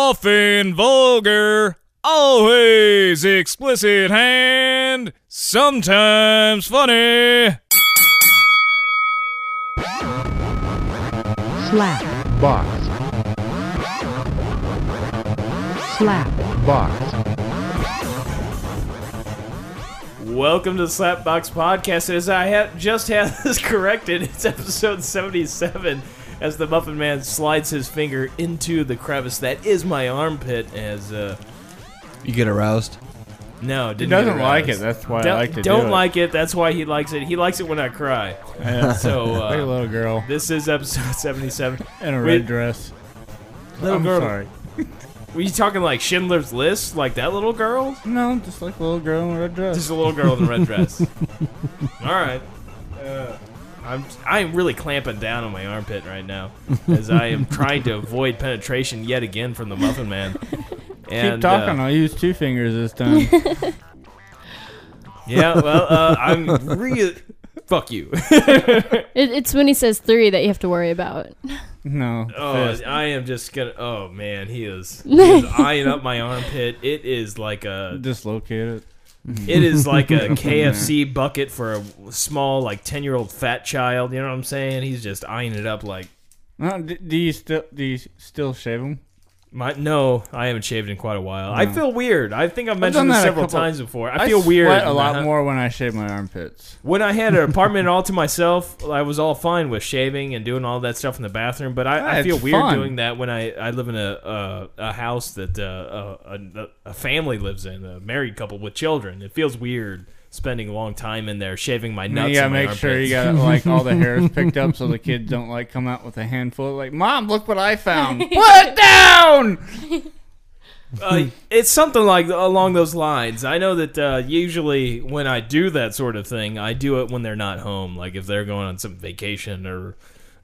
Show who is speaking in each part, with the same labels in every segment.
Speaker 1: often vulgar, always explicit, and sometimes funny.
Speaker 2: slap,
Speaker 3: box,
Speaker 2: slap,
Speaker 3: box.
Speaker 4: Welcome to the Slapbox Podcast. As I have just had this corrected, it's episode 77 as the Muffin Man slides his finger into the crevice that is my armpit as uh
Speaker 5: You get aroused.
Speaker 4: no, didn't
Speaker 6: He doesn't
Speaker 4: get
Speaker 6: like it.
Speaker 4: aroused.
Speaker 6: That's why
Speaker 4: don't,
Speaker 6: I like to
Speaker 4: don't
Speaker 6: do
Speaker 4: like it. That's why he likes it. He likes it when I cry. So
Speaker 6: it. Like a
Speaker 4: uh,
Speaker 6: little girl
Speaker 4: this is episode 77.
Speaker 6: in a
Speaker 4: Wait,
Speaker 6: red dress.
Speaker 4: Little
Speaker 6: I'm
Speaker 4: girl.
Speaker 6: sorry.
Speaker 4: Were you talking like Schindler's List? Like that little girl?
Speaker 6: No, just like a little girl in a red dress.
Speaker 4: Just a little girl in a red dress. All right. Uh, I'm I am really clamping down on my armpit right now as I am trying to avoid penetration yet again from the Muffin Man. And,
Speaker 6: Keep talking.
Speaker 4: uh,
Speaker 6: I'll use two fingers this time.
Speaker 4: yeah, well, uh, I'm really fuck you.
Speaker 7: It, it's when he says three that you have to worry about.
Speaker 6: no.
Speaker 4: Oh,
Speaker 6: fist.
Speaker 4: I am just gonna. Oh man, he is, he is eyeing up my armpit. It is like a
Speaker 6: Dislocate it.
Speaker 4: it is like a KFC bucket for a small like ten year old fat child. You know what I'm saying? He's just eyeing it up like.
Speaker 6: No, d- do you still do you still shave them?
Speaker 4: My, no, I haven't shaved in quite a while. I feel weird. I think I've
Speaker 6: done
Speaker 4: mentioned this
Speaker 6: that a
Speaker 4: several
Speaker 6: couple-
Speaker 4: times before. I, feel weird
Speaker 6: sweat a
Speaker 4: when
Speaker 6: lot
Speaker 4: I-
Speaker 6: more when I shave my armpits.
Speaker 4: When I had an apartment all to myself, I was all fine with shaving and doing all that stuff in the bathroom. But I,
Speaker 6: Yeah,
Speaker 4: I feel
Speaker 6: it's
Speaker 4: weird
Speaker 6: fun.
Speaker 4: doing that when I, I live in a uh, a house that uh, a, a a family lives in, a married couple with children. It feels weird spending a long time in there shaving my
Speaker 6: And
Speaker 4: nuts.
Speaker 6: you gotta
Speaker 4: and my
Speaker 6: make sure you
Speaker 4: armpits.
Speaker 6: got like all the hairs picked up so the kids don't like come out with a handful. Like, mom, look what I found. Put it down. Hmm.
Speaker 4: uh, it's something like along those lines. I know that uh, usually when I do that sort of thing, I do it when they're not home, like if they're going on some vacation or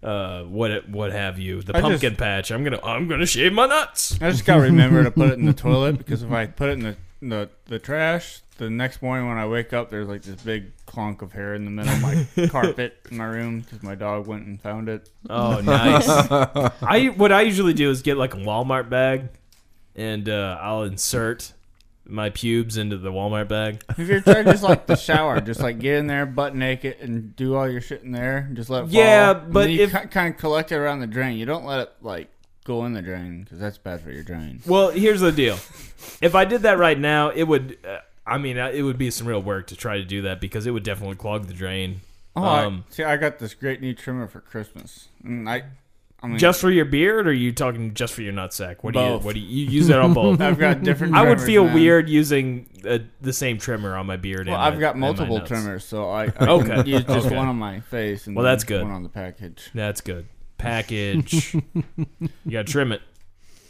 Speaker 4: uh, what what have you. The
Speaker 6: I
Speaker 4: pumpkin
Speaker 6: just-
Speaker 4: patch. I'm gonna I'm gonna shave my nuts.
Speaker 6: I just gotta remember to put it in the toilet because if I put it in the, the the trash, the next morning when I wake up, there's like this big clunk of hair in the middle of my carpet in my room because my dog went and found it.
Speaker 4: Oh, nice. I what I usually do is get like a Walmart bag, and uh, I'll insert my pubes into the Walmart bag.
Speaker 6: If you're trying just like the shower, just like get in there butt naked and do all your shit in there, just let it
Speaker 4: Yeah,
Speaker 6: fall. And
Speaker 4: but
Speaker 6: then you
Speaker 4: if-
Speaker 6: kind of collect it around the drain, you don't let it like go in the drain because that's bad for your drain.
Speaker 4: Well, here's the deal. If I did that right now, it would. Uh, I mean, uh, it would be some real work to try to do that because it would definitely clog the drain.
Speaker 6: Oh,
Speaker 4: Um,
Speaker 6: I, see, I got this great new trimmer for Christmas, and I, I mean,
Speaker 4: Just for your beard, or are you talking just for your nutsack? What
Speaker 6: Both.
Speaker 4: do you? What do you, you use that on both?
Speaker 6: I've got different.
Speaker 4: I would
Speaker 6: trimmers,
Speaker 4: feel
Speaker 6: man.
Speaker 4: weird using uh, the same trimmer on my beard.
Speaker 6: Well,
Speaker 4: and my-
Speaker 6: I've got
Speaker 4: and my
Speaker 6: multiple
Speaker 4: nuts.
Speaker 6: trimmers, so I, I
Speaker 4: Okay.
Speaker 6: can use just
Speaker 4: Okay.
Speaker 6: one on my face and
Speaker 4: Well,
Speaker 6: then
Speaker 4: that's good.
Speaker 6: one on the package.
Speaker 4: That's good. Package. you got to trim it.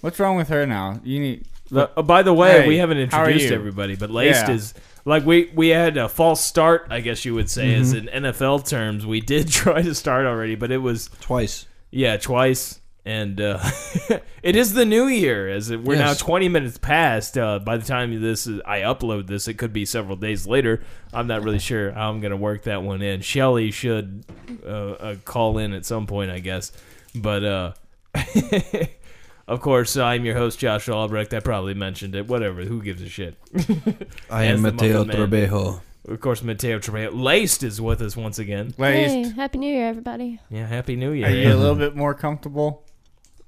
Speaker 6: What's wrong with her now? You need
Speaker 4: The- oh, by the way,
Speaker 6: Hey,
Speaker 4: we haven't
Speaker 6: how are
Speaker 4: introduced
Speaker 6: you?
Speaker 4: everybody, but laced
Speaker 6: Yeah.
Speaker 4: is like we we had a false start, I guess you would say, as in NFL terms. We did try to start already, but it was
Speaker 5: Twice.
Speaker 4: yeah twice, and uh, it is the new year. As it, we're
Speaker 5: Yes.
Speaker 4: now twenty minutes past. Uh, by the time this is, I upload this, it could be several days later. I'm not really sure how I'm gonna work that one in. Shelly should uh, uh, call in at some point, I guess, but. uh Of course, I'm your host, Josh Albrecht. I probably mentioned it. Whatever. Who gives a shit?
Speaker 5: I
Speaker 4: As
Speaker 5: am
Speaker 4: the
Speaker 5: Mateo
Speaker 4: Muffin Man.
Speaker 5: Trebejo.
Speaker 4: Of course, Mateo Trebejo. Laced is with us once again.
Speaker 7: Hey,
Speaker 6: laced.
Speaker 7: happy New Year, everybody.
Speaker 4: Yeah, Happy New
Speaker 6: Are you a
Speaker 4: Year.
Speaker 6: little bit more comfortable?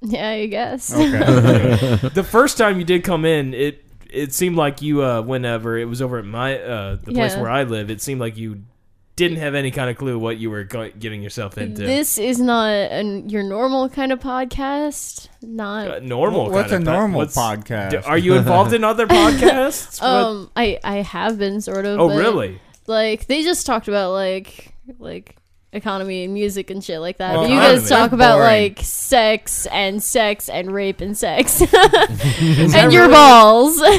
Speaker 7: Yeah, I guess.
Speaker 4: Oh,
Speaker 6: Okay.
Speaker 4: the first time you did come in, it it seemed like you, uh, whenever it was over at my uh, the place
Speaker 7: Yeah.
Speaker 4: where I live, it seemed like you didn't have any kind of clue what you were go- getting yourself into.
Speaker 7: This is not an, your normal kind of podcast. Not.
Speaker 4: Uh, normal.
Speaker 6: What's
Speaker 4: kind
Speaker 6: a
Speaker 4: of pod-
Speaker 6: normal
Speaker 4: what's-
Speaker 6: podcast?
Speaker 4: d- Are you involved in other podcasts? What-
Speaker 7: um, I I have been sort of.
Speaker 4: oh,
Speaker 7: but,
Speaker 4: really?
Speaker 7: Like they just talked about like like economy and music and shit like that.
Speaker 6: Well,
Speaker 7: but you
Speaker 4: economy.
Speaker 7: guys talk about
Speaker 6: Boring.
Speaker 7: like sex and sex and rape and sex and
Speaker 4: that
Speaker 7: your
Speaker 4: really-
Speaker 7: balls and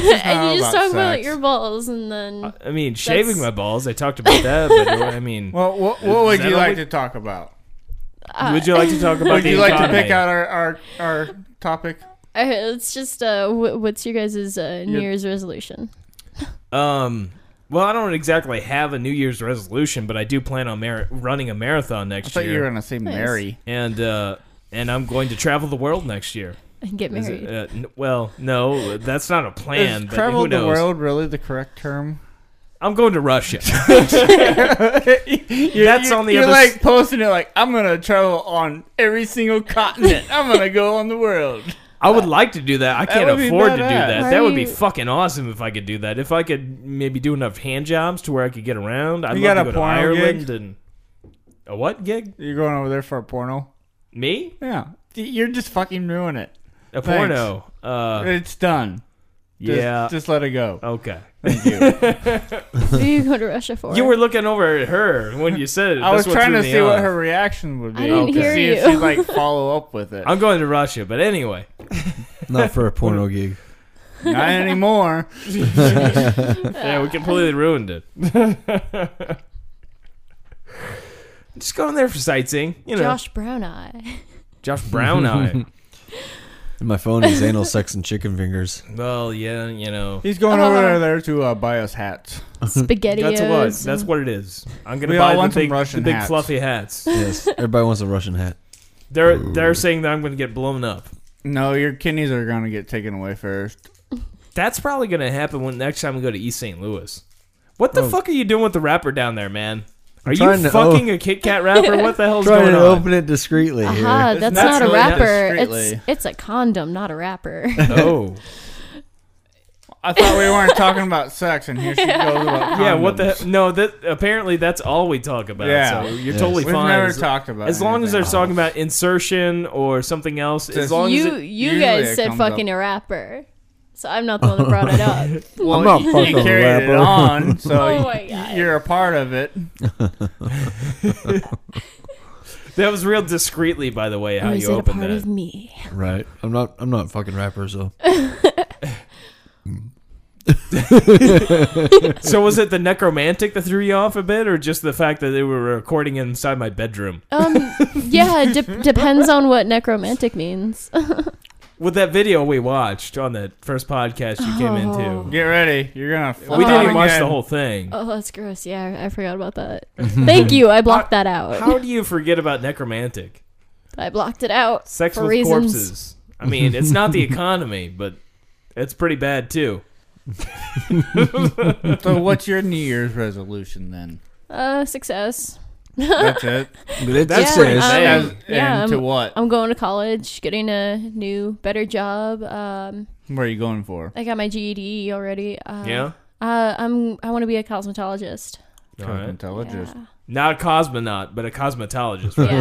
Speaker 7: you
Speaker 6: all
Speaker 7: just
Speaker 6: about
Speaker 7: talk about
Speaker 6: sex.
Speaker 7: your balls and then
Speaker 4: I mean, shaving
Speaker 7: That's-
Speaker 4: my balls. I talked about that, but I mean,
Speaker 6: well, what, what would
Speaker 4: Is
Speaker 6: you
Speaker 4: that
Speaker 6: like
Speaker 4: all we-
Speaker 6: to talk about?
Speaker 7: uh,
Speaker 4: would you like to talk about?
Speaker 6: Would
Speaker 4: the
Speaker 6: you like to
Speaker 4: economy?
Speaker 6: pick out our our, our topic?
Speaker 7: Alright, let's just uh, w- what's your guys' uh, New Year's resolution?
Speaker 4: Um, well, I don't exactly have a New Year's resolution, but I do plan on mar- running a marathon
Speaker 6: I
Speaker 4: next
Speaker 6: thought you
Speaker 4: year,
Speaker 6: were gonna say Mary.
Speaker 4: and uh, and I'm going to travel the world next year.
Speaker 7: and get
Speaker 4: Is
Speaker 7: married.
Speaker 4: it- uh, n- well, no, that's not a plan.
Speaker 6: Is
Speaker 4: but
Speaker 6: travel
Speaker 4: who knows?
Speaker 6: the world really the correct term?
Speaker 4: I'm going to Russia. that's on the
Speaker 6: You're
Speaker 4: other.
Speaker 6: like
Speaker 4: s-
Speaker 6: posting it like I'm gonna travel on every single continent. I'm gonna go on the world.
Speaker 4: I would like to do that. I can't
Speaker 6: would be
Speaker 4: afford to do
Speaker 6: badass.
Speaker 4: that.
Speaker 7: Why
Speaker 4: that
Speaker 7: are
Speaker 4: would be
Speaker 7: you-
Speaker 4: fucking awesome if I could do that. If I could maybe do enough hand jobs to where I could get around. I'd
Speaker 6: You
Speaker 4: love
Speaker 6: got
Speaker 4: to
Speaker 6: a
Speaker 4: go to
Speaker 6: porno
Speaker 4: Ireland
Speaker 6: gig?
Speaker 4: and a what gig?
Speaker 6: You're going over there for a porno?
Speaker 4: Me?
Speaker 6: Yeah. You're just fucking ruining it.
Speaker 4: A
Speaker 6: Thanks.
Speaker 4: porno? Uh,
Speaker 6: It's done. Just,
Speaker 4: yeah.
Speaker 6: Just let it go.
Speaker 4: okay.
Speaker 6: Thank you.
Speaker 7: What do you go to Russia for?
Speaker 4: You were looking over at her when you said it.
Speaker 6: I was
Speaker 4: That's what
Speaker 6: trying
Speaker 4: threw
Speaker 6: to
Speaker 4: me
Speaker 6: see what
Speaker 4: off.
Speaker 6: her reaction would be.
Speaker 7: I didn't
Speaker 6: to
Speaker 7: hear
Speaker 6: see if
Speaker 7: you.
Speaker 6: she'd like follow up with it.
Speaker 4: I'm going to Russia, but anyway.
Speaker 5: Not for a porno gig.
Speaker 6: Not anymore.
Speaker 4: Yeah, we completely ruined it. Just going there for sightseeing, you know.
Speaker 7: Josh Brown Eye.
Speaker 4: Josh Brown Eye.
Speaker 5: My phone is anal sex and chicken fingers.
Speaker 4: well, yeah, you know.
Speaker 6: He's going
Speaker 7: Uh.
Speaker 6: over there to uh, buy us hats.
Speaker 7: Spaghetti.
Speaker 4: That's what. That's what it is. I'm gonna
Speaker 6: We all
Speaker 4: buy
Speaker 6: want
Speaker 4: the
Speaker 6: some
Speaker 4: big,
Speaker 6: Russian
Speaker 4: the big
Speaker 6: hats.
Speaker 4: fluffy hats.
Speaker 5: Yes, everybody wants a Russian hat.
Speaker 4: They're they're saying that I'm gonna get blown up.
Speaker 6: No, your kidneys are gonna get taken away first.
Speaker 4: That's probably gonna happen when next time we go to East St. Louis. What
Speaker 6: Oh.
Speaker 4: the fuck are you doing with the wrapper down there, man? Are
Speaker 5: trying
Speaker 4: you
Speaker 5: to-
Speaker 4: fucking a Kit Kat wrapper? What the hell's
Speaker 5: Trying
Speaker 4: going
Speaker 5: to
Speaker 4: on? Uh-huh.
Speaker 5: open it discreetly
Speaker 7: Aha,
Speaker 5: here.
Speaker 7: that's not
Speaker 6: not
Speaker 7: a
Speaker 6: really
Speaker 7: wrapper. It's
Speaker 6: discreetly.
Speaker 7: it's a condom, not a wrapper.
Speaker 4: Oh,
Speaker 6: I thought we weren't talking about sex, and here she goes about
Speaker 4: yeah. What the?
Speaker 6: condoms.
Speaker 4: No, that apparently that's all we talk about.
Speaker 6: Yeah.
Speaker 4: so you're
Speaker 5: Yes.
Speaker 4: totally
Speaker 6: We've
Speaker 4: fine.
Speaker 6: never
Speaker 4: As-
Speaker 6: talked about
Speaker 4: as long as they're
Speaker 6: anything.
Speaker 4: talking about insertion or something else, as
Speaker 6: Just-
Speaker 4: long
Speaker 7: you
Speaker 4: as it,
Speaker 7: you
Speaker 6: usually
Speaker 7: guys
Speaker 6: it
Speaker 7: said
Speaker 6: comes up.
Speaker 7: fucking a wrapper, so I'm not the one that brought it up.
Speaker 6: Well,
Speaker 5: I'm not
Speaker 6: you-
Speaker 5: fucking
Speaker 6: you carried it
Speaker 5: rapper.
Speaker 6: on, so
Speaker 7: Oh my
Speaker 6: y-
Speaker 7: God.
Speaker 6: you're a part of it.
Speaker 4: that was real discreetly, by the way, how
Speaker 7: or Oh, is
Speaker 4: you
Speaker 7: it a
Speaker 4: opened
Speaker 7: part
Speaker 4: that.
Speaker 7: of me?
Speaker 5: Right. I'm not. I'm not a fucking rapper. So
Speaker 4: So was it the necromantic that threw you off a bit, or just the fact that they were recording inside my bedroom?
Speaker 7: Um, yeah, it de- depends on what necromantic means.
Speaker 4: With that video we watched on that first podcast you came into,
Speaker 6: Get ready. You're gonna.
Speaker 4: we didn't
Speaker 6: flop
Speaker 4: even watch
Speaker 6: again.
Speaker 4: the whole thing.
Speaker 7: oh, that's gross. Yeah, I, I forgot about that. Thank you. I blocked that out.
Speaker 4: How do you forget about necromantic?
Speaker 7: I blocked it out.
Speaker 4: Sex
Speaker 7: for
Speaker 4: with
Speaker 7: reasons.
Speaker 4: corpses. I mean, it's not the economy, but it's pretty bad too.
Speaker 6: So, what's your New Year's resolution then?
Speaker 7: Uh, success.
Speaker 6: That's it.
Speaker 5: it
Speaker 4: That's
Speaker 7: yeah,
Speaker 4: pretty
Speaker 7: um,
Speaker 4: bad.
Speaker 6: As,
Speaker 7: yeah,
Speaker 6: and
Speaker 7: I'm-
Speaker 6: to what?
Speaker 7: I'm going to college, getting a new, better job. Um,
Speaker 6: What are you going for?
Speaker 7: I got my GED already. Uh,
Speaker 4: yeah.
Speaker 7: Uh, I'm. I want to be a cosmetologist.
Speaker 4: All right.
Speaker 6: Cosmetologist.
Speaker 7: Yeah.
Speaker 4: Not a cosmonaut, but a cosmetologist. Right?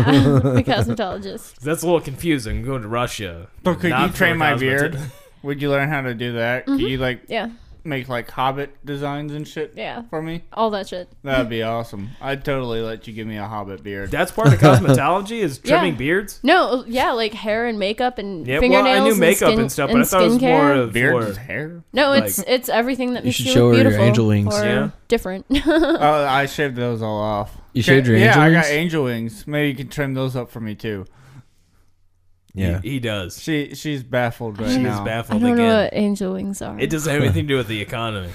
Speaker 7: Yeah, a cosmetologist.
Speaker 4: That's a little confusing. I'm going to Russia.
Speaker 6: So could
Speaker 4: Not
Speaker 6: you
Speaker 4: for
Speaker 6: train
Speaker 4: a Mm-hmm.
Speaker 6: my
Speaker 4: cosmeto-
Speaker 6: beard? Would you learn how to do that? Could you like
Speaker 7: Yeah,
Speaker 6: make like Hobbit designs and shit
Speaker 7: Yeah.
Speaker 6: for me?
Speaker 7: all that shit.
Speaker 6: That'd be awesome. I'd totally let you give me a Hobbit beard.
Speaker 4: That's part of cosmetology is
Speaker 7: Yeah.
Speaker 4: trimming beards.
Speaker 7: No, yeah, like hair and makeup and
Speaker 4: Yeah, well,
Speaker 7: fingernails.
Speaker 4: I knew
Speaker 7: and
Speaker 4: makeup
Speaker 7: skin-
Speaker 4: and stuff, but I thought it was
Speaker 7: skincare.
Speaker 4: more of
Speaker 6: beard
Speaker 4: for-
Speaker 6: is hair.
Speaker 7: No,
Speaker 4: like-
Speaker 7: it's it's everything that makes
Speaker 5: should
Speaker 7: you,
Speaker 5: show
Speaker 7: look
Speaker 5: her your
Speaker 7: beautiful
Speaker 5: angel wings.
Speaker 7: or
Speaker 4: Yeah.
Speaker 7: different.
Speaker 6: Oh, I shaved those all off.
Speaker 5: You shaved your
Speaker 6: yeah,
Speaker 5: angel
Speaker 6: I got
Speaker 5: wings?
Speaker 6: angel wings. Maybe you can trim those up for me too.
Speaker 5: yeah.
Speaker 4: He, he does.
Speaker 6: She she's baffled right
Speaker 4: She is
Speaker 6: now.
Speaker 7: I
Speaker 4: baffled
Speaker 7: don't know
Speaker 4: again.
Speaker 7: what angel wings are.
Speaker 4: It doesn't have anything to do with the economy.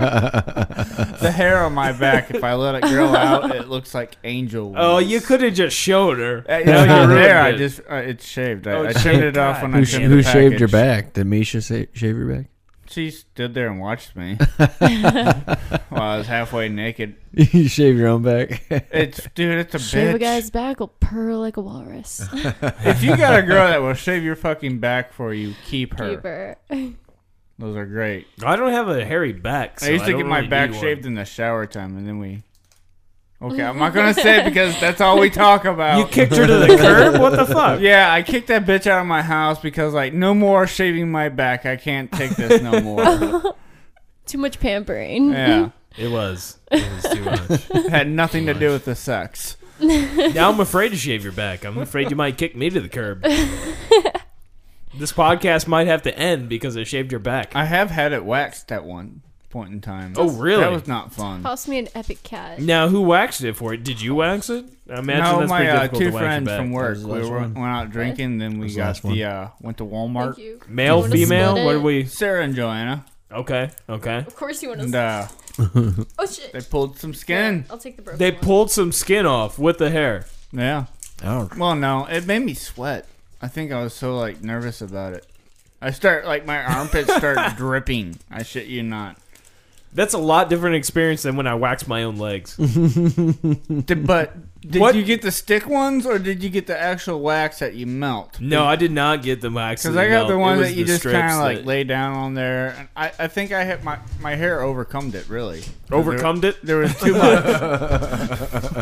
Speaker 6: The hair on my back, if I let it grow out, it looks like angel. Wings.
Speaker 4: oh, you could have just showed her. Now
Speaker 6: Uh, yeah,
Speaker 4: you
Speaker 6: not
Speaker 4: ruined
Speaker 6: there. I
Speaker 4: it.
Speaker 6: just uh, it's shaved. I,
Speaker 4: Oh,
Speaker 6: I
Speaker 4: it's
Speaker 6: turned
Speaker 4: shaved.
Speaker 6: it off
Speaker 4: God.
Speaker 6: when I
Speaker 5: Who, sh-
Speaker 6: came
Speaker 5: who
Speaker 6: to
Speaker 5: shaved your
Speaker 6: package.
Speaker 5: back? Did Misha sa- shave your back?
Speaker 6: She stood there and watched me while I was halfway naked.
Speaker 5: you shave your own back?
Speaker 6: It's dude, it's a
Speaker 7: Shave
Speaker 6: bitch.
Speaker 7: a guy's back will purr like a walrus.
Speaker 6: If you got a girl that will shave your fucking back for you, keep her.
Speaker 7: Keeper.
Speaker 6: Those are great.
Speaker 4: I don't have a hairy back. So
Speaker 6: I used to
Speaker 4: don't
Speaker 6: get my
Speaker 4: really
Speaker 6: back
Speaker 4: need one.
Speaker 6: shaved in the shower time, and then we. Okay, I'm not gonna say it because that's all we talk about.
Speaker 4: You kicked her to the curb. What the fuck?
Speaker 6: yeah, I kicked that bitch out of my house because like no more shaving my back. I can't take this no more.
Speaker 7: Too much pampering.
Speaker 6: yeah,
Speaker 4: It was. It was too much.
Speaker 6: it had nothing to do with the sex.
Speaker 4: now I'm afraid to shave your back. I'm afraid you might kick me to the curb. this podcast might have to end because I shaved your back.
Speaker 6: I have had it waxed at one point in time.
Speaker 4: Oh, really?
Speaker 6: That was not fun.
Speaker 7: Cost me an epic cat.
Speaker 4: Now, who waxed it for it? Did you wax it? I imagine
Speaker 6: no,
Speaker 4: that's
Speaker 6: my
Speaker 4: pretty
Speaker 6: uh,
Speaker 4: difficult
Speaker 6: two
Speaker 4: to wax your
Speaker 6: friends
Speaker 4: back.
Speaker 6: from work.
Speaker 5: was
Speaker 6: We
Speaker 5: the
Speaker 6: were,
Speaker 5: last one.
Speaker 6: went out drinking, then we
Speaker 5: was the
Speaker 6: got
Speaker 5: last
Speaker 6: the,
Speaker 5: one.
Speaker 6: uh, went to
Speaker 7: Thank
Speaker 6: Walmart.
Speaker 7: you. You
Speaker 4: Male,
Speaker 7: wanna
Speaker 4: female,
Speaker 7: split
Speaker 4: what
Speaker 7: it?
Speaker 4: are we?
Speaker 6: Sarah and Joanna,
Speaker 4: Okay, okay.
Speaker 7: Of course you want to.
Speaker 6: and uh,
Speaker 7: oh shit.
Speaker 6: they pulled some skin.
Speaker 7: I'll take the broken
Speaker 4: They
Speaker 7: one.
Speaker 4: pulled some skin off with the hair.
Speaker 6: Yeah.
Speaker 5: Oh,
Speaker 6: Well, no, it made me sweat. I think I was so like nervous about it. I start like my armpits start dripping. I shit you not.
Speaker 4: That's a lot different experience than when I waxed my own legs.
Speaker 6: Did, but did
Speaker 4: What-
Speaker 6: you get the stick ones or did you get the actual wax that you melt?
Speaker 4: No, I did not get the wax.
Speaker 6: Because I got the one that you just kind of like lay down on there. And I, I think I had my my hair overcomed it really. 'Cause there-
Speaker 4: overcomed it.
Speaker 6: There was too much.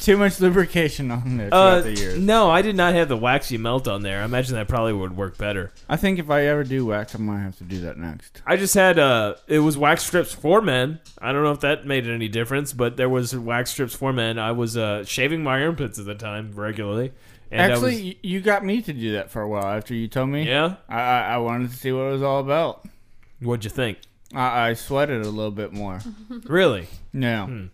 Speaker 6: Too much lubrication on there throughout
Speaker 4: Uh,
Speaker 6: the years.
Speaker 4: no, I did not have the wax you melt on there. I imagine that probably would work better.
Speaker 6: I think if I ever do wax, I might have to do that next.
Speaker 4: I just had uh, it was wax strips for men. I don't know if that made any difference, but there was wax strips for men. I was uh, shaving my armpits at the time regularly, and I
Speaker 6: Actually, y you got me to do that for a while after you told me.
Speaker 4: was, yeah.
Speaker 6: I, I, I wanted to see what it was all about.
Speaker 4: What'd you think?
Speaker 6: I, I sweated a little bit more.
Speaker 4: Really?
Speaker 6: No.
Speaker 4: Hmm.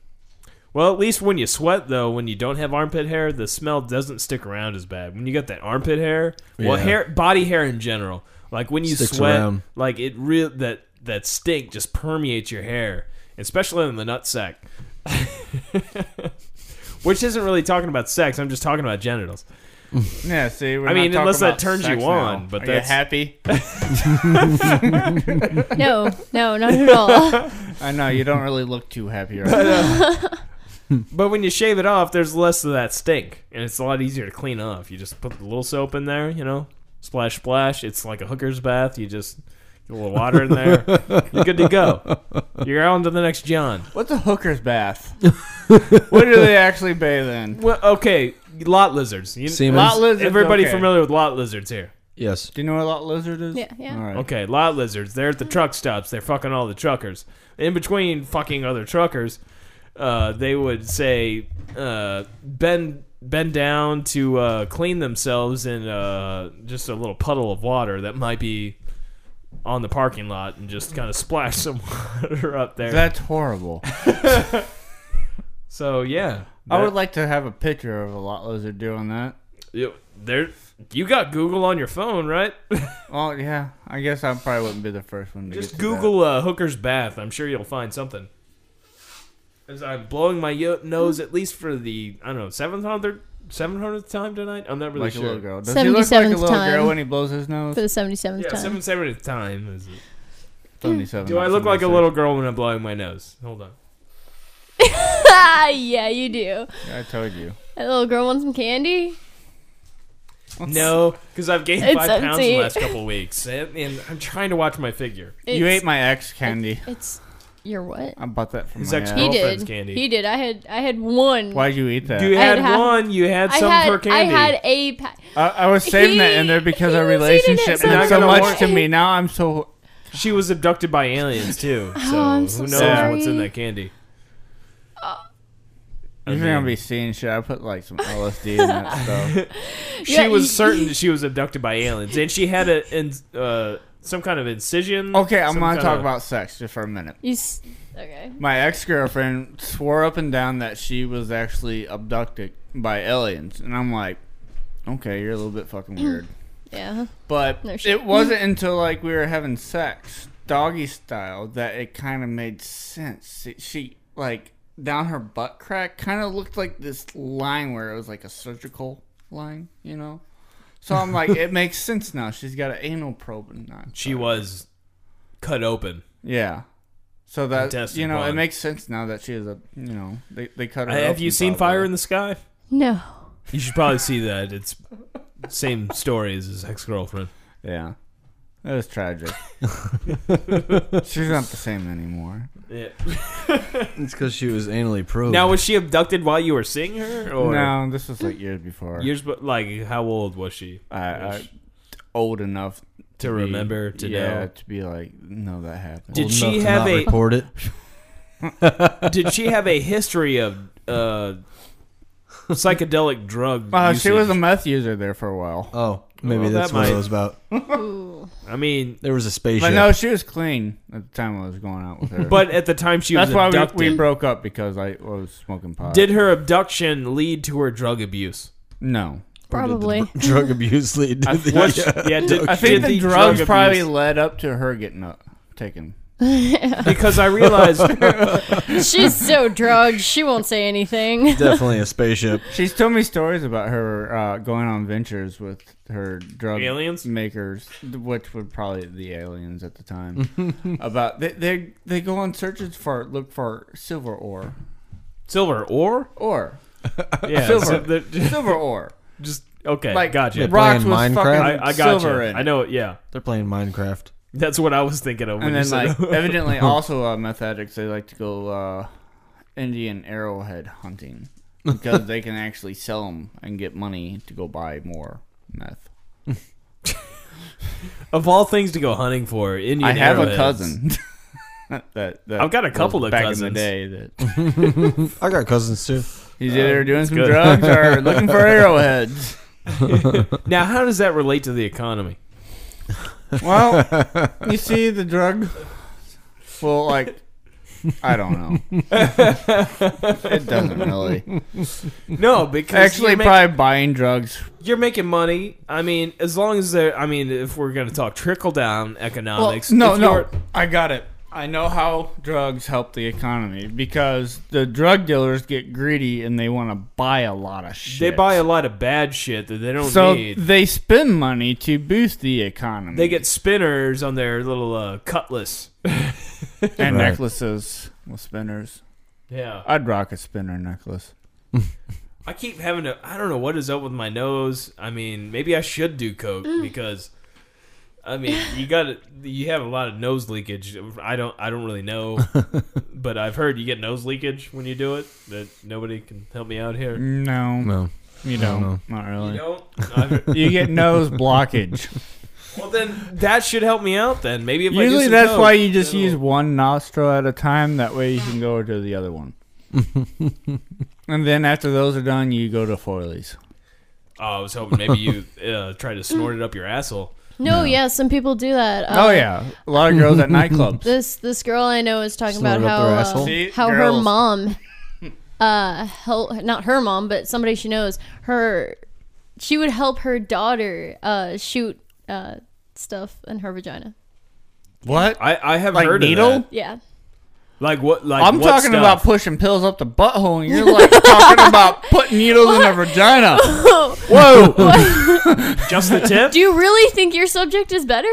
Speaker 4: Well, at least when you sweat, though, when you don't have armpit hair, the smell doesn't stick around as bad. When you got that armpit hair, well,
Speaker 5: Yeah.
Speaker 4: hair, body hair in general, like when you
Speaker 5: Sticks
Speaker 4: sweat,
Speaker 5: around.
Speaker 4: like it real that that stink just permeates your hair, especially in the nut sack. Which isn't really talking about sex. I'm just talking about genitals.
Speaker 6: Yeah, see, we're
Speaker 4: I
Speaker 6: not
Speaker 4: mean, unless
Speaker 6: talking
Speaker 4: that
Speaker 6: about
Speaker 4: turns you
Speaker 6: sex now.
Speaker 4: on, but
Speaker 6: Are
Speaker 4: that's-
Speaker 6: you happy.
Speaker 7: No, no, not at all.
Speaker 6: I know you don't really look too happy right now.
Speaker 4: But when you shave it off, there's less of that stink, and it's a lot easier to clean off. You just put a little soap in there, you know, splash, splash. It's like a hooker's bath. You just get a little water in there. You're good to go. You're on to the next John.
Speaker 6: What's a hooker's bath? what do they actually bathe in?
Speaker 4: Well, okay, lot lizards. You,
Speaker 5: Semen.
Speaker 6: Lot lizards.
Speaker 4: everybody
Speaker 6: okay.
Speaker 4: familiar with lot lizards here?
Speaker 5: Yes.
Speaker 6: Do you know what a lot lizard is?
Speaker 7: Yeah, yeah.
Speaker 6: All right.
Speaker 4: Okay, lot lizards. They're at the truck stops. They're fucking all the truckers. In between fucking other truckers, uh, they would say uh, bend bend down to uh, clean themselves in uh, just a little puddle of water that might be on the parking lot and just kind of splash some water up there.
Speaker 6: That's horrible.
Speaker 4: so yeah,
Speaker 6: I
Speaker 4: that-
Speaker 6: would like to have a picture of a lot lizard doing that.
Speaker 4: you- there. You got Google on your phone, right?
Speaker 6: Oh yeah, I guess I probably wouldn't be the first one to
Speaker 4: Just
Speaker 6: get to that.
Speaker 4: Google uh, hooker's bath. I'm sure you'll find something. As I'm blowing my yo- nose at least for the I don't know seventh hundred seven hundredth time tonight. I'm not really
Speaker 6: like
Speaker 4: sure.
Speaker 6: a little girl. Does he look like a
Speaker 7: 77th
Speaker 6: little
Speaker 7: time.
Speaker 6: girl when he blows his nose?
Speaker 7: For the 77th
Speaker 4: Yeah,
Speaker 7: time.
Speaker 4: seven seventieth time. Is it?
Speaker 6: Seventy-seven.
Speaker 4: Do I
Speaker 6: not
Speaker 4: look like a
Speaker 6: 76.
Speaker 4: little girl when I'm blowing my nose? Hold on.
Speaker 7: ah, yeah, you do.
Speaker 6: I told you.
Speaker 7: That little girl wants some candy.
Speaker 4: No, because I've gained
Speaker 7: It's
Speaker 4: five pounds in
Speaker 7: empty.
Speaker 4: the last couple weeks, and, and I'm trying to watch my figure.
Speaker 6: you
Speaker 7: It's-
Speaker 6: ate my ex candy.
Speaker 7: It's your what?
Speaker 6: I bought that from
Speaker 4: His
Speaker 6: my
Speaker 4: ex-
Speaker 6: ex.
Speaker 7: He
Speaker 4: Girlfriend's
Speaker 7: did.
Speaker 4: candy.
Speaker 7: He did. I had. I had one.
Speaker 6: Why'd you eat that?
Speaker 4: You
Speaker 7: I
Speaker 4: had,
Speaker 7: had half-
Speaker 4: one. You had
Speaker 7: I
Speaker 4: some
Speaker 7: had.
Speaker 4: for candy.
Speaker 7: I had a pack.
Speaker 6: I, I was saving that in there
Speaker 7: He-
Speaker 6: because
Speaker 7: he
Speaker 6: our
Speaker 7: was eating it
Speaker 6: relationship
Speaker 7: so
Speaker 6: meant so
Speaker 4: much.
Speaker 6: much to me. Now I'm so.
Speaker 4: She was abducted by aliens too. So,
Speaker 7: Oh, I'm so
Speaker 4: who knows what's in
Speaker 7: sorry.
Speaker 4: that candy? I
Speaker 6: You're gonna
Speaker 4: mean-
Speaker 6: be seeing shit. I put like some LSD in that stuff.
Speaker 4: she
Speaker 7: Yeah,
Speaker 4: was
Speaker 7: you-
Speaker 4: certain she was abducted by aliens, and she had a in, uh, some kind of incision.
Speaker 6: Okay, I'm
Speaker 4: some
Speaker 6: gonna
Speaker 4: kind
Speaker 6: talk
Speaker 4: of-
Speaker 6: about sex just for a minute.
Speaker 7: You. S- okay.
Speaker 6: My ex girlfriend swore up and down that she was actually abducted by aliens, and I'm like, okay, you're a little bit fucking weird.
Speaker 7: Yeah.
Speaker 6: But
Speaker 7: No shit.
Speaker 6: it wasn't until like we were having sex, doggy style, that it kind of made sense. It- she like down her butt crack kind of looked like this line where it was like a surgical line, you know. So I'm like, it makes sense now. She's got an anal probe and not.
Speaker 4: She was cut open.
Speaker 6: Yeah. So that
Speaker 4: Intestine
Speaker 6: you know, it
Speaker 4: one.
Speaker 6: makes sense now that she is a you know they they cut her.
Speaker 4: have you seen Fire in the Sky?
Speaker 7: No.
Speaker 4: You should probably see that. It's same story as his ex girlfriend.
Speaker 6: Yeah, that was tragic. She's not the same anymore.
Speaker 4: Yeah.
Speaker 5: It's because she was anally probed.
Speaker 4: Now was she abducted while you were seeing her, or
Speaker 6: no, this was like years before.
Speaker 4: years? But like, how old was she?
Speaker 6: I, I old enough
Speaker 4: To
Speaker 6: be-
Speaker 4: remember, to
Speaker 6: yeah,
Speaker 4: know.
Speaker 6: to be like, no, that happened.
Speaker 4: Did
Speaker 5: Old
Speaker 4: she
Speaker 5: enough to
Speaker 4: have
Speaker 5: not
Speaker 4: a-
Speaker 5: report it?
Speaker 4: Did she have a history of uh, psychedelic drug?
Speaker 6: Well, Uh, she
Speaker 4: usage?
Speaker 6: was a meth user there for a while,
Speaker 5: Oh, maybe
Speaker 4: Well,
Speaker 5: that's
Speaker 4: that
Speaker 5: what
Speaker 4: might-
Speaker 5: it was about.
Speaker 7: Ooh.
Speaker 4: I mean,
Speaker 5: There was a
Speaker 6: but
Speaker 5: spaceship.
Speaker 6: no, she was clean at the time I was going out with her.
Speaker 4: but at the time she
Speaker 6: that's
Speaker 4: was
Speaker 6: why
Speaker 4: abducted.
Speaker 6: we, we broke up because I was smoking pot.
Speaker 4: Did her abduction lead to her drug abuse?
Speaker 6: no.
Speaker 7: Probably.
Speaker 5: drug abuse lead to the
Speaker 4: What- yeah, did,
Speaker 6: I
Speaker 4: Oh, did
Speaker 6: think the, drugs
Speaker 4: drug
Speaker 6: probably
Speaker 4: abuse-
Speaker 6: led up to her getting up, uh, taken.
Speaker 4: because I realized
Speaker 7: She's so drugged, she won't say anything.
Speaker 5: Definitely a spaceship.
Speaker 6: She's told me stories about her uh, going on ventures with her drug
Speaker 4: Aliens?
Speaker 6: makers, which were probably the aliens at the time. about they, they they go on searches for look for silver ore,
Speaker 4: silver ore.
Speaker 6: ore
Speaker 4: Yeah,
Speaker 6: Silver.
Speaker 4: so the-
Speaker 6: silver ore.
Speaker 4: just okay.
Speaker 6: Like
Speaker 4: gotcha.
Speaker 6: rocks with
Speaker 5: Playing
Speaker 6: fucking
Speaker 5: Minecraft?
Speaker 4: I, I got
Speaker 6: silver
Speaker 4: you.
Speaker 6: in.
Speaker 4: I know. it, Yeah,
Speaker 5: They're playing Minecraft.
Speaker 4: that's what I was thinking of. When
Speaker 6: And
Speaker 4: you
Speaker 6: then
Speaker 4: said
Speaker 6: like evidently also uh, meth addicts they like to go uh, Indian arrowhead hunting because they can actually sell them and get money to go buy more meth.
Speaker 4: of all things to go hunting for, Indian
Speaker 6: I have a
Speaker 4: arrowheads.
Speaker 6: cousin. that, that
Speaker 4: I've got a couple
Speaker 6: was
Speaker 4: of
Speaker 6: back in
Speaker 4: cousins.
Speaker 6: the day that
Speaker 5: I got cousins too.
Speaker 6: he's either doing some
Speaker 4: Uh, good.
Speaker 6: drugs or looking for arrowheads.
Speaker 4: Now, how does that relate to the economy?
Speaker 6: Well, you see the drug. Well, like I don't know. it doesn't really.
Speaker 4: No, because
Speaker 6: Actually,
Speaker 4: you're, make-
Speaker 6: probably buying drugs.
Speaker 4: you're making money. I mean, as long as they're. I mean, if we're going to talk trickle down
Speaker 6: Well,
Speaker 4: economics,
Speaker 6: no,
Speaker 4: if
Speaker 6: no,
Speaker 4: you're-
Speaker 6: I got it. I know how drugs help the economy because the drug dealers get greedy and they want to buy a lot of
Speaker 4: they
Speaker 6: shit.
Speaker 4: buy a lot of bad shit that they don't
Speaker 6: so
Speaker 4: need.
Speaker 6: they spend money to boost the economy.
Speaker 4: They get spinners on their little uh, cutlass.
Speaker 6: and
Speaker 5: Right.
Speaker 6: necklaces with spinners.
Speaker 4: Yeah.
Speaker 6: I'd rock a spinner necklace.
Speaker 4: I keep having to. I don't know what is up with my nose. I mean, maybe I should do coke because, I mean, you got to you have a lot of nose leakage. I don't. I don't really know, but I've heard you get nose leakage when you do it. That nobody can help me out here.
Speaker 6: No,
Speaker 5: No.
Speaker 6: you
Speaker 5: don't.
Speaker 6: don't. Not
Speaker 4: You
Speaker 6: really.
Speaker 4: don't. I've-
Speaker 6: You get nose blockage.
Speaker 4: well, then that should help me out. Then maybe if I do
Speaker 6: Usually,
Speaker 4: some
Speaker 6: that's
Speaker 4: coke,
Speaker 6: why you just
Speaker 4: it'll-
Speaker 6: use one nostril at a time. That way, you can go to the other one. and then after those are done, you go to Foiley's.
Speaker 4: Oh, I was hoping maybe you uh, try to snort it up your asshole.
Speaker 7: No, yeah, some people do that.
Speaker 6: oh
Speaker 7: Uh,
Speaker 6: yeah, a lot of girls at nightclubs.
Speaker 7: This this girl I know is talking
Speaker 5: Snort
Speaker 7: about
Speaker 5: up
Speaker 7: how
Speaker 5: their
Speaker 7: uh,
Speaker 5: asshole?
Speaker 6: See,
Speaker 7: how her
Speaker 6: girls.
Speaker 7: mom, uh, help not her mom, but somebody she knows. Her, she would help her daughter uh shoot uh stuff in her vagina.
Speaker 6: What?
Speaker 4: I, I have
Speaker 6: Like
Speaker 4: heard
Speaker 6: needle?
Speaker 4: of that.
Speaker 7: Yeah,
Speaker 4: Like what? Like
Speaker 6: I'm
Speaker 4: what
Speaker 6: talking
Speaker 4: stuff?
Speaker 6: about pushing pills up the butthole, and you're like talking about putting needles in a vagina. Whoa!
Speaker 4: just the tip.
Speaker 7: Do you really think your subject is better?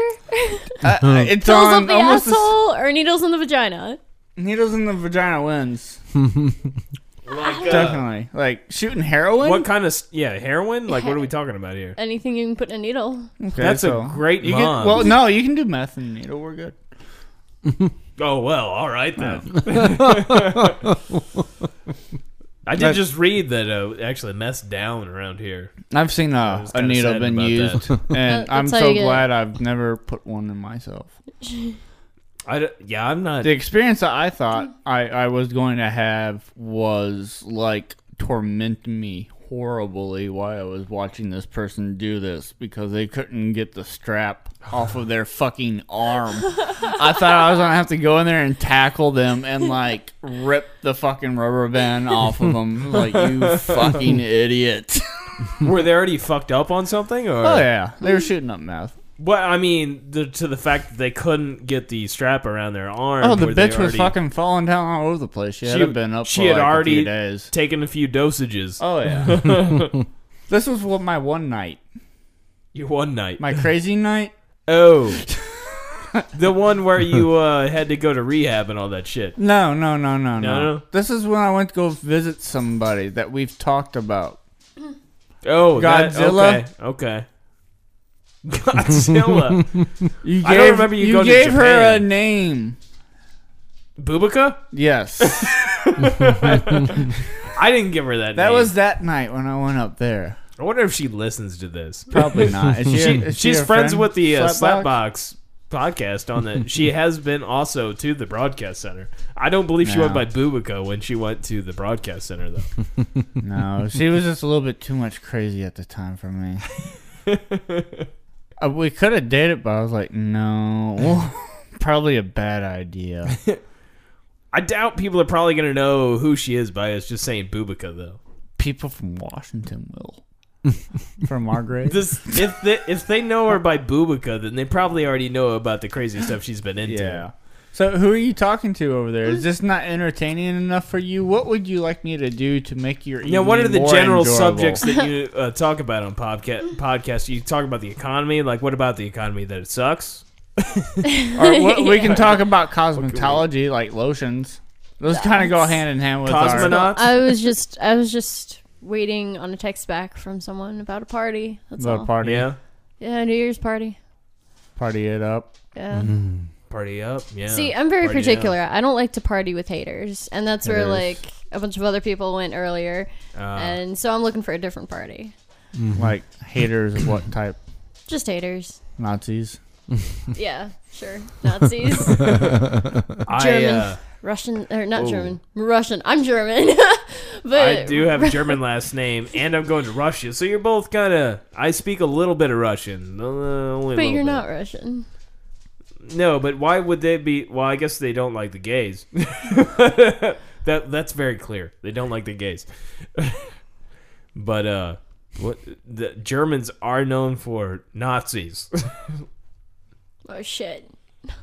Speaker 6: Uh, it's
Speaker 7: Pills
Speaker 6: on
Speaker 7: up the
Speaker 6: almost the s-
Speaker 7: asshole or needles in the vagina?
Speaker 6: needles in the vagina wins.
Speaker 4: like, uh,
Speaker 6: Definitely, like shooting heroin.
Speaker 4: What kind of s- yeah heroin? Like what are we talking about here?
Speaker 7: Anything you can put in a needle.
Speaker 6: Okay,
Speaker 4: That's
Speaker 6: so-
Speaker 4: a great
Speaker 6: You
Speaker 4: mom.
Speaker 6: can, well, no, you can do meth and needle. We're good.
Speaker 4: oh well, all right then. I did just read that uh, actually meth's down around here.
Speaker 6: I've seen a,
Speaker 4: was
Speaker 6: a
Speaker 4: kinda
Speaker 6: needle
Speaker 4: sad
Speaker 6: been
Speaker 4: about
Speaker 6: used, and
Speaker 7: That's
Speaker 6: I'm
Speaker 7: how
Speaker 6: so
Speaker 7: you get-
Speaker 6: glad I've never put one in myself.
Speaker 4: I d- yeah, I'm not.
Speaker 6: The experience that I thought I, I was going to have was like torment me horribly while I was watching this person do this because they couldn't get the strap off of their fucking arm. I thought I was gonna have to go in there and tackle them and like rip the fucking rubber band off of them. Like you fucking idiot.
Speaker 4: were they already fucked up on something or?
Speaker 6: oh yeah, they were shooting up meth.
Speaker 4: Well, I mean, the, to the fact that they couldn't get the strap around their arm.
Speaker 6: Oh, the
Speaker 4: were they
Speaker 6: bitch was
Speaker 4: already
Speaker 6: fucking falling down all over the place. She,
Speaker 4: She-
Speaker 6: had been up.
Speaker 4: she
Speaker 6: for
Speaker 4: had
Speaker 6: like, a
Speaker 4: already-
Speaker 6: few days.
Speaker 4: Taking a few dosages.
Speaker 6: Oh yeah. this was what my one night,
Speaker 4: You one night.
Speaker 6: my crazy night.
Speaker 4: oh. the one where you uh, had to go to rehab and all that shit.
Speaker 6: No, no, no,
Speaker 4: No,
Speaker 6: no, no.
Speaker 4: no.
Speaker 6: This is when I went to go visit somebody that we've talked about.
Speaker 4: Oh, that-
Speaker 6: Godzilla?
Speaker 4: okay, okay. Godzilla.
Speaker 6: You
Speaker 4: I don't remember you going to
Speaker 6: gave her a
Speaker 4: Japan.
Speaker 6: name.
Speaker 4: Boobica?
Speaker 6: Yes,
Speaker 4: I didn't give her that.
Speaker 6: that
Speaker 4: name.
Speaker 6: was that night when I went up there.
Speaker 4: I wonder if she listens to this.
Speaker 6: Probably not. Is she, is she
Speaker 4: She's
Speaker 6: a
Speaker 4: friends
Speaker 6: friend?
Speaker 4: with the uh,
Speaker 6: Slapbox?
Speaker 4: Slapbox podcast on the. she has been also to the broadcast center. I don't believe she went by
Speaker 6: No.
Speaker 4: Boobica when she went to the broadcast center though.
Speaker 6: No, she was just a little bit too much crazy at the time for me. Uh, we could have dated, but I was like, no, probably a bad idea.
Speaker 4: I doubt people are probably going to know who she is by us just saying Boobica though.
Speaker 6: people from Washington will. from our grade.
Speaker 4: This if they, if they know her by Boobica, then they probably already know about the crazy stuff she's been into.
Speaker 6: yeah. So, who are you talking to over there? Is this not entertaining enough for you? What would you like me to do to make your
Speaker 4: Now, what are
Speaker 6: evening
Speaker 4: the
Speaker 6: more
Speaker 4: general
Speaker 6: enjoyable?
Speaker 4: subjects that you uh, talk about on podcast? Podcast, you talk about the economy. Like, what about the economy that it sucks?
Speaker 6: Or what, we can talk about cosmetology, like lotions. Those kind of go hand in hand with our.
Speaker 4: Cosmonauts.
Speaker 7: I was just I was just waiting on a text back from someone about a party. That's
Speaker 6: About
Speaker 7: all.
Speaker 6: a party,
Speaker 4: yeah,
Speaker 7: yeah, New Year's party.
Speaker 6: party it up.
Speaker 7: Yeah.
Speaker 6: Mm-hmm.
Speaker 4: party up. Yeah.
Speaker 7: See, I'm very
Speaker 4: Party down.
Speaker 7: particular. I don't like to party with haters, and that's where
Speaker 4: is.
Speaker 7: like a bunch of other people went earlier,
Speaker 4: Uh,
Speaker 7: and so I'm looking for a different party.
Speaker 6: Like haters of what type?
Speaker 7: Just haters.
Speaker 6: Nazis.
Speaker 7: yeah, sure. Nazis,
Speaker 4: I
Speaker 7: German.
Speaker 4: uh,
Speaker 7: Russian, or not
Speaker 4: Ooh.
Speaker 7: German, Russian. I'm German, but
Speaker 4: I do have a German last name, and I'm going to Russia. So you're both kind of. I speak a little bit of Russian. Uh, only
Speaker 7: But
Speaker 4: a little
Speaker 7: you're
Speaker 4: bit.
Speaker 7: not Russian.
Speaker 4: No, but why would they be? Well, I guess they don't like the gays. that that's very clear. They don't like the gays. but uh, what the Germans are known for Nazis.
Speaker 7: Oh shit.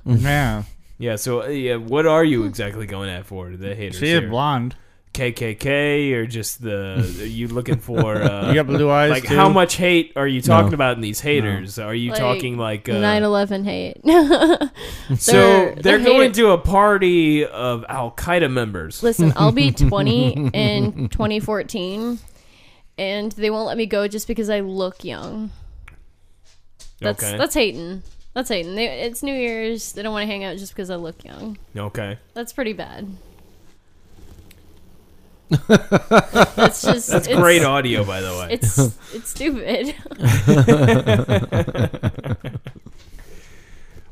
Speaker 6: Yeah,
Speaker 4: yeah. So uh, yeah, what are you exactly going at for the haters?
Speaker 6: she is
Speaker 4: here?
Speaker 6: blonde.
Speaker 4: KKK or just the are you looking for? Uh,
Speaker 6: You got blue eyes.
Speaker 4: like
Speaker 6: too?
Speaker 4: how much hate are you talking about in these haters? Are you
Speaker 7: Like, oh
Speaker 4: talking like uh,
Speaker 7: 9/11 hate.
Speaker 4: so
Speaker 7: they're-
Speaker 4: they're,
Speaker 7: they're
Speaker 4: going
Speaker 7: hated-
Speaker 4: to a party of Al Qaeda members?
Speaker 7: Listen, I'll be 20 in 2014, and they won't let me go just because I look young. That's
Speaker 4: okay.
Speaker 7: that's hating. That's hating. They, it's New Year's. They don't want to hang out just because I look young.
Speaker 4: okay.
Speaker 7: That's pretty bad. that's just
Speaker 4: That's
Speaker 7: it's,
Speaker 4: great audio, by the way.
Speaker 7: It's it's stupid.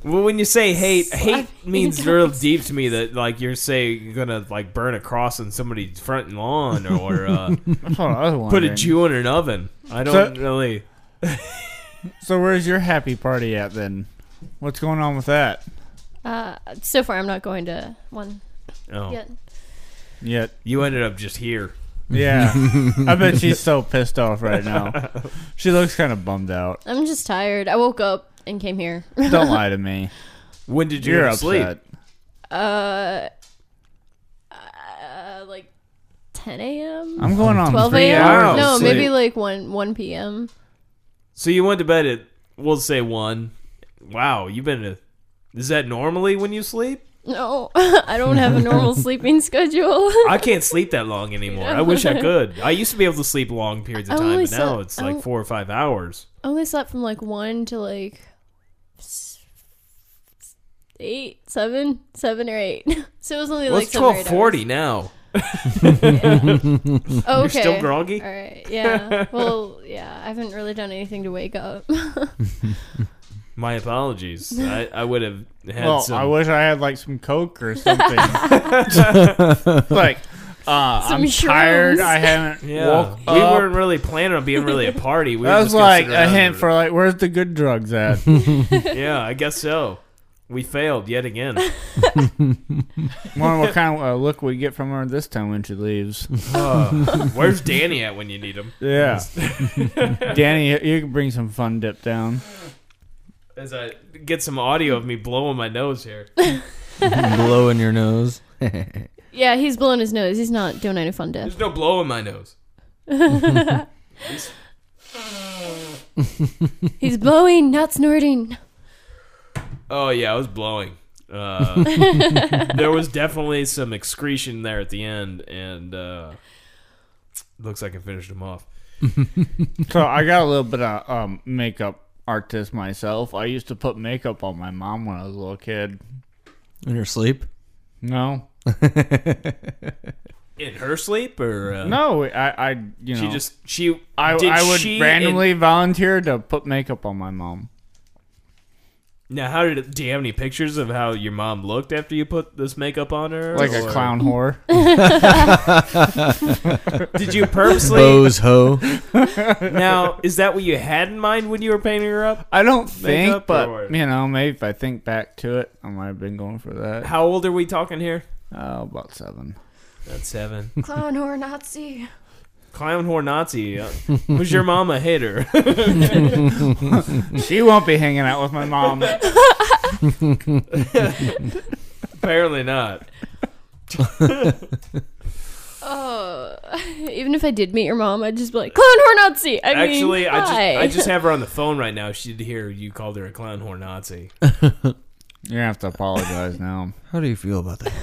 Speaker 4: Well, when you say hate, hate
Speaker 7: Slapping
Speaker 4: means
Speaker 7: guys.
Speaker 4: real deep to me that like you're saying you're gonna like burn a cross on somebody's front lawn or uh,
Speaker 6: That's what I
Speaker 4: put a
Speaker 6: was wondering.
Speaker 4: Jew in an oven. I don't really.
Speaker 6: So where's your happy party at then? What's going on with that?
Speaker 7: Uh, so far, I'm not going to one
Speaker 4: Oh,
Speaker 7: yet.
Speaker 6: Yet,
Speaker 4: you ended up just here.
Speaker 6: yeah, I bet she's so pissed off right now. She looks kind of bummed out.
Speaker 7: I'm just tired. I woke up and came here.
Speaker 6: Don't lie to me.
Speaker 4: When did you
Speaker 6: You're
Speaker 4: go to sleep?
Speaker 6: upset.
Speaker 7: uh, uh, like 10
Speaker 4: Oh,
Speaker 7: a.m.
Speaker 6: I'm going on
Speaker 7: 12
Speaker 6: three
Speaker 7: a.m.
Speaker 6: hours.
Speaker 7: No,
Speaker 6: of
Speaker 7: maybe
Speaker 6: sleep.
Speaker 7: like 1 1 p.m.
Speaker 4: So you went to bed at we'll say one. Wow, you've been. To, is that normally when you sleep?
Speaker 7: No, I don't have a normal sleeping schedule.
Speaker 4: I can't sleep that long anymore. I wish I could. I used to be able to sleep long periods of
Speaker 7: I
Speaker 4: time,
Speaker 7: only
Speaker 4: but now
Speaker 7: slept-
Speaker 4: it's
Speaker 7: I
Speaker 4: like
Speaker 7: on-
Speaker 4: four or five hours.
Speaker 7: I only slept from like 1 to like s- s- 8, 7, 7 or 8. So it was only
Speaker 4: Well,
Speaker 7: like
Speaker 4: it's
Speaker 7: seven or eight
Speaker 4: twelve forty
Speaker 7: hours.
Speaker 4: now.
Speaker 7: Oh, okay.
Speaker 4: You're still groggy.
Speaker 7: All right. Yeah. Well, yeah. I haven't really done anything to wake up.
Speaker 4: My apologies. I, I would have had
Speaker 6: Well,
Speaker 4: some.
Speaker 6: I wish I had like some coke or something. like, uh,
Speaker 7: Some
Speaker 6: I'm tired.
Speaker 7: shrooms.
Speaker 6: I haven't
Speaker 4: yeah,
Speaker 6: woke
Speaker 4: we
Speaker 6: up.
Speaker 4: weren't really planning on being really a party. We were
Speaker 6: that was
Speaker 4: just
Speaker 6: like
Speaker 4: gonna sit
Speaker 6: a
Speaker 4: around
Speaker 6: hint
Speaker 4: and-
Speaker 6: for like, where's the good drugs at?
Speaker 4: Yeah, I guess so. We failed yet again.
Speaker 6: Wonder what kind of uh, look we get from her this time when she leaves.
Speaker 4: Uh, where's Danny at when you need him?
Speaker 6: Yeah, Danny, you- you can bring some fun dip down.
Speaker 4: As I get some audio of me blowing my nose here.
Speaker 5: Blow in your nose.
Speaker 7: yeah, he's blowing his nose. He's not doing any fun death.
Speaker 4: There's no blow in my nose.
Speaker 7: He's blowing, not snorting.
Speaker 4: Oh yeah, I was blowing. Uh, there was definitely some excretion there at the end, and uh, looks like I finished him off.
Speaker 6: So I got a little bit of um, makeup artist myself. I used to put makeup on my mom when I was a little kid.
Speaker 5: In your sleep.
Speaker 6: No,
Speaker 4: In her sleep, or uh,
Speaker 6: no, I, I you know,
Speaker 4: She just she.
Speaker 6: I,
Speaker 4: did
Speaker 6: I would
Speaker 4: she
Speaker 6: randomly volunteer to put makeup on my mom.
Speaker 4: and- now, how did? It, do you have any pictures of how your mom looked after you put this makeup on her?
Speaker 6: Like
Speaker 4: or-
Speaker 6: a clown whore.
Speaker 4: Did you purposely?
Speaker 5: Bows ho.
Speaker 4: now, is that what you had in mind when you were painting her up?
Speaker 6: I don't think,
Speaker 4: Makeup
Speaker 6: but
Speaker 4: or-
Speaker 6: you know, maybe if I think back to it, I might have been going for that.
Speaker 4: How old are we talking here?
Speaker 6: Oh, about seven.
Speaker 4: That's seven.
Speaker 7: Clown or Nazi.
Speaker 4: Clown whore Nazi. uh, was your mom a hitter?
Speaker 6: she won't be hanging out with my mom.
Speaker 4: Apparently not.
Speaker 7: Oh, even if I did meet your mom, I'd just be like, clown whore Nazi. I mean,
Speaker 4: Actually, I just
Speaker 7: hi.
Speaker 4: I just have her on the phone right now. She'd hear you called her a clown whore Nazi.
Speaker 6: You're gonna have to apologize now.
Speaker 5: How do you feel about that?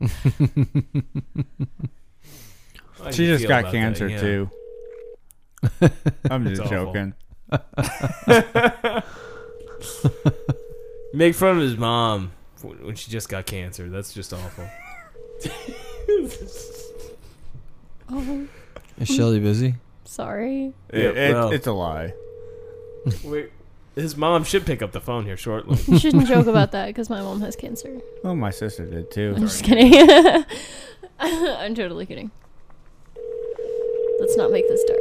Speaker 4: How do
Speaker 6: She
Speaker 4: you
Speaker 6: just
Speaker 4: feel
Speaker 6: got
Speaker 4: about that?
Speaker 6: cancer
Speaker 4: Yeah.
Speaker 6: too. I'm just
Speaker 4: It's awful.
Speaker 6: joking.
Speaker 4: Make fun of his mom w- when she just got cancer. That's just awful.
Speaker 7: oh,
Speaker 5: Is Shelly busy?
Speaker 7: sorry.
Speaker 6: It,
Speaker 4: Yeah,
Speaker 6: it-
Speaker 4: well.
Speaker 6: It's a lie.
Speaker 4: Wait, his mom should pick up the phone here shortly.
Speaker 7: You shouldn't joke about that because my mom has cancer.
Speaker 6: Well, my sister did
Speaker 7: I'm
Speaker 6: too.
Speaker 7: just kidding. I'm totally kidding. Let's not make this dark.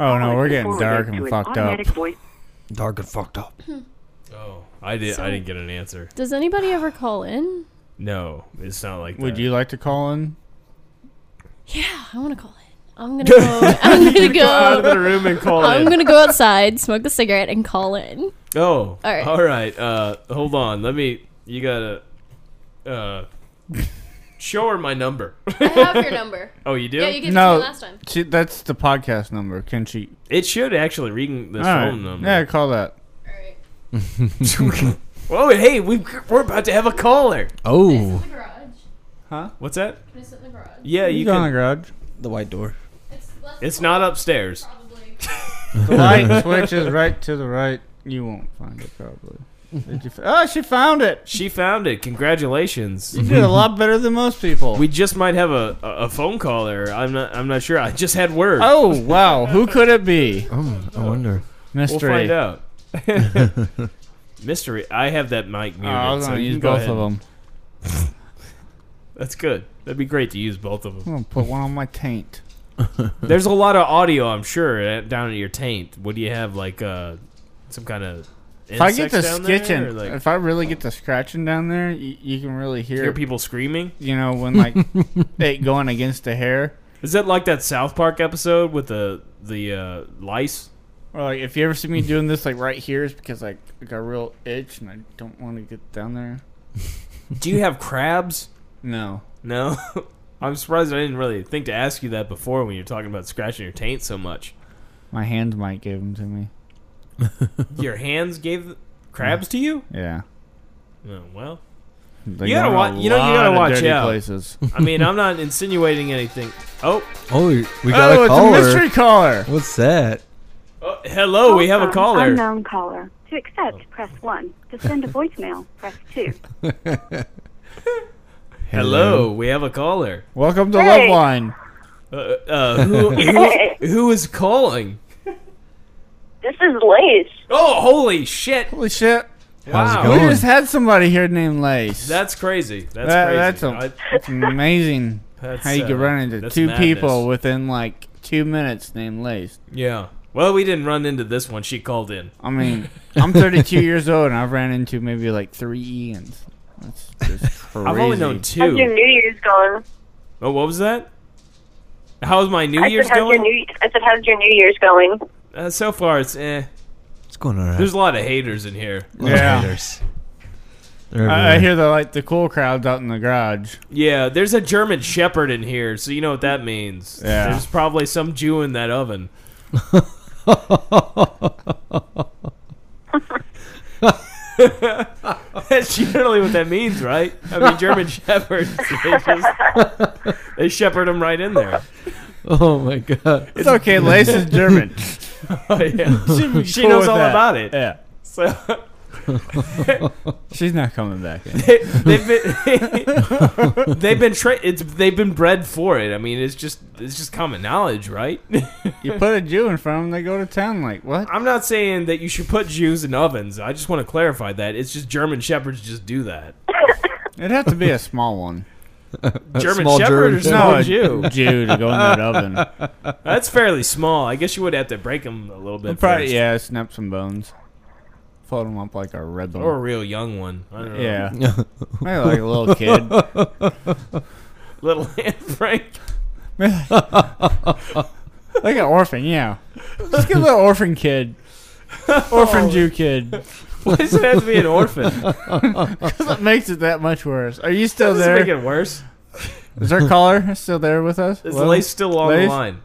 Speaker 6: Oh, no, we're getting dark and fucked up.
Speaker 5: Dark and fucked up.
Speaker 4: Oh, I did.
Speaker 7: So-
Speaker 4: I didn't get an answer.
Speaker 7: Does anybody ever call in?
Speaker 4: No, it's not like
Speaker 6: Would
Speaker 4: that.
Speaker 6: you like to call in?
Speaker 7: Yeah, I want to call in. I'm gonna go. I'm gonna
Speaker 4: Go out of
Speaker 7: go.
Speaker 4: the room and call
Speaker 7: I'm
Speaker 4: in.
Speaker 7: gonna go outside, smoke a cigarette, and call in.
Speaker 4: Oh, all
Speaker 7: right.
Speaker 4: right. Uh, hold on. Let me. You gotta. Uh, show her my number.
Speaker 7: I have your number.
Speaker 4: oh, you do.
Speaker 7: Yeah, you gave it
Speaker 6: No.
Speaker 7: to me last time.
Speaker 6: She, that's the podcast number. Can she?
Speaker 4: it should actually reading this
Speaker 6: All right.
Speaker 4: phone number.
Speaker 6: Yeah, call that.
Speaker 7: All right.
Speaker 4: Oh, hey, we we're about to have a caller.
Speaker 5: Oh,
Speaker 7: The garage.
Speaker 4: What's that?
Speaker 7: Can I sit in the garage?
Speaker 4: Yeah, you,
Speaker 6: You go in the
Speaker 4: can.
Speaker 6: garage.
Speaker 5: the white door.
Speaker 7: It's less
Speaker 4: It's not upstairs.
Speaker 7: probably.
Speaker 6: The light switch is right to the right. You won't find it probably. Did you f- oh, she found it.
Speaker 4: She found it. Congratulations.
Speaker 6: She did a lot better than most people.
Speaker 4: We just might have a, a a phone caller. I'm not. I'm not sure. I just had word.
Speaker 6: oh wow, who could it be?
Speaker 5: Oh, I wonder.
Speaker 4: we'll
Speaker 6: Mystery.
Speaker 4: find out. Mystery. I have that mic
Speaker 6: Oh,
Speaker 4: muted.
Speaker 6: I was
Speaker 4: so
Speaker 6: gonna
Speaker 4: you
Speaker 6: use
Speaker 4: can go
Speaker 6: both
Speaker 4: ahead.
Speaker 6: of them.
Speaker 4: That's good. That'd be great to use both of them.
Speaker 6: I'm gonna put one on my taint.
Speaker 4: There's a lot of audio, I'm sure, eh, down at your taint. What do you have, like uh, some kind of?
Speaker 6: If I get to
Speaker 4: down there, or,
Speaker 6: skitching,
Speaker 4: like,
Speaker 6: if I really get to scratching down there, you, you can really hear.
Speaker 4: hear people screaming.
Speaker 6: you know when like it going against the hair.
Speaker 4: Is that like that South Park episode with the the uh, lice?
Speaker 6: Or like if you ever see me doing this like right here, it's because like I got a real itch and I don't want to get down there.
Speaker 4: Do you have crabs?
Speaker 6: No.
Speaker 4: No. I'm surprised I didn't really think to ask you that before when you're talking about scratching your taint so much.
Speaker 6: My hand might give them to me.
Speaker 4: Your hands gave
Speaker 6: Mm.
Speaker 4: crabs to you?
Speaker 6: Yeah.
Speaker 4: Oh, well,
Speaker 6: They
Speaker 4: You gotta
Speaker 6: go in
Speaker 4: wa-
Speaker 6: a
Speaker 4: you know, you
Speaker 6: lot
Speaker 4: gotta
Speaker 6: of
Speaker 4: watch
Speaker 6: dirty
Speaker 4: out. Oh,
Speaker 6: Places.
Speaker 4: I mean, I'm not insinuating anything. Oh,
Speaker 5: Oh, we got
Speaker 6: oh, it's
Speaker 5: a
Speaker 6: a
Speaker 5: caller.
Speaker 6: mystery caller.
Speaker 5: What's that?
Speaker 4: oh, hello, we have a caller. Oh.
Speaker 3: Unknown caller. To accept, press 1. To send a voicemail, press 2.
Speaker 4: Hello, we have a caller.
Speaker 6: Welcome to
Speaker 3: Hey.
Speaker 6: Love Line.
Speaker 4: Uh, uh, who,
Speaker 3: Hey.
Speaker 4: who, who is calling?
Speaker 3: This is Lace.
Speaker 4: Oh, holy shit!
Speaker 6: Holy shit!
Speaker 5: How's it
Speaker 4: Wow.
Speaker 6: We
Speaker 5: going?
Speaker 6: just had somebody here named Lace.
Speaker 4: That's crazy. That's
Speaker 6: That-
Speaker 4: crazy.
Speaker 6: that's a-
Speaker 4: I-
Speaker 6: It's amazing
Speaker 4: that's,
Speaker 6: how you
Speaker 4: uh,
Speaker 6: could run into
Speaker 4: that's
Speaker 6: two
Speaker 4: madness.
Speaker 6: people within like two minutes named Lace.
Speaker 4: Yeah. Well, we didn't run into this one. She called in.
Speaker 6: I mean, I'm 32 years old and I've ran into maybe like three Ians. That's just crazy.
Speaker 4: I've only known
Speaker 3: How's your
Speaker 4: two.
Speaker 3: New Year's going?
Speaker 4: Oh, what was that? How's my New
Speaker 3: I
Speaker 4: Year's
Speaker 3: said, how's your
Speaker 4: going?
Speaker 3: New, I said, how's your New Year's going?
Speaker 4: uh, so far, it's eh.
Speaker 5: What's going on?
Speaker 4: There's a lot of haters in here.
Speaker 6: Yeah.
Speaker 5: Haters. They're
Speaker 6: I, I
Speaker 5: everywhere.
Speaker 6: hear the like the cool crowds out in the garage.
Speaker 4: Yeah, there's a German Shepherd in here, so you know what that means.
Speaker 6: Yeah.
Speaker 4: There's probably some Jew in that oven. That's generally what that means, right? I mean, German Shepherds, they, just, they shepherd them right in there.
Speaker 5: oh my god.
Speaker 6: It's okay. Lace is German.
Speaker 4: Oh, yeah. She, she
Speaker 6: cool
Speaker 4: knows
Speaker 6: with
Speaker 4: all
Speaker 6: that.
Speaker 4: about it.
Speaker 6: Yeah.
Speaker 4: So
Speaker 6: She's not coming back. In.
Speaker 4: they, they've been they've been tra- it's they've been bred for it. I mean, it's just it's just common knowledge, right?
Speaker 6: You put a Jew in front of them, they go to town. Like what?
Speaker 4: I'm not saying that you should put Jews in ovens. I just want to clarify that it's just German shepherds just do that.
Speaker 6: It'd have to be a small one.
Speaker 4: German
Speaker 5: small
Speaker 4: shepherd or
Speaker 5: German
Speaker 4: small
Speaker 6: No,
Speaker 4: Jew?
Speaker 6: a Jew to go in that oven.
Speaker 4: That's fairly small. I guess you would have to break them a little bit.
Speaker 6: Probably
Speaker 4: first.
Speaker 6: yeah. Snap some bones. Fold them up like a rebel.
Speaker 4: Or a real young one. I don't know.
Speaker 6: yeah. Maybe like a little kid.
Speaker 4: Little Anne Frank.
Speaker 6: like an orphan. Yeah. Just get a little orphan kid.
Speaker 8: Orphan Jew kid.
Speaker 4: Why does it have to be an orphan?
Speaker 6: That makes it that much worse. Are you still
Speaker 4: Does it make
Speaker 6: there?
Speaker 4: it worse?
Speaker 6: Is our caller still there with us?
Speaker 4: Is
Speaker 6: Hello?
Speaker 4: Lace still on the
Speaker 6: Lace?
Speaker 4: line?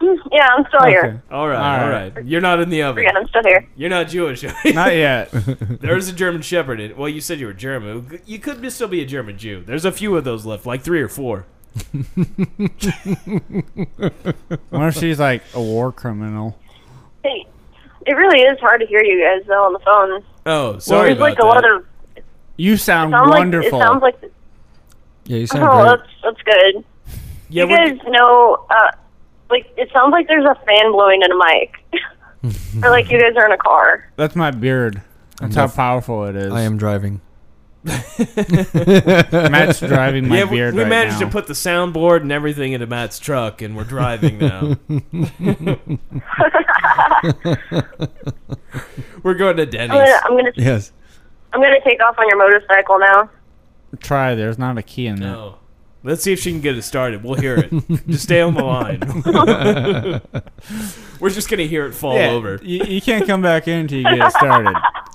Speaker 4: Mm.
Speaker 9: Yeah, I'm still
Speaker 6: Okay.
Speaker 9: here.
Speaker 4: All right, all
Speaker 6: All
Speaker 4: right. You're not in the oven.
Speaker 9: Yeah, I'm still here.
Speaker 4: You're not Jewish. are you?
Speaker 6: Not yet.
Speaker 4: There's a German Shepherd. In, well, you said you were German. You could be- still be a German Jew. There's a few of those left, like three or four.
Speaker 6: What if she's like a war criminal?
Speaker 9: Hey, it really is hard to hear you guys though on the phone.
Speaker 4: Oh, sorry
Speaker 9: There's like
Speaker 4: about
Speaker 9: a lot
Speaker 4: that.
Speaker 9: of
Speaker 6: You sound
Speaker 9: sound
Speaker 6: wonderful.
Speaker 9: Like, it sounds like
Speaker 5: Yeah, you sound
Speaker 9: oh,
Speaker 5: great.
Speaker 9: that's that's good.
Speaker 4: yeah,
Speaker 9: you guys know, uh, like it sounds like there's a fan blowing in a mic, or like you guys are in a car.
Speaker 6: That's my beard. That's how powerful it is.
Speaker 5: I am driving.
Speaker 6: Matt's driving my
Speaker 4: yeah, we,
Speaker 6: beard
Speaker 4: we
Speaker 6: right
Speaker 4: managed
Speaker 6: now.
Speaker 4: to put the soundboard and everything into Matt's truck, and we're driving now. we're going to Denny's.
Speaker 9: I'm gonna, Oh, I'm gonna,
Speaker 5: Yes.
Speaker 9: I'm gonna take off on your motorcycle now.
Speaker 6: Try. There's not a key in there.
Speaker 4: No. Let's see if she can get it started. We'll hear it. just stay on the line. We're just gonna hear it fall
Speaker 6: Yeah,
Speaker 4: over.
Speaker 6: You, you can't come back in until you get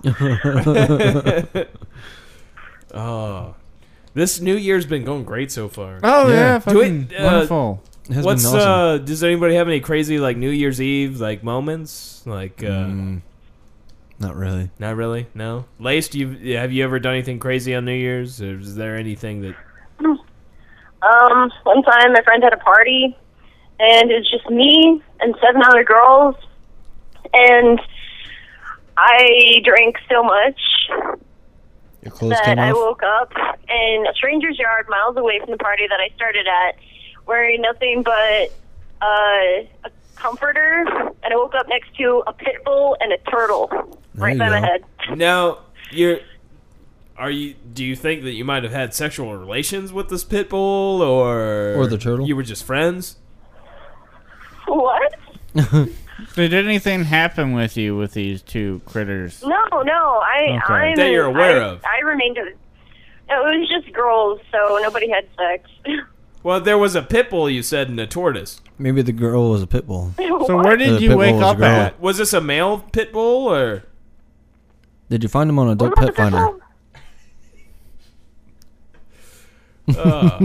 Speaker 6: it started.
Speaker 4: Oh, this New Year's been going great so far.
Speaker 6: oh yeah,
Speaker 4: Do it,
Speaker 6: fucking
Speaker 4: uh,
Speaker 6: wonderful.
Speaker 5: It has
Speaker 4: What's
Speaker 5: been awesome.
Speaker 4: uh? Does anybody have any crazy like New Year's Eve like moments? Like uh,
Speaker 5: Mm, not really.
Speaker 4: not really. No. Lace, do you have you ever done anything crazy on New Year's? Or is there anything that?
Speaker 9: Um, one time my friend had a party, and it's just me and seven other girls, and I drank so much
Speaker 5: Your clothes
Speaker 9: that
Speaker 5: came
Speaker 9: I
Speaker 5: off.
Speaker 9: woke up in a stranger's yard miles away from the party that I started at, wearing nothing but uh, a comforter, and I woke up next to a pit bull and a turtle right
Speaker 5: you
Speaker 9: by my
Speaker 5: go.
Speaker 9: head.
Speaker 4: Now you're. Are you? Do you think that you might have had sexual relations with this pit bull, or
Speaker 5: Or the turtle.
Speaker 4: You were just friends.
Speaker 9: What?
Speaker 6: Did anything happen with you with these two critters?
Speaker 9: No, no. I
Speaker 6: Okay.
Speaker 9: I'm,
Speaker 4: That you're aware
Speaker 9: I,
Speaker 4: of.
Speaker 9: I remained. A, no, it was just girls, so nobody had sex.
Speaker 4: Well, there was a pit bull you said and a tortoise.
Speaker 5: Maybe the girl was a pit bull.
Speaker 6: So where
Speaker 5: The
Speaker 6: did
Speaker 5: pit
Speaker 6: you
Speaker 5: bull
Speaker 6: wake
Speaker 5: was a
Speaker 6: up
Speaker 5: girl.
Speaker 6: at?
Speaker 4: Was this a male pit bull or?
Speaker 5: Did you find him on
Speaker 9: What
Speaker 5: Adult
Speaker 9: about the
Speaker 5: Pet Finder?
Speaker 9: purple?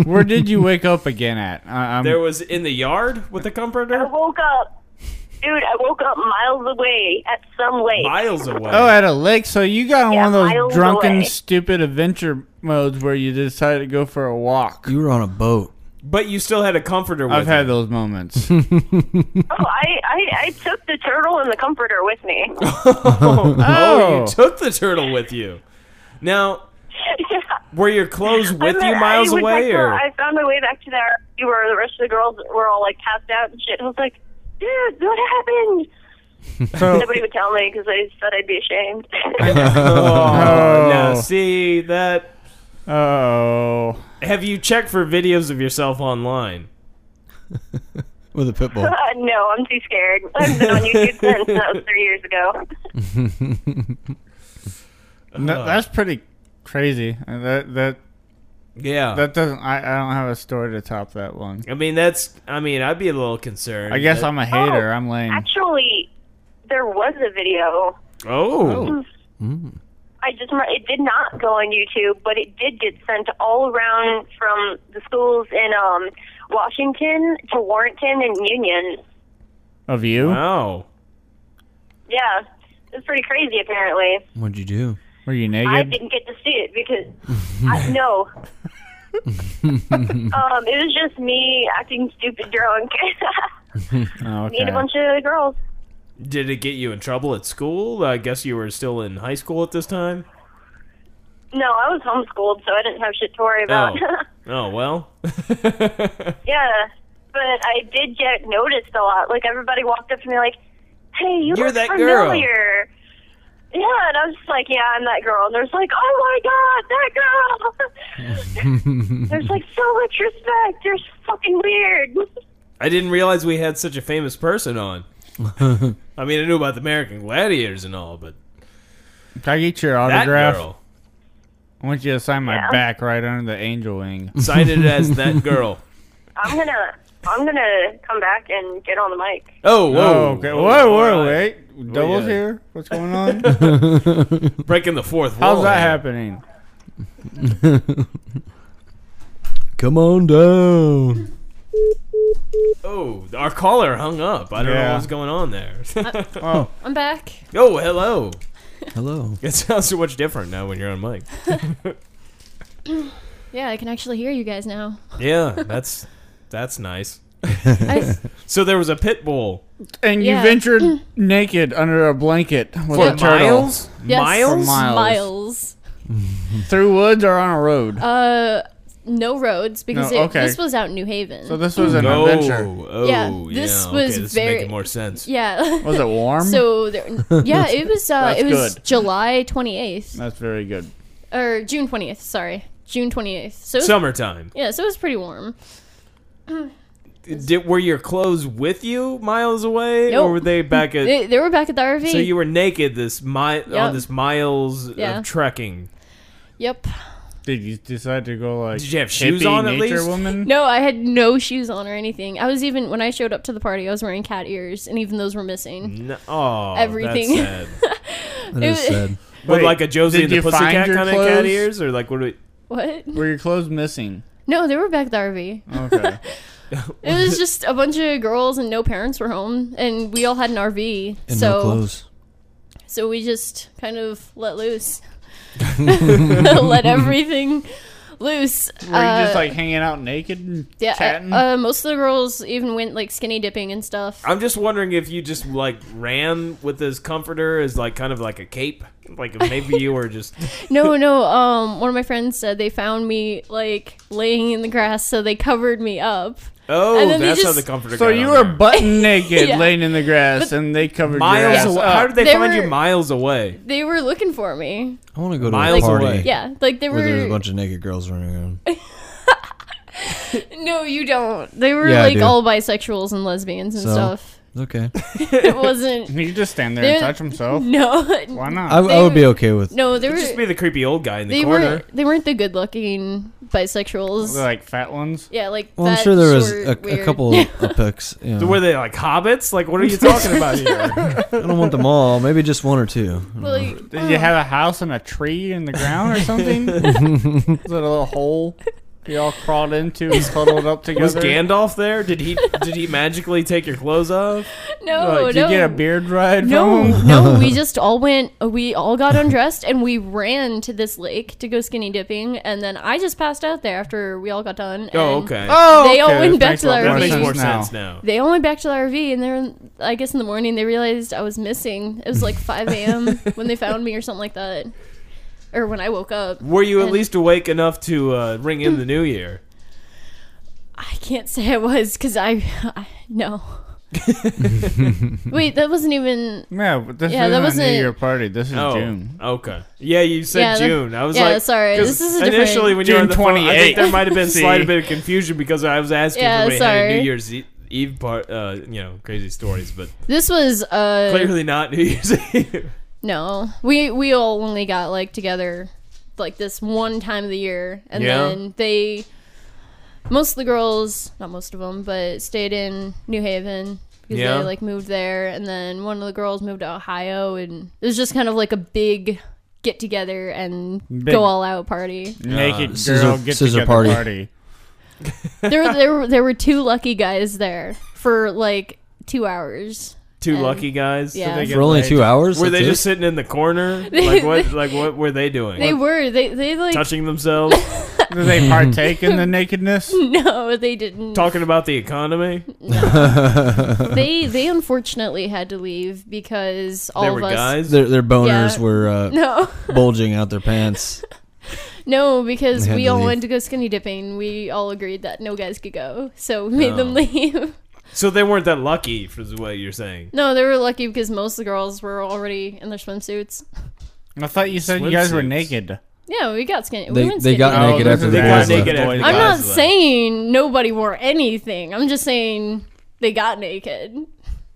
Speaker 6: Where did you wake up again at? I, I'm,
Speaker 4: There was in the yard with a
Speaker 9: I
Speaker 4: comforter.
Speaker 9: woke up, dude. I woke up miles away at some lake.
Speaker 4: Miles away.
Speaker 6: oh, at a lake. So you got on
Speaker 9: Yeah,
Speaker 6: one of
Speaker 9: miles
Speaker 6: those drunken,
Speaker 9: away.
Speaker 6: stupid adventure modes where you decided to go for a walk.
Speaker 5: You were on a boat.
Speaker 4: But you still had a comforter with
Speaker 6: I've had
Speaker 4: you.
Speaker 6: those moments.
Speaker 9: Oh, I, I I took the turtle and the comforter with me.
Speaker 4: Oh,
Speaker 6: Oh.
Speaker 4: you took the turtle with you. Now,
Speaker 9: Yeah.
Speaker 4: were your clothes with
Speaker 9: I
Speaker 4: you
Speaker 9: met-
Speaker 4: miles
Speaker 9: I was
Speaker 4: away,
Speaker 9: like,
Speaker 4: or
Speaker 9: I found my way back to there where the rest of the girls were all like passed out and shit. I was like, dude, what happened?
Speaker 6: so
Speaker 9: Nobody would tell me because I said I'd be ashamed.
Speaker 4: oh,
Speaker 6: No.
Speaker 4: now see that?
Speaker 6: Oh.
Speaker 4: Have you checked for videos of yourself online?
Speaker 5: With a pit bull.
Speaker 9: uh, no, I'm too scared. I've been on YouTube since that was three years ago.
Speaker 6: No, that's pretty crazy. Uh, That that
Speaker 4: Yeah,
Speaker 6: that doesn't. I, I don't have a story to top that one.
Speaker 4: I mean that's. I mean, I'd be a little concerned.
Speaker 6: I guess
Speaker 4: that-
Speaker 6: I'm a hater. I'm lame.
Speaker 9: Oh, Actually, there was a video.
Speaker 4: Oh,
Speaker 9: I just remember it did not go on YouTube, but it did get sent all around from the schools in um, Washington to Warrenton and Union.
Speaker 6: Of you?
Speaker 4: wow.
Speaker 9: Yeah, it was pretty crazy. Apparently,
Speaker 5: What'd you do?
Speaker 6: Were you
Speaker 9: I
Speaker 6: naked?
Speaker 9: didn't get to see it because I, no. um, it was just me acting stupid drunk.
Speaker 6: Oh,
Speaker 9: Me and a
Speaker 6: okay.
Speaker 9: bunch of girls.
Speaker 4: Did it get you in trouble at school? I guess you were still in high school at this time.
Speaker 9: No, I was homeschooled, so I didn't have shit to worry about.
Speaker 4: Oh. Oh well.
Speaker 9: yeah, but I did get noticed a lot. Like everybody walked up to me like, "Hey, you
Speaker 4: You're
Speaker 9: look
Speaker 4: that girl."
Speaker 9: familiar." Yeah, and I was just like, "Yeah, I'm that girl." And there's like, "Oh my god, that girl!" there's like so much respect. You're fucking weird.
Speaker 4: I didn't realize we had such a famous person on. I mean, I knew about the American Gladiators and all, but
Speaker 6: Can I get your
Speaker 4: that
Speaker 6: autograph?
Speaker 4: girl
Speaker 6: I want you to sign my
Speaker 9: Yeah.
Speaker 6: back right under the angel wing.
Speaker 4: signed it as that girl.
Speaker 9: I'm gonna, I'm gonna come back and get on the mic.
Speaker 4: Oh, whoa.
Speaker 6: Oh, okay. Whoa, whoa, wait. Double's
Speaker 4: yeah.
Speaker 6: here. What's going on?
Speaker 4: Breaking the fourth wall.
Speaker 6: How's that happening?
Speaker 5: Come on down.
Speaker 4: Oh, our caller hung up. I don't know
Speaker 6: Yeah.
Speaker 4: what's going on there.
Speaker 6: Oh,
Speaker 7: I'm back.
Speaker 4: oh, hello.
Speaker 5: Hello.
Speaker 4: It sounds so much different now when you're on mic.
Speaker 7: Yeah, I can actually hear you guys now.
Speaker 4: Yeah, that's that's nice.
Speaker 7: I,
Speaker 4: So there was a pit bull
Speaker 6: and you
Speaker 7: Yeah.
Speaker 6: ventured naked under a blanket with
Speaker 4: for
Speaker 6: a turtle
Speaker 4: miles.
Speaker 7: yes,
Speaker 4: Miles.
Speaker 6: Miles.
Speaker 7: Miles.
Speaker 6: through woods or on a road.
Speaker 7: Uh, no roads because
Speaker 6: No,
Speaker 7: it-
Speaker 6: okay.
Speaker 7: this was out in New Haven.
Speaker 6: so this was an
Speaker 4: Oh,
Speaker 6: adventure.
Speaker 4: oh,
Speaker 7: Yeah,
Speaker 4: yeah,
Speaker 7: this
Speaker 4: okay,
Speaker 7: was
Speaker 4: this is
Speaker 7: very-
Speaker 4: making more sense.
Speaker 7: yeah.
Speaker 6: Was it warm?
Speaker 7: So there, yeah, it was uh,
Speaker 6: That's
Speaker 7: it was
Speaker 6: good.
Speaker 7: July 28th
Speaker 6: That's very good.
Speaker 7: or June 20th. Sorry, June 28th. So it was,
Speaker 4: Summertime.
Speaker 7: yeah, so it was pretty warm.
Speaker 4: Did, were your clothes with you miles away,
Speaker 7: Nope.
Speaker 4: or were they back at?
Speaker 7: They, they were back at the RV.
Speaker 4: so you were naked this mi-
Speaker 7: Yep.
Speaker 4: on this miles
Speaker 7: Yeah.
Speaker 4: of trekking.
Speaker 7: yep.
Speaker 6: Did you decide to go like?
Speaker 4: Did you have shoes
Speaker 6: hippie
Speaker 4: on at
Speaker 6: nature
Speaker 4: least?
Speaker 6: woman?
Speaker 7: No, I had no shoes on or anything. I was even when I showed up to the party, I was wearing cat ears, and even those were
Speaker 6: Mm.
Speaker 7: missing.
Speaker 4: No, oh,
Speaker 7: Everything.
Speaker 4: That's sad.
Speaker 5: That is sad.
Speaker 4: With
Speaker 6: Wait,
Speaker 4: like a Josie
Speaker 6: did
Speaker 4: and the
Speaker 6: you find
Speaker 4: Pussycat
Speaker 6: your
Speaker 4: kind of cat
Speaker 6: clothes?
Speaker 4: ears, or like what? Do we,
Speaker 7: What?
Speaker 6: Were your clothes missing?
Speaker 7: No, they were back at the RV.
Speaker 6: Okay.
Speaker 7: It was just a bunch of girls, and no parents were home, and we all had an RV.
Speaker 5: And
Speaker 7: so
Speaker 5: no clothes.
Speaker 7: so we just kind of let loose, let everything loose.
Speaker 6: Were you just
Speaker 7: Uh,
Speaker 6: like hanging out naked and
Speaker 7: Yeah,
Speaker 6: chatting?
Speaker 7: uh, most of the girls even went like skinny dipping and stuff.
Speaker 4: I'm just wondering if you just like ran with this comforter as like kind of like a cape, like maybe you were just
Speaker 7: no, no. Um, one of my friends said they found me like laying in the grass, so they covered me up.
Speaker 4: oh
Speaker 7: And then they
Speaker 4: that's how
Speaker 7: just-
Speaker 4: the comforter.
Speaker 6: so
Speaker 4: got
Speaker 6: you
Speaker 4: on
Speaker 6: were
Speaker 4: there.
Speaker 6: butt naked,
Speaker 7: Yeah.
Speaker 6: laying in the grass, and they covered your
Speaker 4: miles.
Speaker 6: ass
Speaker 4: away.
Speaker 6: up.
Speaker 4: How did they,
Speaker 7: They
Speaker 4: find you
Speaker 7: were-
Speaker 4: miles away?
Speaker 7: They were looking for me.
Speaker 5: I want to go to
Speaker 4: Miles
Speaker 5: a party
Speaker 4: away.
Speaker 7: Yeah, like they
Speaker 5: where there's a
Speaker 7: were.
Speaker 5: bunch of naked girls running around.
Speaker 7: No, you don't. They were
Speaker 5: Yeah, I
Speaker 7: like
Speaker 5: do.
Speaker 7: all bisexuals and lesbians and
Speaker 5: So?
Speaker 7: stuff.
Speaker 5: It's okay.
Speaker 7: It wasn't.
Speaker 6: He just stand there and
Speaker 7: They're-
Speaker 6: touch himself.
Speaker 7: no,
Speaker 6: Why not?
Speaker 5: I, I would be okay with
Speaker 7: no. They were.
Speaker 4: Just be the creepy old guy in the
Speaker 7: They
Speaker 4: corner.
Speaker 7: weren't. They weren't the good-looking bisexuals.
Speaker 6: They're like fat ones.
Speaker 7: yeah, like.
Speaker 5: Well, I'm
Speaker 7: fat,
Speaker 5: sure there was
Speaker 7: short,
Speaker 5: a, a
Speaker 7: weird.
Speaker 5: couple of picks. You know.
Speaker 4: Were they like hobbits? Like what are you talking about here?
Speaker 5: I don't want them all. Maybe just one or two.
Speaker 7: Well, like,
Speaker 6: Did you have a house and a tree in the ground or something? Was it a little hole you all crawled into and cuddled up together?
Speaker 4: Was Gandalf there? Did he did he magically take your clothes off?
Speaker 7: no,
Speaker 6: Like, did
Speaker 7: Oh, no.
Speaker 6: you get a beard ride
Speaker 7: No,
Speaker 6: from him?
Speaker 7: no, we just all went, we all got undressed and we ran to this lake to go skinny dipping. And then I just passed out there after we all got done.
Speaker 4: Oh,
Speaker 7: and
Speaker 4: okay.
Speaker 6: Oh,
Speaker 7: They all
Speaker 6: okay,
Speaker 7: went back
Speaker 6: makes
Speaker 7: to
Speaker 6: a lot
Speaker 7: their
Speaker 4: that makes
Speaker 7: RV.
Speaker 4: more sense now.
Speaker 7: They all went back to the RV and then I guess in the morning they realized I was missing. It was like 5 a.m. when they found me or something like that. Or when I woke up.
Speaker 4: Were you at
Speaker 7: And-
Speaker 4: least awake enough to uh, ring in the new year?
Speaker 7: I can't say I was because I, I, no. Wait, that wasn't even.
Speaker 6: Yeah, but this
Speaker 7: Yeah,
Speaker 6: isn't
Speaker 7: that
Speaker 6: a
Speaker 7: wasn't-
Speaker 6: New Year party. This is
Speaker 4: Oh,
Speaker 6: June.
Speaker 4: okay. Yeah, you said
Speaker 7: Yeah, that-
Speaker 4: June. I was
Speaker 7: yeah,
Speaker 4: like,
Speaker 7: sorry,
Speaker 4: 'cause
Speaker 7: this is a
Speaker 4: initially
Speaker 7: different-
Speaker 4: when you were on
Speaker 6: June
Speaker 4: the phone. I think
Speaker 6: 28th.
Speaker 4: there might have been a
Speaker 6: See?
Speaker 4: slight bit of confusion because I was asking
Speaker 7: Yeah,
Speaker 4: if we had
Speaker 7: sorry.
Speaker 4: New Year's E- Eve part, uh, you know, crazy stories, but
Speaker 7: This was uh
Speaker 4: clearly not New Year's Eve.
Speaker 7: No, we we all only got like together like this one time of the year, and
Speaker 4: Yeah.
Speaker 7: then they most of the girls, not most of them, but stayed in New Haven because
Speaker 4: Yeah.
Speaker 7: they like moved there, and then one of the girls moved to Ohio, and it was just kind of like a big get together and
Speaker 6: Big-
Speaker 7: go all out party.
Speaker 6: Naked girl
Speaker 5: scissor-
Speaker 6: get
Speaker 5: scissor
Speaker 6: together
Speaker 5: party.
Speaker 6: party.
Speaker 7: there were- there were- there were two lucky guys there for like two hours.
Speaker 4: Two
Speaker 7: And-
Speaker 4: lucky guys.
Speaker 7: Yeah.
Speaker 6: they get
Speaker 5: For only
Speaker 6: laid.
Speaker 5: two hours?
Speaker 4: Were they
Speaker 5: That's
Speaker 4: just
Speaker 5: it?
Speaker 4: sitting in the corner? Like what? Like what were they doing?
Speaker 7: They were they they like
Speaker 4: touching themselves,
Speaker 6: Did they partake in the nakedness?
Speaker 7: no they didn't
Speaker 4: talking about the economy.
Speaker 7: they they unfortunately had to leave because all
Speaker 4: there were
Speaker 7: of us
Speaker 4: guys.
Speaker 5: their, their boners
Speaker 7: Yeah.
Speaker 5: were uh,
Speaker 7: no
Speaker 5: bulging out their pants?
Speaker 7: no because
Speaker 5: They had
Speaker 7: we
Speaker 5: to
Speaker 7: all
Speaker 5: leave.
Speaker 7: wanted to go skinny dipping we all agreed that no guys could go so we made them
Speaker 4: Oh.
Speaker 7: leave
Speaker 4: So they weren't that lucky, for the way you're saying.
Speaker 7: no they were lucky because most of the girls were already in their swimsuits
Speaker 6: I thought you said you guys were
Speaker 4: Swimsuits.
Speaker 6: naked.
Speaker 7: yeah we got skinny
Speaker 5: They,
Speaker 7: we went
Speaker 5: they
Speaker 7: skinny
Speaker 5: got
Speaker 7: dipping.
Speaker 6: Oh,
Speaker 5: naked
Speaker 6: this
Speaker 5: after
Speaker 6: is
Speaker 5: the
Speaker 6: the
Speaker 5: guys
Speaker 6: guys
Speaker 5: left.
Speaker 6: naked
Speaker 4: after
Speaker 6: boys
Speaker 4: Oh, the
Speaker 7: i'm
Speaker 4: guys
Speaker 7: not
Speaker 4: left.
Speaker 7: saying nobody wore anything i'm just saying they got naked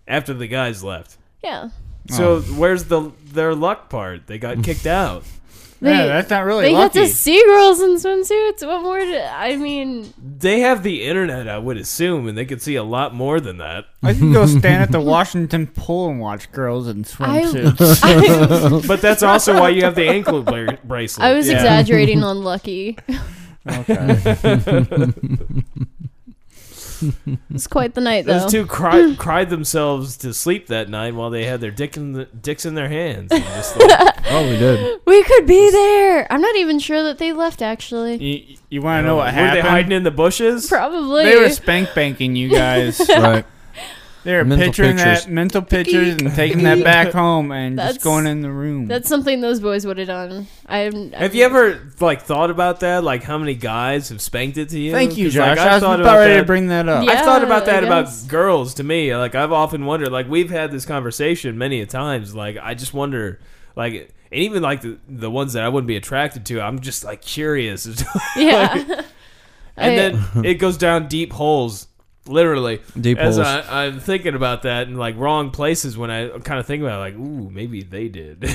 Speaker 4: After the guys left.
Speaker 7: yeah
Speaker 4: So where's the their luck part? They got kicked out.
Speaker 7: They,
Speaker 6: yeah, that's not really
Speaker 7: they got
Speaker 6: lucky.
Speaker 7: to see girls in swimsuits. What more? Do, I mean,
Speaker 4: They have the internet, I would assume, and they could see a lot more than that.
Speaker 6: I can go stand at the Washington pool and watch girls in swimsuits.
Speaker 7: I,
Speaker 4: But that's also why you have the ankle bla- bracelet.
Speaker 7: I was
Speaker 6: Yeah.
Speaker 7: exaggerating on lucky.
Speaker 6: okay.
Speaker 7: It's quite the night, though.
Speaker 4: Those two cry, cried themselves to sleep that night while they had their dick in the, dicks in their hands. And just like,
Speaker 5: Oh, we did.
Speaker 7: we could be there. I'm not even sure that they left, actually.
Speaker 6: You, you want to know what
Speaker 4: were
Speaker 6: happened?
Speaker 4: they hiding in the bushes?
Speaker 7: Probably.
Speaker 6: They were spank banking you guys.
Speaker 5: Right.
Speaker 6: they were
Speaker 5: Mental
Speaker 6: picturing
Speaker 5: pictures.
Speaker 6: that mental pictures and taking that back home and
Speaker 7: That's-
Speaker 6: just going in the room.
Speaker 7: That's something those boys would have done. I'm,
Speaker 4: Have you ever like thought about that? Like how many guys have spanked it to you?
Speaker 6: Thank you,
Speaker 4: 'Cause, like,
Speaker 6: Josh. I was
Speaker 4: thought
Speaker 6: about
Speaker 4: about
Speaker 6: ready
Speaker 4: that.
Speaker 6: to bring that up.
Speaker 7: Yeah.
Speaker 4: I've thought about
Speaker 7: I
Speaker 4: that about
Speaker 7: guess.
Speaker 4: girls. To me, like I've often wondered. Like we've had this conversation many a times. Like I just wonder, like and even like the, the ones that I wouldn't be attracted to. I'm just like curious. It's like-
Speaker 7: Yeah.
Speaker 4: and
Speaker 7: I-
Speaker 4: then it goes down deep holes, literally.
Speaker 5: Deep
Speaker 4: as
Speaker 5: holes.
Speaker 4: I, I'm thinking about that and like wrong places when I kind of think about it, like, ooh, maybe they did.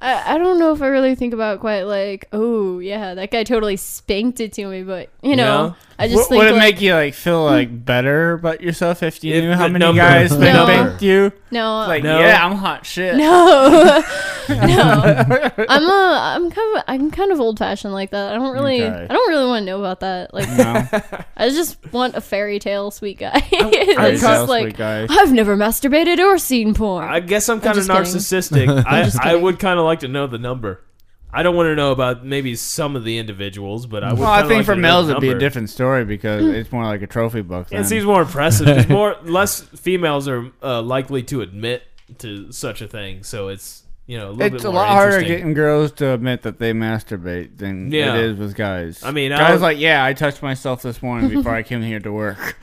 Speaker 7: I, I don't know if I really think about quite like, oh yeah, that guy totally spanked it to me, but you know, I just
Speaker 6: W-
Speaker 7: think
Speaker 6: would it
Speaker 7: like, Hmm.
Speaker 6: make you like feel like better about yourself if you
Speaker 4: If
Speaker 6: knew how
Speaker 4: the
Speaker 6: many
Speaker 4: number-
Speaker 6: guys
Speaker 4: the
Speaker 6: spank
Speaker 7: number.
Speaker 6: banked you?
Speaker 7: no,
Speaker 6: Like,
Speaker 4: No.
Speaker 6: yeah, I'm hot shit.
Speaker 7: no, no. I'm a, I'm kind of, I'm kind of old fashioned like that. I don't really,
Speaker 6: Okay.
Speaker 7: I don't really want to know about that. Like,
Speaker 6: No.
Speaker 7: I just want a fairy tale sweet guy. it's
Speaker 4: tale
Speaker 7: just
Speaker 6: sweet
Speaker 7: like
Speaker 6: guy.
Speaker 7: I've never masturbated or seen porn.
Speaker 4: I guess I'm kind of
Speaker 7: just kidding.
Speaker 4: narcissistic. I,
Speaker 7: just
Speaker 4: I would kind of like to know the number. I don't want to know about maybe some of the individuals, but I would.
Speaker 6: Well, I
Speaker 4: kinda
Speaker 6: think
Speaker 4: like
Speaker 6: for
Speaker 4: to know
Speaker 6: males
Speaker 4: the
Speaker 6: it'd be a
Speaker 4: number.
Speaker 6: different story because it's more like a trophy book.
Speaker 4: It
Speaker 6: then.
Speaker 4: seems more impressive. There's more less females are uh, likely to admit to such a thing, so it's you know a little
Speaker 6: it's
Speaker 4: bit
Speaker 6: a
Speaker 4: more
Speaker 6: lot harder
Speaker 4: interesting.
Speaker 6: getting girls to admit that they masturbate than
Speaker 4: Yeah.
Speaker 6: it is with guys.
Speaker 4: I mean, I
Speaker 6: guys
Speaker 4: was-
Speaker 6: like, yeah, I touched myself this morning before I came here to work.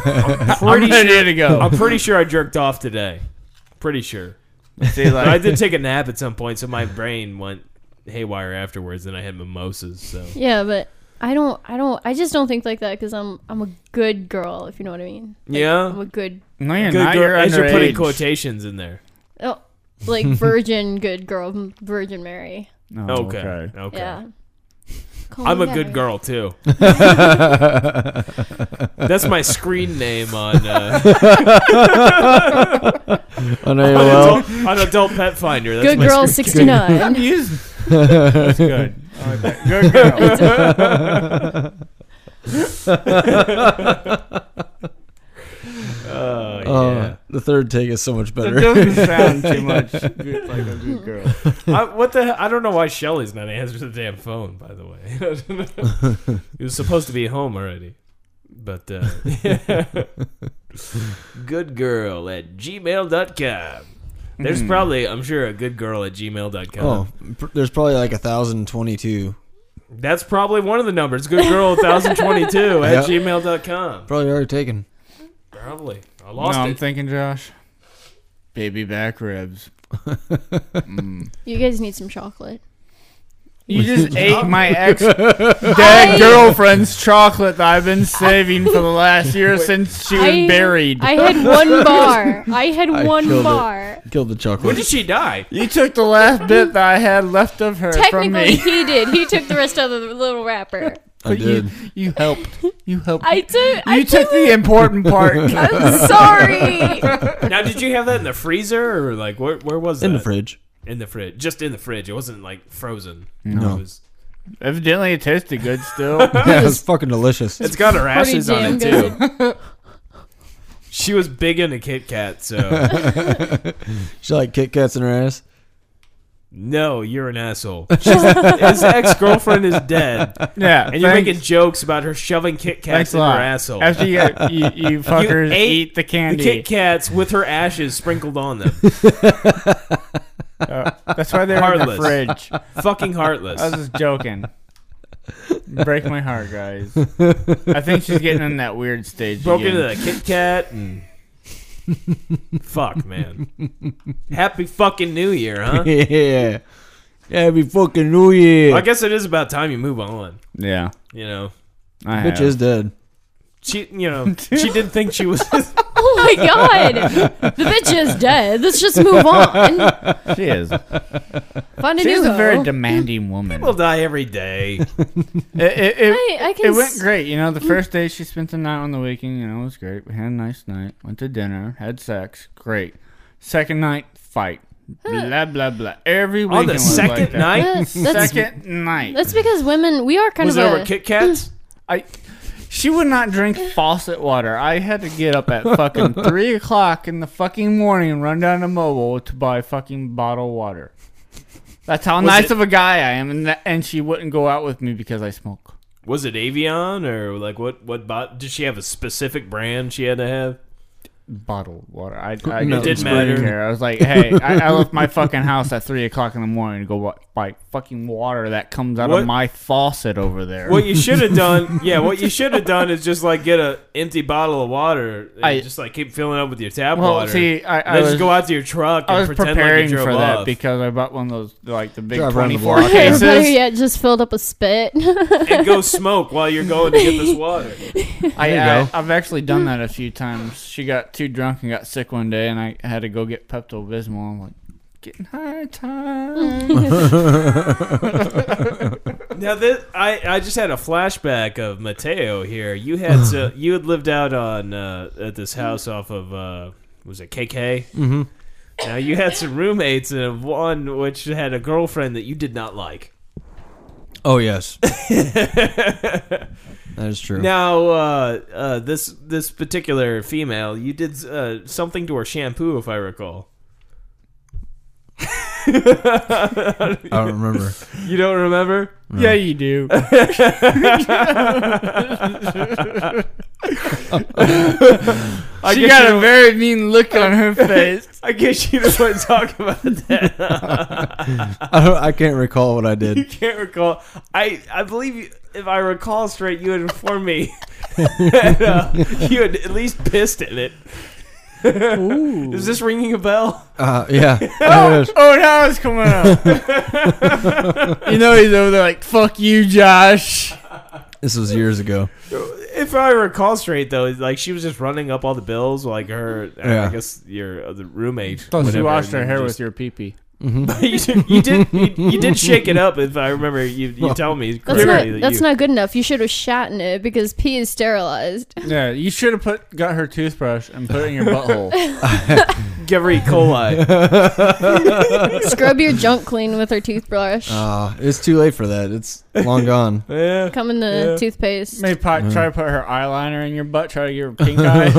Speaker 4: Pretty
Speaker 6: I'm
Speaker 4: sure-
Speaker 6: ready to go.
Speaker 4: I'm pretty sure I jerked off today. Pretty sure,
Speaker 6: See,
Speaker 4: but I
Speaker 6: like,
Speaker 4: did take a nap at some point, so my brain went haywire afterwards, and I had mimosas. So
Speaker 7: yeah, but I don't, I don't, I just don't think like that because I'm, I'm a good girl, if you know what I mean. Like,
Speaker 4: Yeah.
Speaker 7: I'm a good
Speaker 6: no, you're
Speaker 4: good
Speaker 6: not.
Speaker 4: girl,
Speaker 6: You're
Speaker 4: as you're putting
Speaker 6: underage.
Speaker 4: quotations in there.
Speaker 7: Oh, like Virgin Good Girl, m- Virgin Mary.
Speaker 6: No,
Speaker 4: Okay, Oh, okay.
Speaker 7: Yeah. Call
Speaker 4: I'm
Speaker 7: me
Speaker 4: a good
Speaker 7: Mary.
Speaker 4: girl too. That's my screen name on uh,
Speaker 5: On
Speaker 4: on,
Speaker 5: AOL.
Speaker 4: adult, on Adult Pet Finder. That's
Speaker 7: Good
Speaker 4: my
Speaker 7: girl,
Speaker 4: screen-
Speaker 7: sixty nine.
Speaker 6: That's good. I like that. Good girl.
Speaker 4: Oh yeah.
Speaker 5: Uh, the third take is so much
Speaker 6: That
Speaker 5: better.
Speaker 6: doesn't sound too much good, like a good girl.
Speaker 4: I, what the? hell- I don't know why Shelly's not answering the damn phone. By the way, he was supposed to be home already. But uh, good girl at gmail.com. There's probably, I'm sure, a good girl at gmail.com.
Speaker 5: Hmm. Oh, pr- there's probably like a thousand twenty-two.
Speaker 4: That's probably one of the numbers. Good girl 1022 at
Speaker 5: Yep.
Speaker 4: gmail.com.
Speaker 5: Probably already taken.
Speaker 4: Probably. I
Speaker 6: No,
Speaker 4: lost
Speaker 6: I'm
Speaker 4: it.
Speaker 6: thinking, Josh. Baby back ribs.
Speaker 7: You guys need some chocolate.
Speaker 6: You just ate my ex
Speaker 7: I-
Speaker 6: dead girlfriend's chocolate that I've been saving for the last year since she was
Speaker 7: I-
Speaker 6: buried.
Speaker 7: I had one bar. I had
Speaker 5: I
Speaker 7: one
Speaker 5: killed it.
Speaker 7: bar.
Speaker 5: Killed the chocolate.
Speaker 4: when did she die?
Speaker 6: you took the last bit that I had left of her from
Speaker 7: Technically,
Speaker 6: me.
Speaker 7: he did. He took the rest of the little wrapper.
Speaker 5: I did.
Speaker 6: You, you helped. You helped.
Speaker 7: I took. I
Speaker 6: you took the important part.
Speaker 7: I'm sorry.
Speaker 4: Now, did you have that in the freezer or like where, where was it?
Speaker 5: in the fridge.
Speaker 4: In the fridge. Just in the fridge. It wasn't like frozen.
Speaker 5: No.
Speaker 4: It was,
Speaker 6: Evidently, it tasted good still.
Speaker 5: Yeah, it's fucking delicious.
Speaker 4: it's got her
Speaker 7: pretty
Speaker 4: ashes on
Speaker 7: damn
Speaker 4: it too. She was big into Kit Kat, so
Speaker 5: She like Kit Kats in her ass.
Speaker 4: no, you're an asshole. She's, his ex girlfriend is dead, and
Speaker 6: Yeah.
Speaker 4: you're
Speaker 6: thanks-
Speaker 4: making jokes about her shoving Kit Kats
Speaker 6: thanks a
Speaker 4: in her
Speaker 6: lot.
Speaker 4: asshole.
Speaker 6: After you, you, you fuckers
Speaker 4: ate
Speaker 6: eat the
Speaker 4: the
Speaker 6: candy.
Speaker 4: Kit Kats with her ashes sprinkled on them.
Speaker 6: Uh, That's why they're in the
Speaker 4: Heartless.
Speaker 6: fridge.
Speaker 4: Fucking heartless.
Speaker 6: I was just joking. Break my heart, guys. I think she's getting in that weird stage.
Speaker 4: broke into
Speaker 6: again.
Speaker 4: the Kit Kat and fuck, man. Happy fucking New Year, huh?
Speaker 5: Yeah. Happy fucking New Year.
Speaker 4: I guess it is about time you move on.
Speaker 6: Yeah.
Speaker 4: You know,
Speaker 6: I
Speaker 5: Bitch
Speaker 6: have.
Speaker 5: is dead.
Speaker 4: she you know she didn't think she was.
Speaker 7: Oh my god, the bitch is dead. Let's just move on.
Speaker 6: She is.
Speaker 7: Find a
Speaker 6: She's
Speaker 7: new
Speaker 6: a very
Speaker 7: hoe.
Speaker 6: demanding woman.
Speaker 4: People die every day.
Speaker 6: It, it, it,
Speaker 7: I- I can
Speaker 6: it went
Speaker 7: s- Mm.
Speaker 6: great. You know, the first day she spent the night on the weekend, you know, it was great. We had a nice night, went to dinner, had sex, great. Second night, fight. Blah, blah, blah. Every weekend.
Speaker 4: On the
Speaker 6: was like
Speaker 4: second
Speaker 6: that.
Speaker 4: night,
Speaker 7: That's, that's,
Speaker 6: Second night.
Speaker 7: that's because women we are kind
Speaker 4: was it
Speaker 7: of
Speaker 4: over
Speaker 7: a,
Speaker 4: Kit Kats?
Speaker 6: I, she would not drink faucet water. I had to get up at fucking 3 o'clock in the fucking morning and run down to Mobile to buy fucking bottled water. That's how nice of a guy I am. And, that, and she wouldn't go out with me because I smoke.
Speaker 4: Was it Avion or like what? What bot? Did she have a specific brand she had to have?
Speaker 6: bottled water. I, I
Speaker 5: No,
Speaker 6: it didn't
Speaker 5: it
Speaker 4: didn't
Speaker 6: matter.
Speaker 4: matter.
Speaker 6: Care. I was like, hey, I, I left my fucking house at three o'clock in the morning to go wa- buy fucking water that comes out
Speaker 4: What-
Speaker 6: of my faucet over there.
Speaker 4: What you should have done, yeah. What you should have done is just like get a empty bottle of water and
Speaker 6: I-
Speaker 4: just like keep filling up with your tap
Speaker 6: Well,
Speaker 4: water.
Speaker 6: see, I-
Speaker 4: And
Speaker 6: I
Speaker 4: then
Speaker 6: was-
Speaker 4: just go out to your truck and
Speaker 6: I was
Speaker 4: pretend
Speaker 6: preparing
Speaker 4: like you drove
Speaker 6: for
Speaker 4: off.
Speaker 6: that because I bought one of those like the big
Speaker 5: Drive around the
Speaker 6: twenty-four
Speaker 5: block.
Speaker 7: Or better
Speaker 6: cases.
Speaker 7: yet, just filled up a spit.
Speaker 4: and go smoke while you're going to get this water.
Speaker 6: I,
Speaker 5: you
Speaker 6: I,
Speaker 5: go.
Speaker 6: I've actually done that a few times. She got too drunk and got sick one day, and I had to go get Pepto Bismol. I'm like, getting high time.
Speaker 4: Now this, I, I just had a flashback of Mateo here. You had so you had lived out on uh, at this house off of uh, was it KK? Mm-hmm. Now you had some roommates and one which had a girlfriend that you did not like.
Speaker 5: Oh yes, that is true.
Speaker 4: Now uh, uh, this this particular female, you did uh, something to her shampoo, if I recall.
Speaker 5: I don't remember.
Speaker 4: You don't remember?
Speaker 6: yeah, you do.
Speaker 4: I
Speaker 6: She
Speaker 4: guess
Speaker 6: got
Speaker 4: you-
Speaker 6: a very mean look on her face.
Speaker 4: I guess you don't want to talk about that.
Speaker 5: I don't. I can't recall what I
Speaker 4: you
Speaker 5: did.
Speaker 4: can't recall. I I believe you, if I recall straight, you had informed me that uh, you had at least pissed in it. Is this ringing a bell?
Speaker 5: Uh, yeah. There it is.
Speaker 6: Oh, now it's coming up. you know, he's over there like, fuck you, Josh.
Speaker 5: This was years ago.
Speaker 4: If I recall straight, though, like she was just running up all the bills, like her. I
Speaker 5: Yeah.
Speaker 4: guess your other roommate.
Speaker 6: she
Speaker 4: Oh, whatever,
Speaker 6: washed her
Speaker 4: and
Speaker 6: hair
Speaker 4: just-
Speaker 6: with your pee-pee.
Speaker 4: you, did- you did you, you did shake it up if I remember you you tell me
Speaker 7: that's
Speaker 4: correctly
Speaker 7: not
Speaker 4: that
Speaker 7: that's
Speaker 4: you,
Speaker 7: not good enough. You should have shot in it because pee is sterilized.
Speaker 6: Yeah, you should have put got her toothbrush and put it in your butthole.
Speaker 4: give her E. coli.
Speaker 7: Scrub your junk clean with her toothbrush.
Speaker 6: Oh,
Speaker 5: Uh, it's too late for that. It's long gone.
Speaker 4: yeah.
Speaker 7: Come in the
Speaker 4: yeah.
Speaker 7: toothpaste.
Speaker 6: Maybe pot, try to put her eyeliner in your butt. Try to get her pink eye.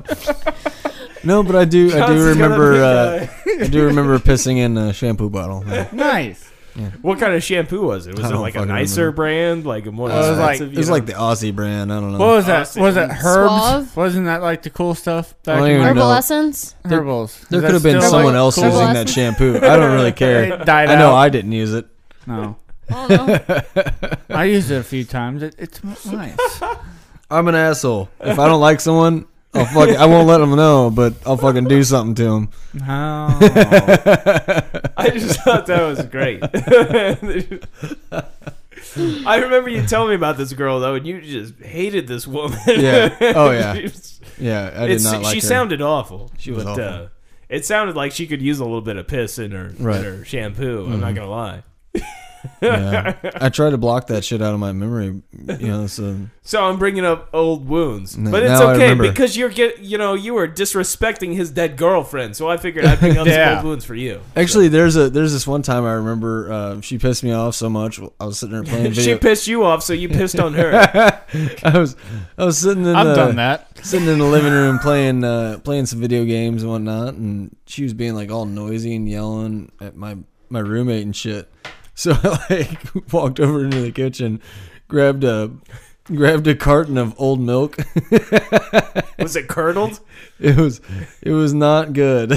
Speaker 5: No, but I do. I do
Speaker 4: Johnson's got a
Speaker 5: remember. Uh,
Speaker 4: big
Speaker 5: I do remember pissing in a shampoo bottle. Yeah.
Speaker 6: nice.
Speaker 4: What kind of shampoo was it? Was
Speaker 5: I
Speaker 4: it
Speaker 5: don't
Speaker 4: like a
Speaker 5: fucking
Speaker 4: nicer
Speaker 5: remember.
Speaker 4: brand, like a more
Speaker 6: Uh, it was like-
Speaker 4: expensive?
Speaker 5: It was like the Aussie brand. I don't know.
Speaker 6: What was that?
Speaker 4: Austin.
Speaker 6: Was that herbs?
Speaker 7: Suave?
Speaker 6: Wasn't that like the cool stuff
Speaker 5: I
Speaker 6: back
Speaker 5: don't
Speaker 6: in
Speaker 5: even
Speaker 6: the
Speaker 5: know.
Speaker 7: Herbal essence.
Speaker 6: herbals? Is
Speaker 5: there could
Speaker 6: that
Speaker 5: have been
Speaker 6: still,
Speaker 5: someone
Speaker 6: like,
Speaker 5: else
Speaker 6: cool?
Speaker 5: using that shampoo. I don't really care.
Speaker 6: It died
Speaker 5: I know
Speaker 6: out.
Speaker 5: I didn't use it.
Speaker 6: No,
Speaker 7: I don't know.
Speaker 6: I used it a few times. It, it's nice.
Speaker 5: I'm an asshole. If I don't like someone, I'll fuck. I won't let them know, but I'll fucking do something to them.
Speaker 6: No.
Speaker 4: I just thought that was great. I remember you telling me about this girl though, and you just hated this woman.
Speaker 5: Yeah. Oh, yeah.
Speaker 4: She was-
Speaker 5: Yeah, I did
Speaker 4: it's,
Speaker 5: not like
Speaker 4: she
Speaker 5: her.
Speaker 4: sounded awful.
Speaker 5: She was
Speaker 4: but,
Speaker 5: awful.
Speaker 4: Uh, it sounded like she could use a little bit of piss in her
Speaker 5: Right. Mm-hmm.
Speaker 4: in her shampoo. I'm not gonna lie.
Speaker 5: Yeah. I try to block that shit out of my memory. You know, so
Speaker 4: So I'm bringing up old wounds,
Speaker 5: No,
Speaker 4: but it's
Speaker 5: now I
Speaker 4: okay
Speaker 5: remember.
Speaker 4: because you're get you know you were disrespecting his dead girlfriend. So I figured I'd bring up
Speaker 6: Yeah.
Speaker 4: some old wounds for you.
Speaker 5: actually, there's a there's this one time I remember uh, she pissed me off so much. I was sitting there playing
Speaker 4: She
Speaker 5: video.
Speaker 4: pissed you off, so you pissed on her.
Speaker 5: I was I was sitting in the
Speaker 6: I've done that.
Speaker 5: sitting in the living room playing uh, playing some video games and whatnot, and she was being like all noisy and yelling at my my roommate and shit. So I like walked over into the kitchen, grabbed a grabbed a carton of old milk.
Speaker 4: Was it curdled?
Speaker 5: It was it was not good.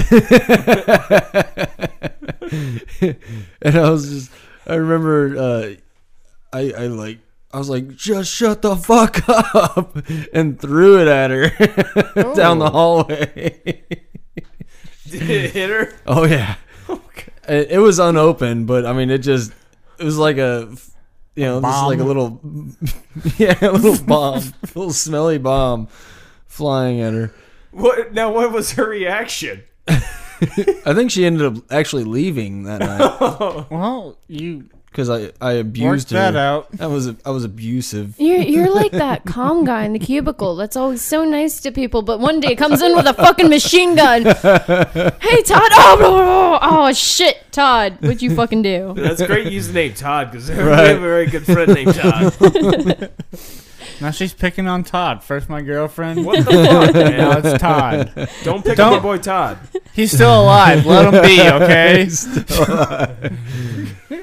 Speaker 5: and I was just I remember uh I I like I was like just shut the fuck up and threw it at her down the hallway.
Speaker 4: Did it hit her?
Speaker 5: oh yeah. It, it was unopened, but I mean it just it was like a you know, just like a
Speaker 6: bomb?
Speaker 5: little yeah, a little bomb, a little smelly bomb flying at her.
Speaker 4: What? Now, what was her reaction?
Speaker 5: I think she ended up actually leaving that night
Speaker 6: Well, you
Speaker 5: because I, I
Speaker 6: worked
Speaker 5: abused her.
Speaker 6: that out.
Speaker 5: I was I was abusive.
Speaker 7: You're, you're like that calm guy in the cubicle that's always so nice to people, but one day comes in with a fucking machine gun. Hey, Todd. Oh, oh, oh, oh, shit. Todd, what'd you fucking do?
Speaker 4: That's great username Todd because we have a very good friend named Todd.
Speaker 6: Now she's picking on Todd. First my girlfriend.
Speaker 4: What the fuck,
Speaker 6: Now
Speaker 4: man?
Speaker 6: it's Todd.
Speaker 4: Don't pick
Speaker 6: Don't-
Speaker 4: on my boy Todd.
Speaker 6: He's still alive. Let him be, okay?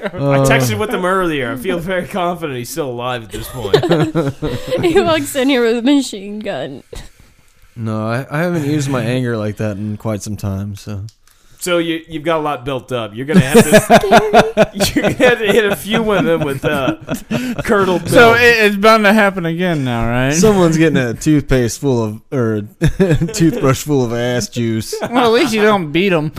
Speaker 4: I
Speaker 6: Uh.
Speaker 4: texted with him earlier. I feel very confident he's still alive at this point.
Speaker 7: He walks in here with a machine gun.
Speaker 5: No, I, I haven't used my anger like that in quite some time. So
Speaker 4: So you you've got a lot built up. You're gonna have to you're gonna have to hit a few women with uh, curdled milk.
Speaker 6: so it, it's bound to happen again now, right?
Speaker 5: someone's getting a toothpaste full of or a toothbrush full of ass juice.
Speaker 6: well, at least you don't beat him.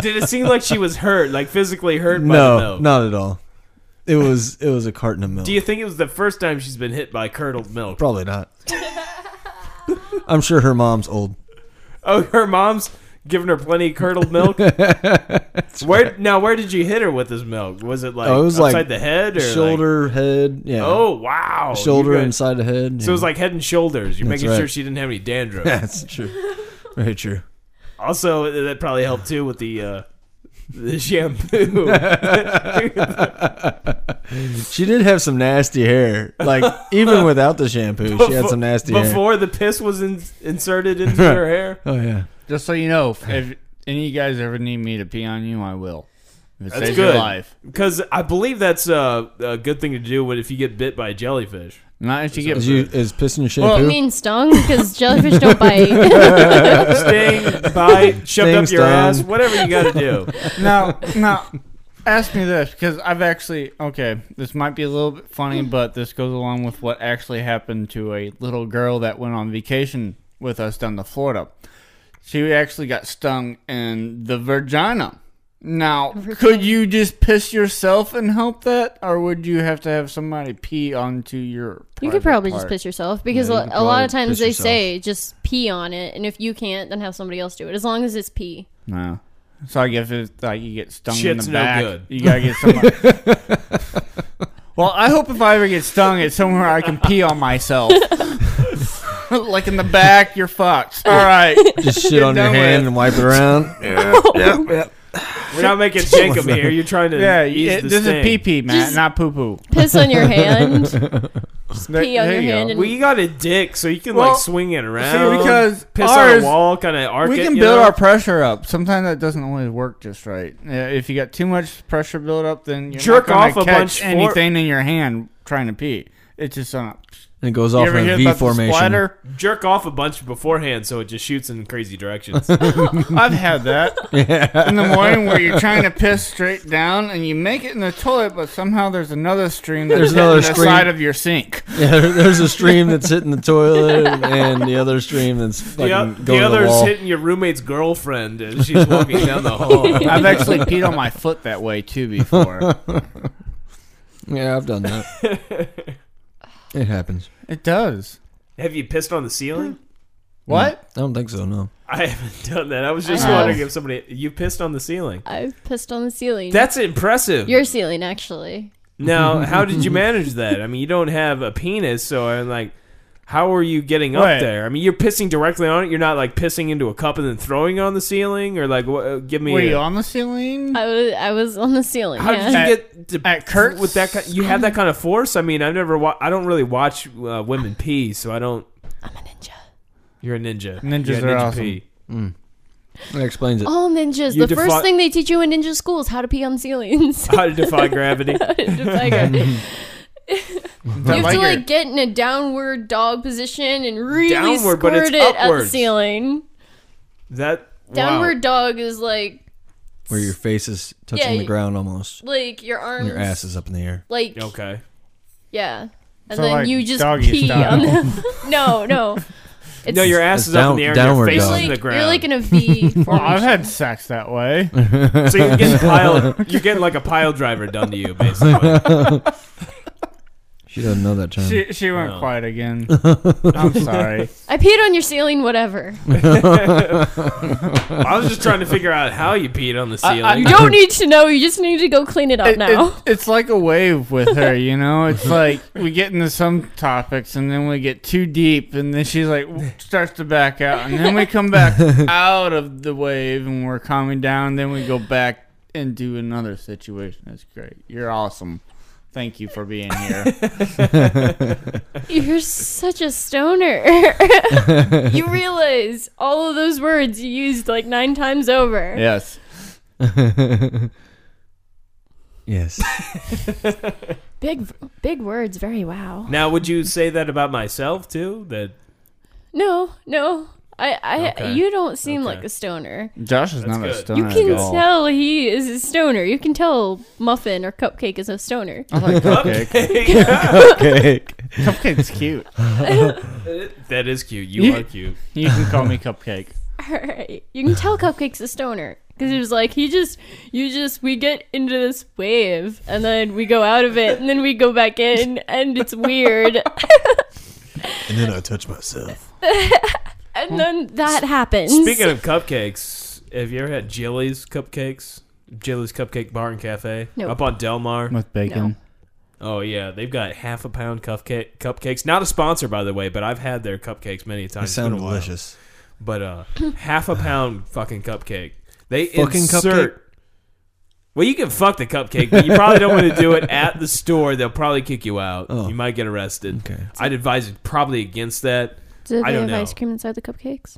Speaker 4: did it seem like she was hurt, like physically hurt by the
Speaker 5: No,
Speaker 4: milk?
Speaker 5: not at all. It was it was a carton of milk.
Speaker 4: Do you think it was the first time she's been hit by curdled milk?
Speaker 5: Probably not. I'm sure her mom's old.
Speaker 4: Oh, her mom's giving her plenty of curdled milk. where now? Where did you hit her with this milk? Was it like
Speaker 5: Oh, it was, like,
Speaker 4: upside the head or like-
Speaker 5: Shoulder, head, yeah.
Speaker 4: oh wow, You
Speaker 5: shoulder
Speaker 4: got-
Speaker 5: and side of head.
Speaker 4: So it was like head and shoulders. You're
Speaker 5: That's
Speaker 4: making sure
Speaker 5: right.
Speaker 4: she didn't have any dandruff.
Speaker 5: that's true. Very true.
Speaker 4: Also, uh, that probably helped too with the uh, the shampoo.
Speaker 5: She did have some nasty hair. Like even without the shampoo, she had
Speaker 4: Befo-
Speaker 5: some nasty hair.
Speaker 4: before the piss was in, inserted into her hair.
Speaker 5: Oh yeah.
Speaker 6: Just so you know, if, if any of you guys ever need me to pee on you, I will. If it
Speaker 4: That's
Speaker 6: saves
Speaker 4: good.
Speaker 6: your life.
Speaker 4: Because I believe that's uh, a good thing to do when if you get bit by a jellyfish.
Speaker 6: Not if you
Speaker 5: Is
Speaker 6: get
Speaker 5: you is pissing your
Speaker 6: Well,
Speaker 7: You
Speaker 5: shampoo?
Speaker 7: mean stung? Because jellyfish don't bite.
Speaker 4: Sting, bite, shoved
Speaker 5: Sting,
Speaker 4: up your
Speaker 5: stung.
Speaker 4: ass, whatever you got to do.
Speaker 6: now, now, ask me this because I've actually okay. This might be a little bit funny, but this goes along with what actually happened to a little girl that went on vacation with us down to Florida. She actually got stung in the vagina. Now, could you just piss yourself and help that, or would you have to have somebody pee onto your?
Speaker 7: you could
Speaker 6: private
Speaker 7: probably just
Speaker 6: part?
Speaker 7: piss yourself because
Speaker 5: Yeah, you
Speaker 7: a-
Speaker 5: could
Speaker 7: a lot of
Speaker 5: probably
Speaker 7: times
Speaker 5: piss
Speaker 7: they
Speaker 5: yourself.
Speaker 7: say just pee on it, and if you can't, then have somebody else do it. As long as it's pee.
Speaker 6: No. So I guess it's like you get stung
Speaker 4: Shit's
Speaker 6: in
Speaker 4: no
Speaker 6: the back.
Speaker 4: good.
Speaker 6: You gotta get somewhere. well, I hope if I ever get stung, it's somewhere I can pee on myself. like in the back, you're fucked. All right.
Speaker 5: Just shit on your
Speaker 6: done
Speaker 5: hand
Speaker 6: with.
Speaker 5: and wipe it around.
Speaker 4: We're not making Jacob here. You're trying to
Speaker 6: Yeah,
Speaker 4: ease
Speaker 6: it,
Speaker 4: the
Speaker 6: this
Speaker 4: sting.
Speaker 6: is pee pee, man,
Speaker 7: Just-
Speaker 6: not poo poo.
Speaker 7: Piss on your hand. Just pee on
Speaker 6: there
Speaker 7: your
Speaker 6: you go.
Speaker 7: hand. And
Speaker 4: Well, you got a dick, so you can
Speaker 6: Well,
Speaker 4: like swing it around.
Speaker 6: because
Speaker 4: piss on
Speaker 6: ours-
Speaker 4: a wall, kind of arc
Speaker 6: We
Speaker 4: it,
Speaker 6: can
Speaker 4: you
Speaker 6: build
Speaker 4: know?
Speaker 6: our pressure up. Sometimes that doesn't always work just right. Yeah, If you got too much pressure build up, then you're
Speaker 4: Jerk
Speaker 6: not
Speaker 4: off
Speaker 6: gonna
Speaker 4: a bunch
Speaker 6: catch
Speaker 4: for-
Speaker 6: anything in your hand trying to pee. It's just on.
Speaker 5: And it goes
Speaker 6: You
Speaker 5: off
Speaker 6: ever
Speaker 5: in
Speaker 6: hear
Speaker 5: a V
Speaker 6: about the
Speaker 5: formation.
Speaker 6: splatter?
Speaker 4: jerk off a bunch beforehand, so it just shoots in crazy directions.
Speaker 6: I've had that in the morning where you're trying to piss straight down and you make it in the toilet, but somehow there's another stream that's there's
Speaker 5: There's another
Speaker 6: another the
Speaker 5: stream.
Speaker 6: side of your sink.
Speaker 5: Yeah, there- there's a stream that's hitting the toilet and the other stream that's
Speaker 4: the,
Speaker 5: fucking
Speaker 4: o-
Speaker 5: going
Speaker 4: the
Speaker 5: to the
Speaker 4: other's
Speaker 5: wall.
Speaker 4: hitting your roommate's girlfriend as she's walking down the hall.
Speaker 6: I've actually peed on my foot that way too before.
Speaker 5: Yeah, I've done that. it happens.
Speaker 6: It does.
Speaker 4: Have you pissed on the ceiling?
Speaker 6: What?
Speaker 5: I don't think so. No.
Speaker 4: I haven't done that. I was just
Speaker 7: I have.
Speaker 4: wondering if somebody you pissed on the ceiling.
Speaker 7: I pissed on the ceiling.
Speaker 4: That's impressive.
Speaker 7: your ceiling, actually.
Speaker 4: now, how did you manage that? I mean, you don't have a penis, so I'm like, how are you getting up
Speaker 6: Right.
Speaker 4: there? I mean, you're pissing directly on it. You're not like pissing into a cup and then throwing it on the ceiling, or like, wha- uh, give me.
Speaker 5: Mm.
Speaker 6: Were
Speaker 4: a-
Speaker 6: you on the ceiling?
Speaker 7: I was I was on the ceiling.
Speaker 4: How
Speaker 7: yeah.
Speaker 4: did you
Speaker 6: At-
Speaker 4: get to,
Speaker 6: at Kurt's?
Speaker 4: with that? Kind, you have that kind of force. I mean, I've never. Wa- I don't really watch uh, women pee, so I don't.
Speaker 7: I'm a ninja.
Speaker 4: You're a ninja.
Speaker 6: Ninjas
Speaker 4: You're a
Speaker 6: are
Speaker 4: ninja
Speaker 6: awesome.
Speaker 4: pee.
Speaker 5: That explains it.
Speaker 7: All ninjas.
Speaker 4: You
Speaker 7: the
Speaker 4: defi-
Speaker 7: first thing they teach you in ninja school is how to pee on ceilings.
Speaker 4: How to defy gravity.
Speaker 7: Defy gravity.
Speaker 6: You
Speaker 7: You have to like get in a downward dog position and really
Speaker 4: Downward,
Speaker 7: squirt
Speaker 4: but it's
Speaker 7: it at the
Speaker 4: upwards.
Speaker 7: ceiling.
Speaker 4: That
Speaker 7: Downward
Speaker 4: Wow.
Speaker 7: dog is like
Speaker 5: Where your face is touching
Speaker 7: Yeah,
Speaker 5: the
Speaker 7: you-
Speaker 5: ground almost,
Speaker 7: like your
Speaker 5: and
Speaker 7: arms,
Speaker 5: your ass is up in the air.
Speaker 7: like
Speaker 4: Okay.
Speaker 7: yeah, and
Speaker 6: So,
Speaker 7: then
Speaker 6: like,
Speaker 7: you just
Speaker 6: doggy
Speaker 7: pee
Speaker 6: style.
Speaker 7: on them. no, no, it's
Speaker 4: No, your ass
Speaker 5: it's
Speaker 4: is up
Speaker 5: down-
Speaker 4: in the air.
Speaker 5: downward
Speaker 4: Your face
Speaker 7: you're
Speaker 5: dog.
Speaker 4: is in the
Speaker 7: like,
Speaker 4: ground.
Speaker 7: you're like in a V
Speaker 6: Well, I've
Speaker 7: formation.
Speaker 6: had sex that way.
Speaker 4: so you're getting pile. You're getting like a pile driver done to you, basically.
Speaker 5: She doesn't know that term.
Speaker 6: She she
Speaker 5: Oh.
Speaker 6: went quiet again. I'm sorry.
Speaker 7: I peed on your ceiling, whatever.
Speaker 4: I was just trying to figure out how you peed on the ceiling.
Speaker 7: You don't need to know. You just need to go clean it up
Speaker 6: It-
Speaker 7: now.
Speaker 6: it- it's like a wave with her, you know. It's like we get into some topics and then we get too deep, and then she's like w- starts to back out, and then we come back out of the wave and we're calming down. Then we go back into another situation. That's great. You're awesome. Thank you for being here.
Speaker 7: You're such a stoner. you realize all of those words you used like nine times over.
Speaker 6: yes.
Speaker 5: yes.
Speaker 7: Big, big words. Very wow.
Speaker 4: Now, would you say that about myself too? That
Speaker 7: No, no. I, I,
Speaker 4: Okay.
Speaker 7: you don't seem
Speaker 4: Okay.
Speaker 7: like a stoner.
Speaker 6: Josh is not a
Speaker 4: good.
Speaker 6: stoner
Speaker 7: You can
Speaker 6: at all.
Speaker 7: tell he is a stoner. You can tell Muffin or Cupcake is a stoner.
Speaker 4: Oh
Speaker 6: I like cupcake.
Speaker 5: Okay.
Speaker 6: Cupcake's cute.
Speaker 4: that is cute. You
Speaker 6: You-
Speaker 4: are cute.
Speaker 6: You can call me cupcake.
Speaker 7: All right. You can tell Cupcake's a stoner because he was like, he just, you just, we get into this wave and then we go out of it and then we go back in and it's weird.
Speaker 5: And then I touch myself.
Speaker 7: and then that happens.
Speaker 4: Speaking of cupcakes, have you ever had Jilly's cupcakes? Jilly's Cupcake Bar and Cafe
Speaker 7: Nope.
Speaker 4: up on Del Mar.
Speaker 6: With bacon.
Speaker 4: Oh yeah, they've got half a pound cupcake cupcakes. Not a sponsor, by the way, but I've had their cupcakes many times.
Speaker 5: They sound
Speaker 4: It's been a while.
Speaker 5: delicious.
Speaker 4: But uh, half a pound fucking cupcake. They
Speaker 5: Fucking
Speaker 4: insert. Well, you can fuck the cupcake, but you probably don't want to do it at the store. They'll probably kick you out.
Speaker 5: Oh.
Speaker 4: You might get arrested.
Speaker 5: Okay.
Speaker 4: I'd advise probably against that.
Speaker 7: do
Speaker 4: I
Speaker 7: they
Speaker 4: don't
Speaker 7: have
Speaker 4: know.
Speaker 7: ice cream inside the cupcakes?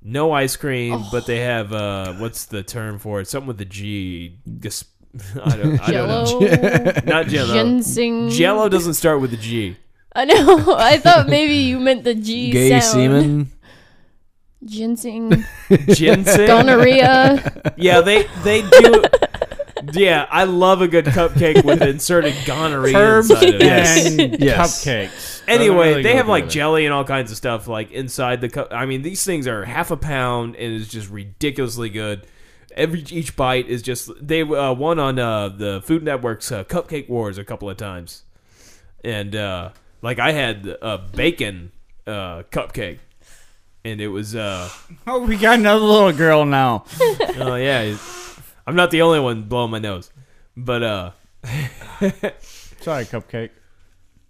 Speaker 4: No ice cream, but they have uh, what's the term for it? Something with the G. Gas- I don't, I don't know.
Speaker 7: Jello,
Speaker 4: Not Jello.
Speaker 7: ginseng.
Speaker 4: Jello doesn't start with the G.
Speaker 7: I know. I thought maybe you meant the G
Speaker 5: Gay
Speaker 7: sound.
Speaker 5: semen.
Speaker 7: Ginseng,
Speaker 4: Ginseng.
Speaker 7: gonorrhea.
Speaker 4: Yeah, they they do. yeah, I love a good cupcake with inserted gonorrhea inside of it.
Speaker 6: Yes.
Speaker 5: Yes.
Speaker 6: Cupcakes.
Speaker 4: Anyway,
Speaker 6: Really
Speaker 4: they
Speaker 6: good
Speaker 4: have like
Speaker 6: with it.
Speaker 4: jelly and all kinds of stuff like inside the cup. I mean, these things are half a pound and it's just ridiculously good. Every each bite is just they uh, won on uh, the Food Network's uh, Cupcake Wars a couple of times, and uh, like I had a bacon uh, cupcake, and it was. Uh,
Speaker 6: Oh, we got another little girl now.
Speaker 4: Oh yeah, I'm not the only one blowing my nose, but uh,
Speaker 6: Sorry, cupcake.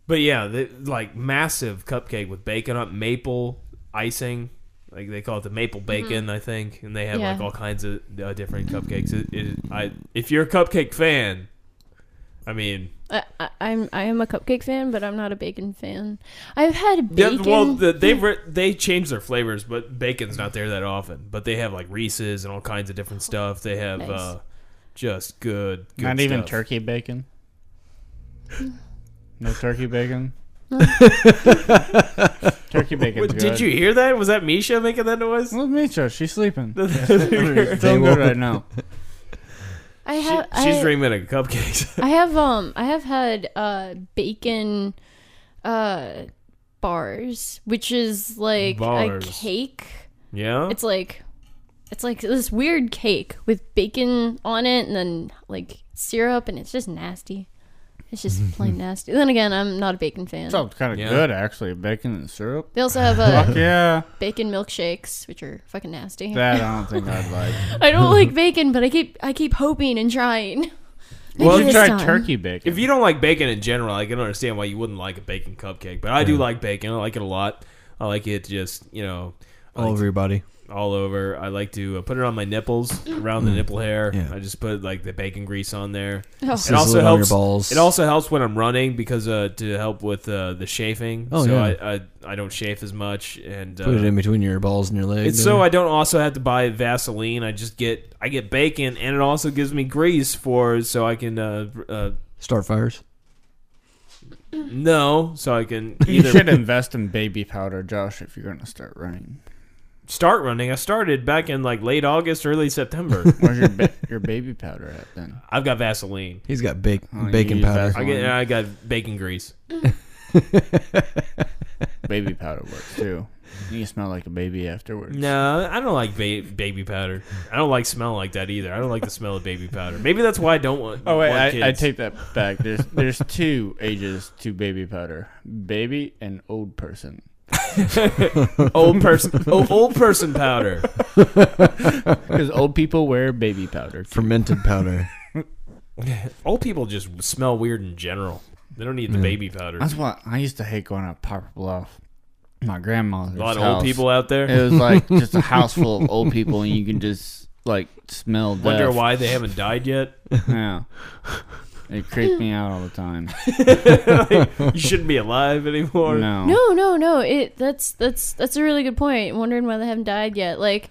Speaker 4: but yeah, they, like massive cupcake with bacon on maple icing, like they call it the maple bacon, I think, and they have like
Speaker 7: Mm-hmm. Yeah.
Speaker 4: all kinds of uh, different cupcakes. It, it, I, if you're a cupcake fan, I mean,
Speaker 7: I, I, I'm I am a cupcake fan, but I'm not a bacon fan. I've had
Speaker 4: yeah,
Speaker 7: bacon.
Speaker 4: well, the, they re- they change their flavors, but bacon's not there that often. But they have like Reese's and all kinds of different stuff. They have
Speaker 7: Nice.
Speaker 4: uh, just good, good
Speaker 6: Not even
Speaker 4: stuff.
Speaker 6: turkey bacon. No turkey bacon. turkey bacon.
Speaker 4: What, did you hear that? Was that Misha making that noise?
Speaker 6: Well, Misha, she's sleeping.
Speaker 4: she's
Speaker 6: Feeling good right now.
Speaker 7: I have. I,
Speaker 4: dreaming of cupcakes.
Speaker 7: I have um I have had uh bacon uh bars, which is like
Speaker 4: Bars.
Speaker 7: a cake.
Speaker 6: Oh.
Speaker 4: yeah.
Speaker 7: It's like it's like this weird cake with bacon on it and then like syrup and it's just nasty. It's just plain nasty. Then again, I'm not a bacon fan.
Speaker 6: Sounds kind of
Speaker 4: Yeah.
Speaker 6: good, actually. Bacon and syrup.
Speaker 7: they also have uh,
Speaker 6: Yeah,
Speaker 7: bacon milkshakes, which are fucking nasty.
Speaker 6: that I don't think I'd like.
Speaker 7: I don't like bacon, but I keep I keep hoping and trying.
Speaker 4: Well,
Speaker 7: Maybe
Speaker 6: You
Speaker 7: this
Speaker 6: tried
Speaker 7: time.
Speaker 6: turkey bacon.
Speaker 4: if you don't like bacon in general, I can understand why you wouldn't like a bacon cupcake. But I do like bacon. I like it a lot. I like it just you know
Speaker 5: All over your body.
Speaker 7: uh,
Speaker 4: all over. I like to uh, put it on my nipples,
Speaker 7: Mm.
Speaker 4: around the nipple hair.
Speaker 5: Yeah.
Speaker 4: I just put like the bacon grease on there.
Speaker 7: Oh.
Speaker 4: It also
Speaker 5: Sizzle it on your
Speaker 4: helps.
Speaker 5: balls.
Speaker 4: It also helps when I'm running because uh, to help with uh, the chafing.
Speaker 5: Oh,
Speaker 4: so
Speaker 5: yeah.
Speaker 4: I, I I don't chafe as much and uh,
Speaker 5: Put it in between your balls and your legs.
Speaker 4: It's so
Speaker 6: uh,
Speaker 4: I don't also have to buy Vaseline. I just get I get bacon, and it also gives me grease for so I can uh, uh
Speaker 5: start fires.
Speaker 4: no, so I can
Speaker 6: you
Speaker 4: either
Speaker 6: should invest in baby powder, Josh, if you're gonna start running.
Speaker 4: start running. I started back in like late August, early September.
Speaker 6: Where's your ba- your baby powder at then?
Speaker 4: I've got Vaseline.
Speaker 5: He's got bacon,
Speaker 6: Oh, you
Speaker 5: bacon
Speaker 6: use
Speaker 5: powder.
Speaker 4: I
Speaker 6: Vaseline.
Speaker 4: get and I got bacon grease.
Speaker 6: Baby powder works too. You smell like a baby afterwards.
Speaker 4: No, I don't like ba- baby powder. I don't like smell like that either. I don't like the smell of baby powder. Maybe that's why I don't want.
Speaker 6: Oh wait,
Speaker 4: want
Speaker 6: I, I
Speaker 4: kids.
Speaker 6: take that back. There's there's two ages to baby powder: baby and old person.
Speaker 4: old person. oh, old person powder.
Speaker 6: Because old people wear baby powder.
Speaker 5: Fermented powder.
Speaker 4: Old people just smell weird in general. They don't need the baby powder.
Speaker 6: That's what I used to hate going to Papa Bluff. My grandma's
Speaker 4: A lot of
Speaker 6: house.
Speaker 4: old people out there.
Speaker 6: It was like just a house full of old people, and you can just like smell. Death.
Speaker 4: Wonder why they haven't died yet.
Speaker 6: Yeah. It creeped me out all the time.
Speaker 4: You shouldn't be alive anymore.
Speaker 6: No.
Speaker 7: No, no, no. It that's that's that's a really good point. Wondering why they haven't died yet. Like,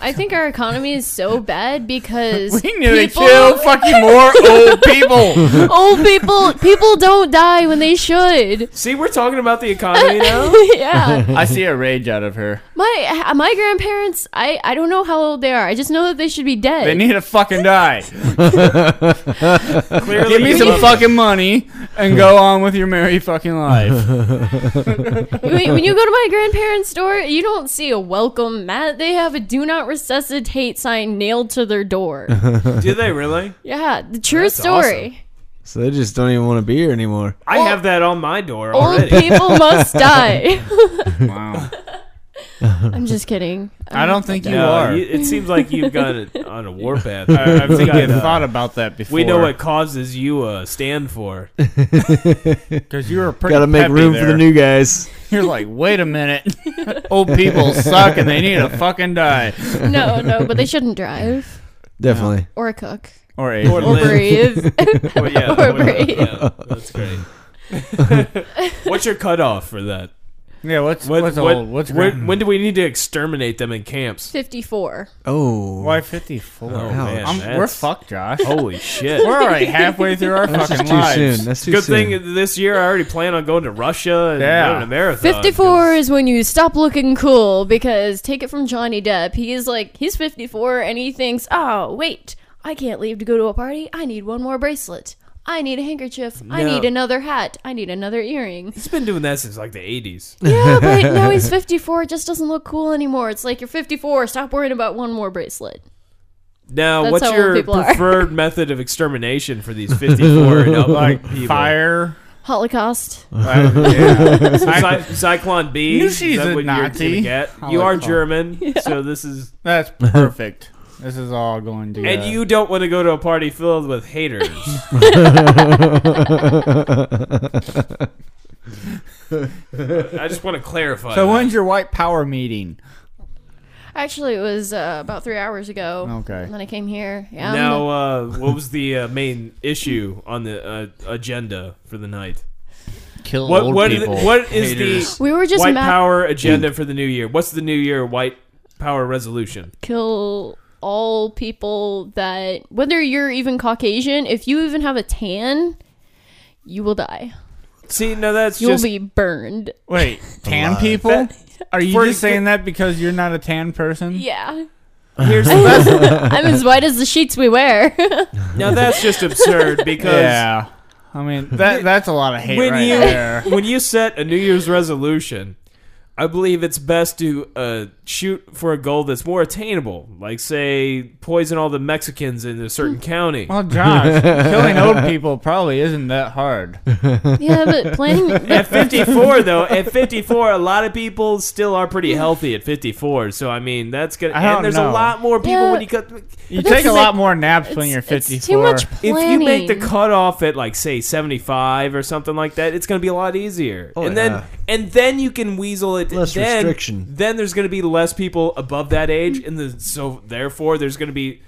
Speaker 7: I think our economy is so bad because
Speaker 6: We need
Speaker 7: people,
Speaker 6: to kill fucking more old people.
Speaker 7: old people people don't die when they should.
Speaker 4: See, we're talking about the economy now.
Speaker 7: yeah,
Speaker 6: I see a rage out of her.
Speaker 7: my my grandparents. I I don't know how old they are. I just know that they should be dead.
Speaker 6: They need to fucking die.
Speaker 4: Clearly,
Speaker 6: Give me
Speaker 4: you
Speaker 6: some
Speaker 4: love-
Speaker 6: fucking money and go on with your merry fucking life.
Speaker 7: when, when you go to my grandparents' door, you don't see a welcome mat. They have a "Do Not Resuscitate" sign nailed to their door.
Speaker 4: Do they really?
Speaker 7: yeah, the true
Speaker 4: That's
Speaker 7: story.
Speaker 4: awesome.
Speaker 5: So they just don't even want to be here anymore.
Speaker 4: I have that on my door
Speaker 7: Old
Speaker 4: already.
Speaker 7: people must die.
Speaker 6: Wow.
Speaker 7: I'm just kidding.
Speaker 6: I don't think you
Speaker 4: No,
Speaker 6: are.
Speaker 4: you- it seems like you've got it on a warpath.
Speaker 6: I, I think
Speaker 4: got,
Speaker 6: I've
Speaker 4: uh,
Speaker 6: thought about that before.
Speaker 4: We know what causes you uh, stand for.
Speaker 6: because you were pretty.
Speaker 5: Got to make
Speaker 6: peppy
Speaker 5: room
Speaker 6: there.
Speaker 5: for the new guys.
Speaker 6: You're like, wait a minute. Old people suck and they need to fucking die
Speaker 7: No, no, but they shouldn't drive
Speaker 5: Definitely.
Speaker 7: or cook
Speaker 6: or age.
Speaker 7: or
Speaker 4: live.
Speaker 7: breathe.
Speaker 4: Well, yeah,
Speaker 7: Or
Speaker 4: well,
Speaker 7: breathe.
Speaker 4: yeah, that's great. what's your cutoff for that?
Speaker 6: Yeah, what's
Speaker 4: What-
Speaker 6: what's
Speaker 4: what-
Speaker 6: old? What's
Speaker 4: when-
Speaker 6: grand?
Speaker 4: when do we need to exterminate them in camps?
Speaker 7: 54.
Speaker 5: Oh.
Speaker 6: Why 54?
Speaker 4: Oh, man,
Speaker 6: I'm- we're
Speaker 4: that's-
Speaker 6: fucked, Josh.
Speaker 4: Holy shit!
Speaker 6: We're already halfway through our
Speaker 5: That's
Speaker 6: fucking
Speaker 5: just too soon.
Speaker 6: lives.
Speaker 5: That's too
Speaker 4: Good
Speaker 5: soon.
Speaker 4: thing this year I already plan on going to Russia and
Speaker 6: Yeah.
Speaker 4: running a marathon.
Speaker 7: 54 is when you stop looking cool because take it from Johnny Depp. He is like, he's 54 and he thinks, oh, wait, I can't leave to go to a party. I need one more bracelet. I need a handkerchief. I
Speaker 4: No.
Speaker 7: need another hat. I need another earring.
Speaker 4: He's been doing that since like the 80s.
Speaker 7: Yeah, but now he's 54. It just doesn't look cool anymore. It's like, you're 54. Stop worrying about one more bracelet.
Speaker 4: Now,
Speaker 7: That's
Speaker 4: what's
Speaker 7: how old
Speaker 4: your
Speaker 7: people are.
Speaker 4: preferred method of extermination for these 54 and up
Speaker 6: Like
Speaker 4: people?
Speaker 6: fire.
Speaker 7: Holocaust.
Speaker 4: Uh.
Speaker 6: Like, yeah. I-
Speaker 4: Cy- Cyclone B.
Speaker 6: Knew
Speaker 4: is
Speaker 6: she's
Speaker 4: that
Speaker 6: a
Speaker 4: what you're gonna
Speaker 6: Nazi.
Speaker 4: get? You are
Speaker 6: Holocaust.
Speaker 4: German, so this is
Speaker 6: that's perfect. This is all going to. uh,
Speaker 4: And you don't want to go to a party filled with haters. I just want to clarify.
Speaker 6: So
Speaker 4: that.
Speaker 6: when's your white power meeting?
Speaker 7: Actually, it was uh, about three hours ago.
Speaker 6: Okay.
Speaker 7: And then I came here. Yeah. I'm
Speaker 4: now, uh, what was the uh, main issue on the uh, agenda for the night?
Speaker 6: Kill
Speaker 4: What
Speaker 6: old
Speaker 4: what is,
Speaker 6: people.
Speaker 4: what is
Speaker 6: Haters.
Speaker 4: the
Speaker 7: We were just
Speaker 4: white
Speaker 7: mad-
Speaker 4: power
Speaker 6: Mm.
Speaker 4: agenda for the new year? What's the new year white power resolution?
Speaker 7: kill all people that, whether you're even Caucasian, if you even have a tan, you will die.
Speaker 4: See, no, that's
Speaker 7: You
Speaker 4: just
Speaker 7: will be burned.
Speaker 6: Wait, tan people? Are you
Speaker 4: For-
Speaker 6: just saying that because you're not a tan person?
Speaker 7: Yeah.
Speaker 4: here's
Speaker 7: I'm as white as the sheets we wear.
Speaker 4: now that's just absurd because
Speaker 6: Yeah. I mean that that's a lot of hate
Speaker 4: when
Speaker 6: right
Speaker 4: you
Speaker 6: there.
Speaker 4: when you set a New Year's resolution, I believe it's best to uh, shoot for a goal that's more attainable. Like say, poison all the Mexicans in a certain
Speaker 7: Hmm.
Speaker 4: county.
Speaker 6: Well, Josh, killing old people probably isn't that hard.
Speaker 7: yeah, but planning. But
Speaker 4: At 54, though, at 54, a lot of people still are pretty healthy at 54. So I mean, that's gonna.
Speaker 6: I don't
Speaker 4: and there's
Speaker 6: know.
Speaker 4: a lot more people
Speaker 7: Yeah.
Speaker 4: when you cut.
Speaker 6: You
Speaker 7: that's
Speaker 6: take a
Speaker 7: like-
Speaker 6: lot more naps when
Speaker 7: it's-
Speaker 6: you're 54.
Speaker 7: It's too much
Speaker 4: If
Speaker 7: planning.
Speaker 4: you make the cutoff at like say 75 or something like that, it's going to be a lot easier. and
Speaker 5: Oh, yeah.
Speaker 4: then and then you can weasel it
Speaker 5: Less
Speaker 4: then,
Speaker 5: restriction.
Speaker 4: Then there's going to be less people above that age and the, so therefore there's going to be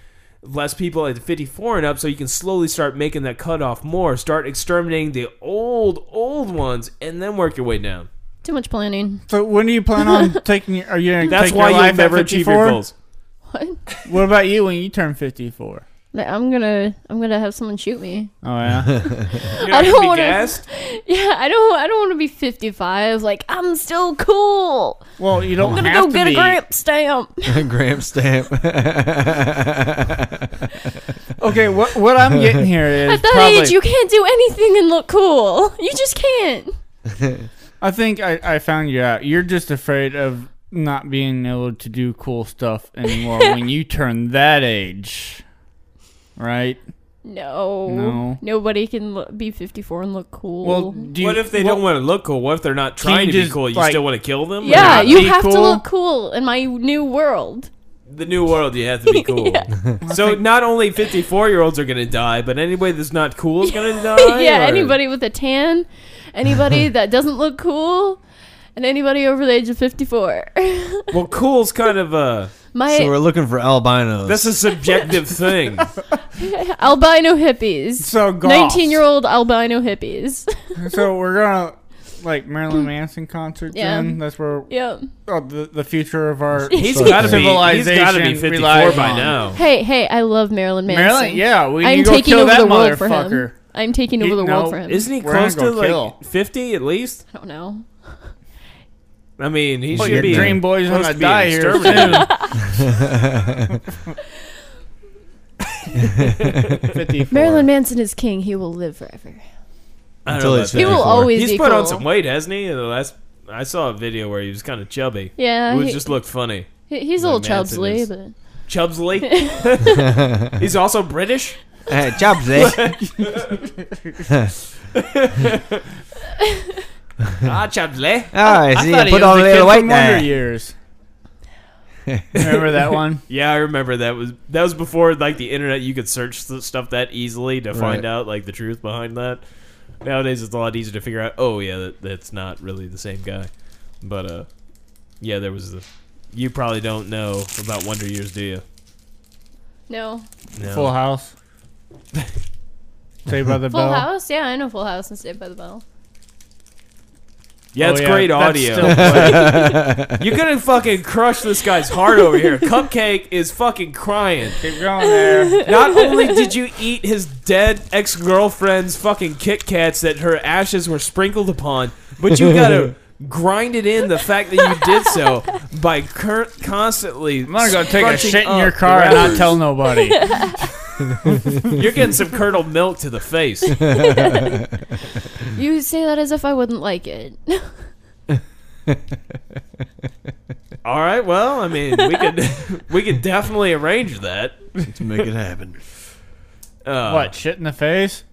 Speaker 4: less people at 54 and up so you can slowly start making that cutoff more, start exterminating the old old ones and then work your way down.
Speaker 7: Too much planning.
Speaker 6: So when do you plan on taking? your- Are you gonna
Speaker 4: That's
Speaker 6: take
Speaker 4: why
Speaker 6: your
Speaker 4: you'll
Speaker 6: life
Speaker 4: never
Speaker 6: at
Speaker 4: achieve your
Speaker 6: 54?
Speaker 4: goals.
Speaker 7: What?
Speaker 6: What about you when you turn 54?
Speaker 7: Like, I'm gonna, I'm gonna have someone shoot me.
Speaker 6: Oh yeah,
Speaker 4: You're
Speaker 7: I
Speaker 4: not gonna
Speaker 7: don't
Speaker 4: be
Speaker 7: wanna-
Speaker 4: gassed.
Speaker 7: Yeah, I don't, I don't want to be 55. Like I'm still cool.
Speaker 6: well you don't
Speaker 7: I'm gonna
Speaker 6: have
Speaker 7: go
Speaker 6: to
Speaker 7: get
Speaker 6: be.
Speaker 7: a gramp stamp.
Speaker 5: Gram stamp.
Speaker 6: Okay, what what I'm getting here is
Speaker 7: At that
Speaker 6: probably
Speaker 7: age, you can't do anything and look cool. You just can't.
Speaker 6: I think I, I found you out. You're just afraid of not being able to do cool stuff anymore when you turn that age. Right?
Speaker 7: No.
Speaker 6: No.
Speaker 7: Nobody can lo- be 54 and look cool.
Speaker 6: Well, do you,
Speaker 4: What if they
Speaker 6: well,
Speaker 4: don't want to look cool? What if they're not trying to
Speaker 6: you
Speaker 4: be
Speaker 6: just,
Speaker 4: cool? You
Speaker 6: like-
Speaker 4: still want to kill them?
Speaker 7: yeah,
Speaker 4: Or-
Speaker 7: you
Speaker 6: be
Speaker 7: have to
Speaker 6: cool?
Speaker 7: look cool in my new world.
Speaker 4: the new world. You have to be cool. So not only fifty-four-year-olds are going to die, but anybody that's not cool is going to die.
Speaker 7: yeah,
Speaker 4: or-
Speaker 7: anybody with a tan, anybody that doesn't look cool, and anybody over the age of 54.
Speaker 4: Well, cool's kind of a
Speaker 7: my
Speaker 5: So we're looking for albinos.
Speaker 4: that's a subjective thing.
Speaker 7: albino hippies.
Speaker 6: So goths.
Speaker 7: 19 year old albino hippies.
Speaker 6: So we're gonna like Marilyn Manson concerts.
Speaker 7: Hmm. Yeah.
Speaker 6: Yeah, that's where
Speaker 7: yeah.
Speaker 6: uh, the the future of our
Speaker 4: He's got to be. He's
Speaker 6: Civilization
Speaker 4: got to be fifty-four
Speaker 6: relies
Speaker 4: by
Speaker 6: on-
Speaker 4: now.
Speaker 7: Hey, hey, I love Marilyn Manson.
Speaker 6: Marilyn. Yeah, we
Speaker 7: I'm
Speaker 6: can go
Speaker 7: taking
Speaker 6: kill
Speaker 7: over
Speaker 6: that
Speaker 7: the world for
Speaker 6: motherfucker.
Speaker 7: him. I'm taking
Speaker 6: He-
Speaker 7: over the world
Speaker 6: no,
Speaker 7: for him.
Speaker 4: Isn't he
Speaker 6: We're gonna
Speaker 4: close to
Speaker 6: go
Speaker 4: like
Speaker 6: kill.
Speaker 4: fifty at least?
Speaker 7: I don't know.
Speaker 4: I mean, he
Speaker 6: Well,
Speaker 4: should
Speaker 6: your
Speaker 4: be.
Speaker 6: dream boy's
Speaker 4: close
Speaker 6: gonna
Speaker 4: to being
Speaker 6: die here
Speaker 4: exterminated.
Speaker 6: soon.
Speaker 7: Marilyn Manson is king. He will live forever.
Speaker 4: I don't
Speaker 5: Until
Speaker 4: know
Speaker 5: he's
Speaker 4: about
Speaker 7: He
Speaker 4: that.
Speaker 7: will always
Speaker 4: He's
Speaker 7: be
Speaker 4: put
Speaker 7: cool.
Speaker 4: on some weight, hasn't he? The last I saw a video where he was kind of chubby.
Speaker 7: Yeah,
Speaker 4: it was
Speaker 7: Uh, he-
Speaker 4: just looked funny.
Speaker 7: He- He's a little
Speaker 4: Manson
Speaker 7: chubsly,
Speaker 4: is-
Speaker 7: but
Speaker 4: Chubsley. he's also British.
Speaker 5: Hey, jobs, eh?
Speaker 4: Ah, Chubsley.
Speaker 5: All right,
Speaker 6: I
Speaker 5: see,
Speaker 6: thought
Speaker 5: you
Speaker 6: he
Speaker 5: put
Speaker 6: was
Speaker 5: on a
Speaker 6: the kid
Speaker 5: little weight
Speaker 6: from Wonder
Speaker 5: there.
Speaker 6: Years. Remember that one?
Speaker 4: Yeah, I remember that was that was before like the internet. You could search the stuff that easily to find
Speaker 5: Right.
Speaker 4: out like the truth behind that. Nowadays, it's a lot easier to figure out. Oh yeah, that, that's not really the same guy. But uh, yeah, there was the. You probably don't know about Wonder Years, do you?
Speaker 7: no.
Speaker 4: No.
Speaker 6: Full House. Saved by the
Speaker 7: Full
Speaker 6: Bell.
Speaker 7: House? Yeah, I know Full House and Saved by the Bell.
Speaker 4: Yeah,
Speaker 6: Oh,
Speaker 4: it's
Speaker 6: yeah,
Speaker 4: great
Speaker 6: that's
Speaker 4: audio.
Speaker 6: still-
Speaker 4: but You're gonna fucking crush this guy's heart over here. Cupcake is fucking crying.
Speaker 6: Keep going there.
Speaker 4: Not only did you eat his dead ex girlfriend's fucking Kit Kats that her ashes were sprinkled upon, but you gotta grind it in the fact that you did so by cur- constantly.
Speaker 6: I'm gonna go take a
Speaker 4: scrunching
Speaker 6: shit in
Speaker 4: up
Speaker 6: your
Speaker 4: the
Speaker 6: car and not
Speaker 4: wrappers.
Speaker 6: tell nobody.
Speaker 4: You're getting some curdled milk to the face.
Speaker 7: You say that as if I wouldn't like it.
Speaker 4: All right, well, I mean, we could we could definitely arrange that.
Speaker 5: To make it happen.
Speaker 4: Uh,
Speaker 6: what? Shit in the face?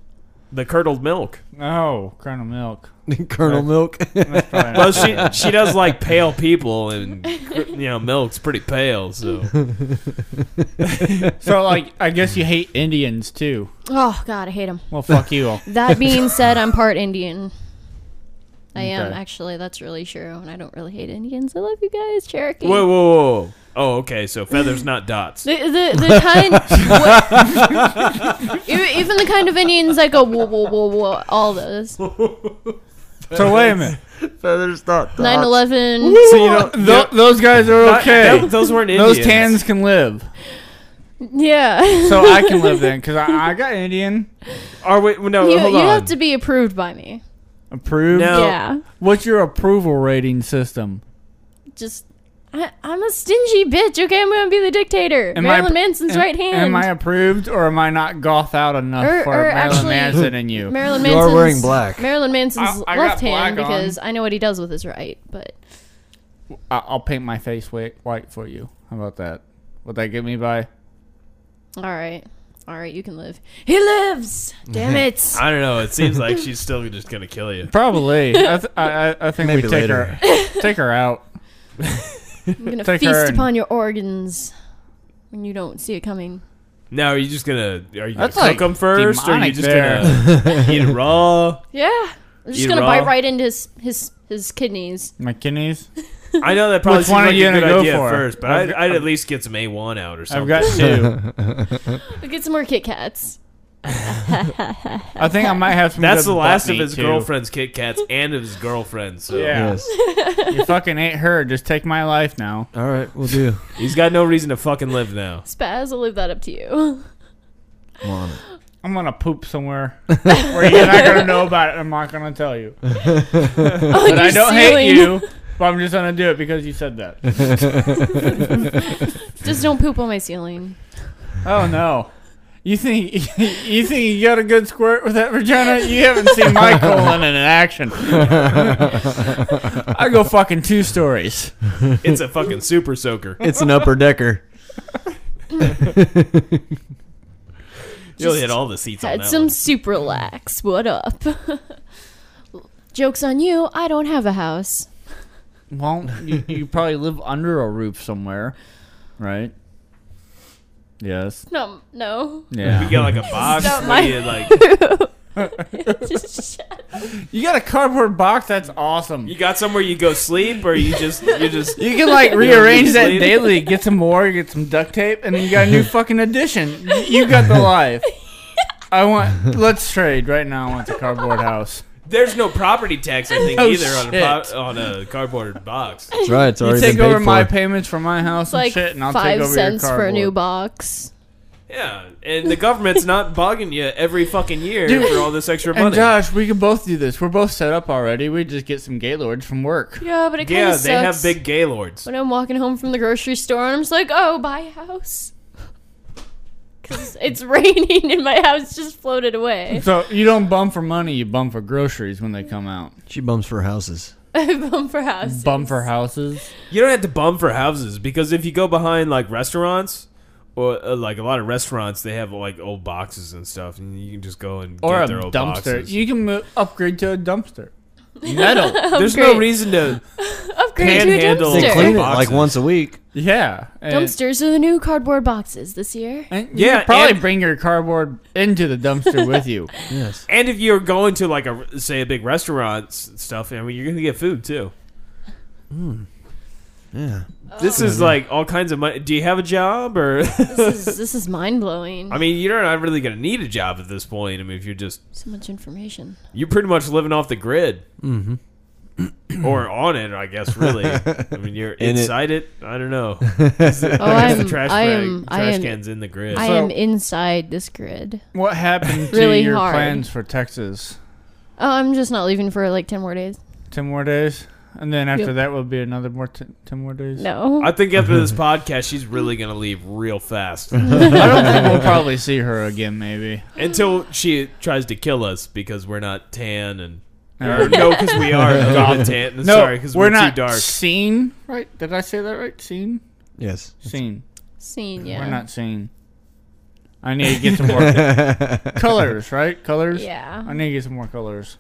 Speaker 4: the curdled milk?
Speaker 6: No, Colonel Milk.
Speaker 5: Colonel Milk.
Speaker 6: That's probably
Speaker 4: Well,
Speaker 6: not-
Speaker 4: she she does like pale people, and you know, milk's pretty pale. So
Speaker 6: so, like, I guess you hate Indians too.
Speaker 7: oh, God, I hate him.
Speaker 6: Well, fuck you.
Speaker 7: That being said, I'm part Indian. I am
Speaker 6: Okay.
Speaker 7: actually. That's really true, and I don't really hate Indians. I love you guys, Cherokee.
Speaker 4: whoa, whoa, whoa. Oh, okay. So feathers, not dots.
Speaker 7: The, the, the kind, what, E- even the kind of Indians that go whoa whoa whoa whoa, all those
Speaker 6: So wait a minute.
Speaker 5: Feathers not
Speaker 7: 9/11.
Speaker 6: So you know, th- those guys are
Speaker 4: Not-
Speaker 6: okay.
Speaker 4: that- those weren't Indians.
Speaker 6: those tans can live.
Speaker 7: Yeah,
Speaker 6: So I can live then because I, I got Indian
Speaker 4: Are we? No,
Speaker 7: you,
Speaker 4: hold
Speaker 7: you
Speaker 4: on.
Speaker 7: have to be approved by me.
Speaker 6: approved.
Speaker 4: No. Oh.
Speaker 7: Yeah,
Speaker 6: What's your approval rating system?
Speaker 7: just I, I'm a stingy bitch. Okay, I'm gonna be the dictator.
Speaker 6: Am I-
Speaker 7: Marilyn Manson's
Speaker 6: am-
Speaker 7: right hand.
Speaker 6: Am I approved or am I not goth out enough
Speaker 7: Or-
Speaker 6: for
Speaker 7: or
Speaker 6: Marilyn
Speaker 7: actually-
Speaker 6: Manson and you?
Speaker 7: Marilyn
Speaker 5: You
Speaker 7: Manson's
Speaker 5: are wearing black.
Speaker 7: Marilyn Manson's
Speaker 6: I- I got
Speaker 7: left hand
Speaker 6: black on.
Speaker 7: because I know what he does with his right. But
Speaker 6: I- I'll paint my face white, white for you. How about that? Would that get me by?
Speaker 7: all right, all right, you can live. He lives. Damn it.
Speaker 4: I don't know. It seems like she's still just gonna kill you.
Speaker 6: Probably. I, th- I, I- I think
Speaker 5: Maybe
Speaker 6: we take
Speaker 5: later.
Speaker 6: her take her out.
Speaker 7: I'm gonna
Speaker 6: Take her
Speaker 7: feast
Speaker 6: and-
Speaker 7: upon your organs when you don't see it coming.
Speaker 4: Now, are you just gonna are you gonna
Speaker 6: That's
Speaker 4: cook
Speaker 6: like
Speaker 4: them first, or are you
Speaker 6: demonic
Speaker 4: just gonna eat it raw?
Speaker 7: Yeah, I'm just
Speaker 4: You
Speaker 7: gonna
Speaker 4: raw?
Speaker 7: bite right into his his his kidneys.
Speaker 6: My kidneys.
Speaker 4: I know that probably
Speaker 6: Which
Speaker 4: seems
Speaker 6: one are
Speaker 4: like
Speaker 6: you
Speaker 4: a good
Speaker 6: gonna go
Speaker 4: idea
Speaker 6: for?
Speaker 4: at first, but
Speaker 6: I've-
Speaker 4: I'd, I'd at least get some A one out or something.
Speaker 6: I've got two.
Speaker 7: We'll get some more Kit Kats.
Speaker 6: I think I might have some.
Speaker 4: That's
Speaker 6: good
Speaker 4: the
Speaker 6: butt
Speaker 4: last of
Speaker 6: meat,
Speaker 4: his
Speaker 6: too.
Speaker 4: girlfriend's Kit Kats and of his girlfriend. So
Speaker 6: Yeah.
Speaker 5: Yes.
Speaker 6: You fucking ate her. Just take my life now.
Speaker 5: All right, we'll do.
Speaker 4: he's got no reason to fucking live now.
Speaker 7: Spaz, I'll leave that up to you.
Speaker 5: I'm on it.
Speaker 6: I'm gonna poop somewhere where you're not gonna know about it. I'm not gonna tell you. But
Speaker 7: but
Speaker 6: I don't hate you. But I'm just gonna do it because you said that.
Speaker 7: Just don't poop on my ceiling.
Speaker 6: Oh no. You think you think you got a good squirt with that vagina? You haven't seen my colon in action. I go fucking two stories.
Speaker 4: It's a fucking super soaker.
Speaker 5: It's an upper decker.
Speaker 4: You'll hit all the seats on
Speaker 7: Had
Speaker 4: that
Speaker 7: some
Speaker 4: one.
Speaker 7: super lax. What up? Joke's on you. I don't have a house.
Speaker 6: Well, you, you probably live under a roof somewhere, right? Yes.
Speaker 7: No, no.
Speaker 6: Yeah.
Speaker 4: You got like a box.
Speaker 7: Stop
Speaker 4: where
Speaker 7: my-
Speaker 4: you, like
Speaker 7: Just shut up.
Speaker 6: You got a cardboard box. That's awesome.
Speaker 4: you got somewhere you go sleep, or you just you just
Speaker 6: You can like rearrange that
Speaker 4: Sleep.
Speaker 6: daily, get some more, get some duct tape, and then you got a new fucking addition. Y- You got the life. I want. Let's trade right now. I want the cardboard house.
Speaker 4: there's no property tax I think
Speaker 6: Oh,
Speaker 4: either on a
Speaker 6: shit.
Speaker 4: po- on a cardboard box.
Speaker 5: That's right. It's
Speaker 6: You
Speaker 5: already
Speaker 6: take
Speaker 5: been paid
Speaker 6: over my
Speaker 5: for.
Speaker 6: payments for my house
Speaker 7: It's
Speaker 6: and
Speaker 7: like
Speaker 6: shit, and I'll take
Speaker 7: five
Speaker 6: over
Speaker 7: cents
Speaker 6: your
Speaker 7: for a new
Speaker 6: cardboard.
Speaker 7: box.
Speaker 4: Yeah, and the government's not bugging you every fucking year
Speaker 6: Dude,
Speaker 4: for all this extra
Speaker 6: And
Speaker 4: money.
Speaker 6: Josh, we can both do this. We're both set up already. We just get some Gaylords from work.
Speaker 7: Yeah, but it kind of
Speaker 4: yeah,
Speaker 7: sucks.
Speaker 4: they have big gaylords.
Speaker 7: When I'm walking home from the grocery store, and I'm just like, oh, buy a house. Because it's raining and my house just floated away.
Speaker 6: So you don't bum for money. You bum for groceries when they come out.
Speaker 5: She bums for houses.
Speaker 7: I bum for house.
Speaker 6: Bum for houses.
Speaker 4: You don't have to bum for houses because if you go behind like restaurants or uh, like a lot of restaurants, they have like old boxes and stuff, and you can just go and
Speaker 6: Or
Speaker 4: get
Speaker 6: a
Speaker 4: their old
Speaker 6: dumpster.
Speaker 4: boxes.
Speaker 6: You Oh, can mo- upgrade to a dumpster. Metal.
Speaker 4: There's no
Speaker 7: Upgrade-
Speaker 4: reason to.
Speaker 7: upgrade to a
Speaker 4: panhandle.
Speaker 5: They
Speaker 4: Sure.
Speaker 5: clean
Speaker 7: dumpster.
Speaker 5: it
Speaker 4: Boxes.
Speaker 5: like once a week.
Speaker 6: yeah. And-
Speaker 7: Dumpsters are the new cardboard boxes this year.
Speaker 6: And you
Speaker 4: Yeah,
Speaker 6: could probably
Speaker 4: and-
Speaker 6: bring your cardboard into the dumpster with you.
Speaker 5: Yes.
Speaker 4: And if you're going to like a say a big restaurant s- stuff, I mean you're gonna get food too.
Speaker 5: Yeah.
Speaker 4: This
Speaker 6: Mm-hmm.
Speaker 4: is like all kinds of money. Do you have a job or?
Speaker 7: This is, this is mind blowing.
Speaker 4: I mean, you're not really gonna need a job at this point. I mean, if you're just
Speaker 7: So much information.
Speaker 4: you're pretty much living off the grid. Mm-hmm. or on it, I guess. Really, I mean, you're
Speaker 5: In it.
Speaker 4: inside it. I don't know.
Speaker 7: Oh, I'm,
Speaker 4: trash
Speaker 7: I
Speaker 4: bag-
Speaker 7: am, I
Speaker 4: trash
Speaker 7: am,
Speaker 4: cans in the grid.
Speaker 7: I
Speaker 6: So-
Speaker 7: am inside this grid.
Speaker 6: What happened to
Speaker 7: Really
Speaker 6: your
Speaker 7: hard.
Speaker 6: plans for Texas?
Speaker 7: Oh, I'm just not leaving for like 10 more days.
Speaker 6: Ten more days, and then after
Speaker 7: Yep.
Speaker 6: that will be another more ten, ten more days.
Speaker 7: No.
Speaker 4: I think after this podcast, she's really gonna leave real fast
Speaker 6: I don't think we'll probably see her again. Maybe
Speaker 4: until she tries to kill us because we're not tan and or, no, because we are not tan.
Speaker 6: no,
Speaker 4: Sorry, because
Speaker 6: we're,
Speaker 4: we're,
Speaker 6: not
Speaker 4: too dark.
Speaker 6: seen. Right? Did I say that right? Seen,
Speaker 5: Yes.
Speaker 6: seen.
Speaker 7: Scene, yeah.
Speaker 6: We're not seen. I need to get some more colors. Right? Colors. I
Speaker 7: Yeah.
Speaker 6: need to get some more colors.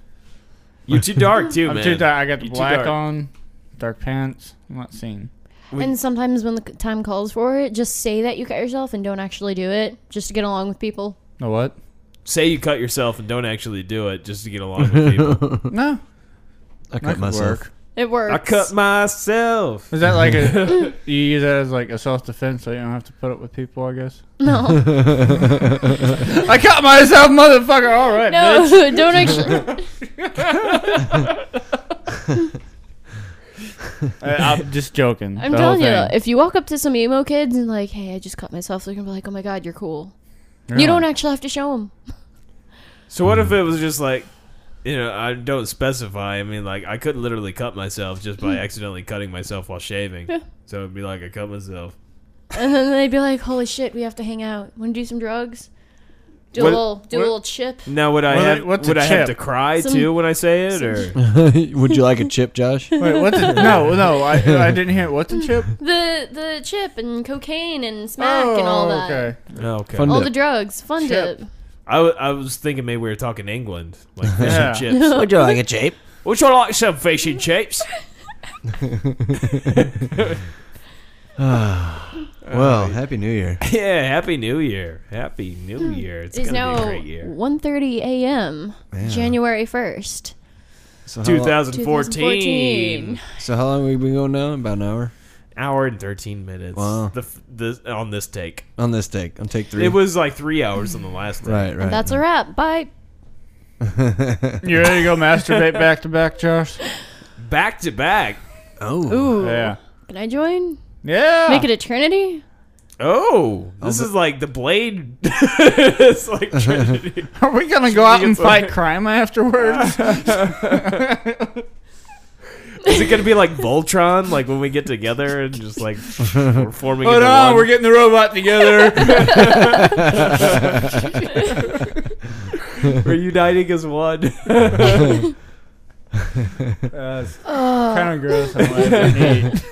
Speaker 4: You're too dark too,
Speaker 6: I'm
Speaker 4: man.
Speaker 6: too dark. I got the
Speaker 4: You're too
Speaker 6: black
Speaker 4: dark.
Speaker 6: on, dark pants. I'm not seen.
Speaker 7: And sometimes when the c- time calls for it, just say that you cut yourself and don't actually do it just to get along with people.
Speaker 6: The what?
Speaker 4: Say you cut yourself and don't actually do it just to get along with people.
Speaker 6: No,
Speaker 5: I
Speaker 6: that
Speaker 5: cut
Speaker 6: could
Speaker 5: myself.
Speaker 6: work.
Speaker 7: It works.
Speaker 4: I cut myself.
Speaker 6: Is that like a you use that as like a self defense so you don't have to put up with people, I guess?
Speaker 7: No.
Speaker 6: I cut myself, motherfucker, alright.
Speaker 7: No, don't actually.
Speaker 6: I'm just joking.
Speaker 7: I'm
Speaker 6: the whole
Speaker 7: telling you,
Speaker 6: thing.
Speaker 7: if you walk up to some emo kids and like, hey, I just cut myself, they're going to be like, oh my god, you're cool. You don't actually have to show them.
Speaker 4: So what
Speaker 6: Mm-hmm.
Speaker 4: if it was just like, you know, I don't specify. I mean, like I could literally cut myself just
Speaker 6: Mm.
Speaker 4: by accidentally cutting myself while shaving. So it'd be like I cut myself.
Speaker 7: And then they'd be like, holy shit, we have to hang out. Want to do some drugs? Do
Speaker 4: What-
Speaker 7: a little, do
Speaker 6: what-
Speaker 7: a little chip.
Speaker 4: Now would I
Speaker 6: Well,
Speaker 4: have?
Speaker 6: what's a
Speaker 4: would I have to
Speaker 6: chip?
Speaker 4: cry
Speaker 7: Some-
Speaker 4: too when I say it? Or
Speaker 5: Would you like a chip, Josh?
Speaker 6: Wait, what's a, no, no, I, I didn't hear what's a chip?
Speaker 7: The the chip and cocaine and smack and all that.
Speaker 6: Oh, okay.
Speaker 4: no, Oh, okay.
Speaker 5: Fun-
Speaker 7: All
Speaker 5: Dip.
Speaker 7: the drugs, fun
Speaker 6: Chip.
Speaker 7: dip.
Speaker 4: I, w- I was thinking maybe we were talking England, like fish
Speaker 6: Yeah.
Speaker 4: and chips.
Speaker 5: Would you like a chip?
Speaker 4: Would you like some fish and chips?
Speaker 5: Well, happy New Year.
Speaker 4: yeah. Happy New Year. Happy New
Speaker 6: Hmm.
Speaker 4: Year. It's
Speaker 7: It is
Speaker 4: gonna
Speaker 7: now
Speaker 4: be a great year.
Speaker 7: 1:30 a.m. January 1st,
Speaker 5: So how, long,
Speaker 4: 2014.
Speaker 7: 2014.
Speaker 5: so how long have we been going now? About an hour
Speaker 4: hour and 13 minutes
Speaker 5: Wow.
Speaker 4: the, f- the, on this take
Speaker 5: on this take. On take three.
Speaker 4: it was like three hours on the last take
Speaker 5: right, right.
Speaker 7: That's a wrap. Bye.
Speaker 6: You ready to go masturbate back to back, Josh?
Speaker 4: back to back
Speaker 5: oh,
Speaker 7: Ooh.
Speaker 6: Yeah.
Speaker 7: Can I join?
Speaker 6: Yeah.
Speaker 4: Ah.
Speaker 7: Make it eternity?
Speaker 4: oh this is like the blade it's like Trinity.
Speaker 6: Are we gonna go out
Speaker 4: Should we
Speaker 6: and
Speaker 4: get
Speaker 6: fight crime afterwards?
Speaker 4: is it gonna be like Voltron? Like when we get together and just like we're forming.
Speaker 6: Hold
Speaker 4: into
Speaker 6: on,
Speaker 4: one?
Speaker 6: Oh, we're getting the robot together.
Speaker 4: we're uniting as one.
Speaker 6: kind of gross. I'm like, I need-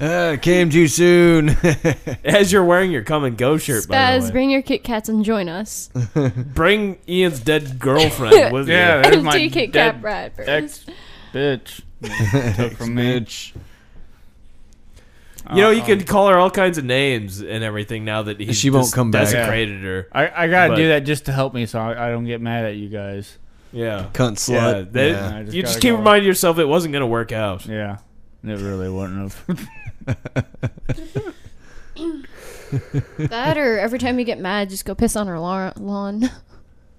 Speaker 5: Uh, came too soon.
Speaker 4: As you're wearing your come and go shirt, by the
Speaker 7: Spaz,
Speaker 4: way.
Speaker 7: bring your Kit Kats and join us.
Speaker 4: Bring Ian's dead girlfriend with
Speaker 6: yeah,
Speaker 4: you.
Speaker 6: there's my
Speaker 7: Empty Kit Kat
Speaker 6: dead
Speaker 7: Brad first.
Speaker 6: ex bitch. Took from me.
Speaker 5: Mitch.
Speaker 4: You know, you
Speaker 6: Uh,
Speaker 4: can call her all kinds of names and everything now that he's
Speaker 5: She won't
Speaker 4: just
Speaker 5: come back.
Speaker 4: desecrated her.
Speaker 6: I, I gotta
Speaker 4: But-
Speaker 6: do that just to help me, so I, I don't get mad at you guys.
Speaker 4: Yeah.
Speaker 5: Cunt
Speaker 4: Yeah,
Speaker 5: slut.
Speaker 4: they-
Speaker 5: Yeah.
Speaker 6: I just
Speaker 4: you just
Speaker 6: gotta
Speaker 4: keep
Speaker 6: go.
Speaker 4: reminding yourself it wasn't going to work out.
Speaker 6: Yeah, it really wouldn't have.
Speaker 7: That or every time you get mad, just go piss on her lawn. lawn.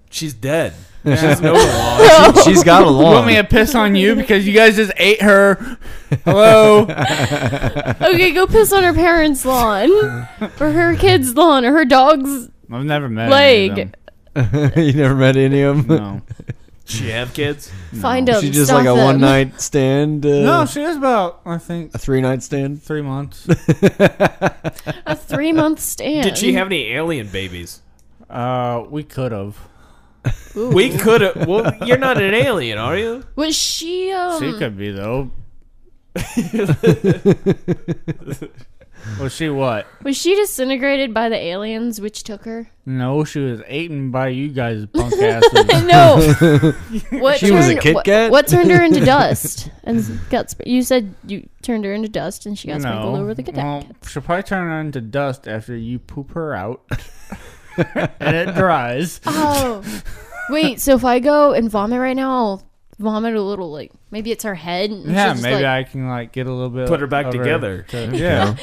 Speaker 4: She's dead. She doesn't know her law.
Speaker 5: She's got a
Speaker 6: you want
Speaker 5: lawn.
Speaker 6: me to piss on you because you guys just ate her? Hello.
Speaker 7: okay, go piss on her parents' lawn or her kid's lawn or her dog's
Speaker 6: I've never met any of
Speaker 7: leg.
Speaker 6: them.
Speaker 5: you never met any of them.
Speaker 6: No.
Speaker 4: Does she have kids?
Speaker 7: Find them.
Speaker 5: She just
Speaker 7: stop
Speaker 5: like a
Speaker 7: them.
Speaker 5: one night stand. Uh,
Speaker 6: No, she was about I think
Speaker 5: a three night stand.
Speaker 6: three months.
Speaker 7: a three month stand.
Speaker 4: Did she have any alien babies?
Speaker 6: Uh, we could have.
Speaker 4: We could have. Well, you're not an alien, are you?
Speaker 7: Was she? Um,
Speaker 6: She could be though. Was she what?
Speaker 7: was she disintegrated by the aliens, which took her?
Speaker 6: No, she was eaten by you guys, punk asses.
Speaker 7: No. what
Speaker 5: She was a
Speaker 7: turned-
Speaker 5: Kit
Speaker 7: what-
Speaker 5: Kat?
Speaker 7: What turned her into dust? And got sp- you said you turned her into dust, and she got sprinkled over
Speaker 6: no.
Speaker 7: the Kit Kat.
Speaker 6: Well, she'll probably turn her into dust after you poop her out, and it dries.
Speaker 7: Oh. Wait, so if I go and vomit right now, I'll vomit a little, like, maybe it's her head. And
Speaker 6: Yeah,
Speaker 7: she's just,
Speaker 6: maybe
Speaker 7: like,
Speaker 6: I can like get a little bit.
Speaker 4: Put her back
Speaker 6: of
Speaker 4: together.
Speaker 6: to- yeah.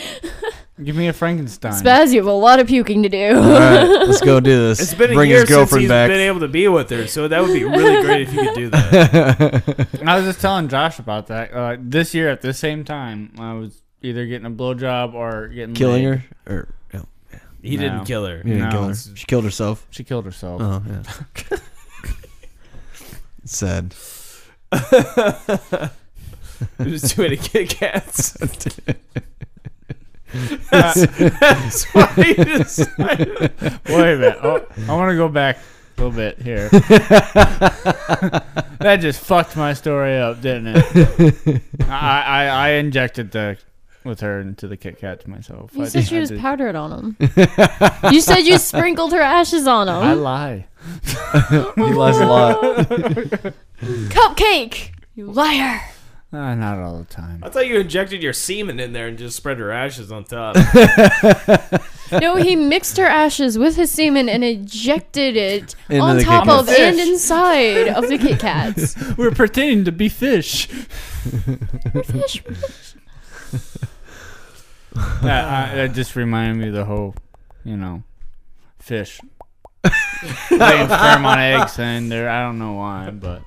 Speaker 6: Give me a Frankenstein.
Speaker 7: Spaz, you have a lot of puking to
Speaker 5: All
Speaker 7: do.
Speaker 5: right, let's go do this.
Speaker 4: It's been a
Speaker 5: Bring
Speaker 4: year
Speaker 5: his
Speaker 4: since
Speaker 5: girlfriend
Speaker 4: he's
Speaker 5: back.
Speaker 4: been able to be with her, so that would be really great if you could do that.
Speaker 6: I was just telling Josh about that. Uh, this year at the same time, I was either getting a blowjob or getting
Speaker 5: Killing
Speaker 6: laid.
Speaker 5: her or no,
Speaker 4: He
Speaker 6: No.
Speaker 4: didn't kill her.
Speaker 5: you
Speaker 6: No.
Speaker 5: didn't kill her. She killed herself.
Speaker 6: She killed herself.
Speaker 5: Oh yeah. It's Sad.
Speaker 4: He was doing a Kit Kats. That's why he decided-
Speaker 6: Wait a minute. Oh, I want to go back a little bit here. that just fucked my story up, didn't it? I, I, I injected the with her into the Kit Kat myself.
Speaker 7: you
Speaker 6: I,
Speaker 7: said
Speaker 6: I
Speaker 7: she was
Speaker 6: did-
Speaker 7: powdered on him. you said you sprinkled her ashes on
Speaker 6: I
Speaker 7: him.
Speaker 6: lie.
Speaker 5: He lies a lot.
Speaker 7: Cupcake! You liar!
Speaker 6: Uh, not all the time.
Speaker 4: I thought you injected your semen in there and just spread her ashes on top.
Speaker 7: No, he mixed her ashes with his semen and ejected it
Speaker 5: Into
Speaker 7: on
Speaker 5: the
Speaker 7: top
Speaker 5: Kit
Speaker 7: of
Speaker 5: Kats.
Speaker 7: and inside of the Kit Kats.
Speaker 6: We're pretending to be fish.
Speaker 7: Fish.
Speaker 6: that, I, that just reminded me of the whole, you know, fish. Laying sperm on eggs and there. I don't know why, but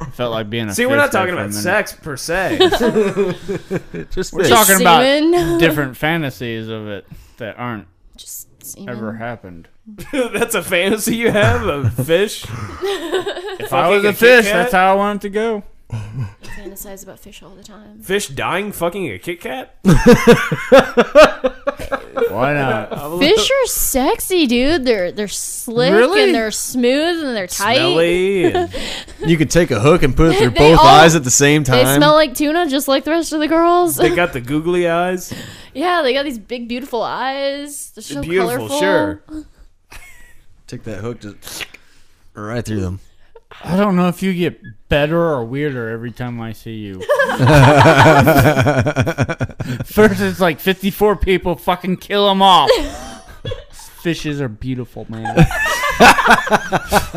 Speaker 6: I felt like being a
Speaker 4: See, we're not
Speaker 6: fish there
Speaker 4: talking
Speaker 6: for a
Speaker 4: about
Speaker 6: minute.
Speaker 4: sex per se.
Speaker 5: Just
Speaker 6: We're
Speaker 5: this.
Speaker 6: talking about
Speaker 7: Semen.
Speaker 6: different fantasies of it that aren't
Speaker 7: Just semen.
Speaker 4: Mm.
Speaker 6: ever happened.
Speaker 4: That's a fantasy you have of fish.
Speaker 6: If I was a fish, that's how I wanted to go.
Speaker 7: fantasize about fish all the time.
Speaker 4: Fish dying fucking a Kit Kat?
Speaker 6: Why not?
Speaker 7: Fish are sexy, dude. They're they're slick
Speaker 4: Really?
Speaker 7: and they're smooth and they're tight.
Speaker 4: Smelly. and-
Speaker 5: You could take a hook and put it through
Speaker 7: They
Speaker 5: both
Speaker 7: all-
Speaker 5: eyes at the same
Speaker 7: They
Speaker 5: time.
Speaker 7: smell like tuna, just like the rest of the girls.
Speaker 4: They got the googly eyes.
Speaker 7: yeah, they got these big, beautiful eyes. They're so
Speaker 4: Beautiful,
Speaker 7: colorful.
Speaker 4: sure.
Speaker 5: Take that hook just right through them.
Speaker 6: I don't know if you get better or weirder every time I see you. First, it's like 54 people, fucking kill them all. Fishes are beautiful, man.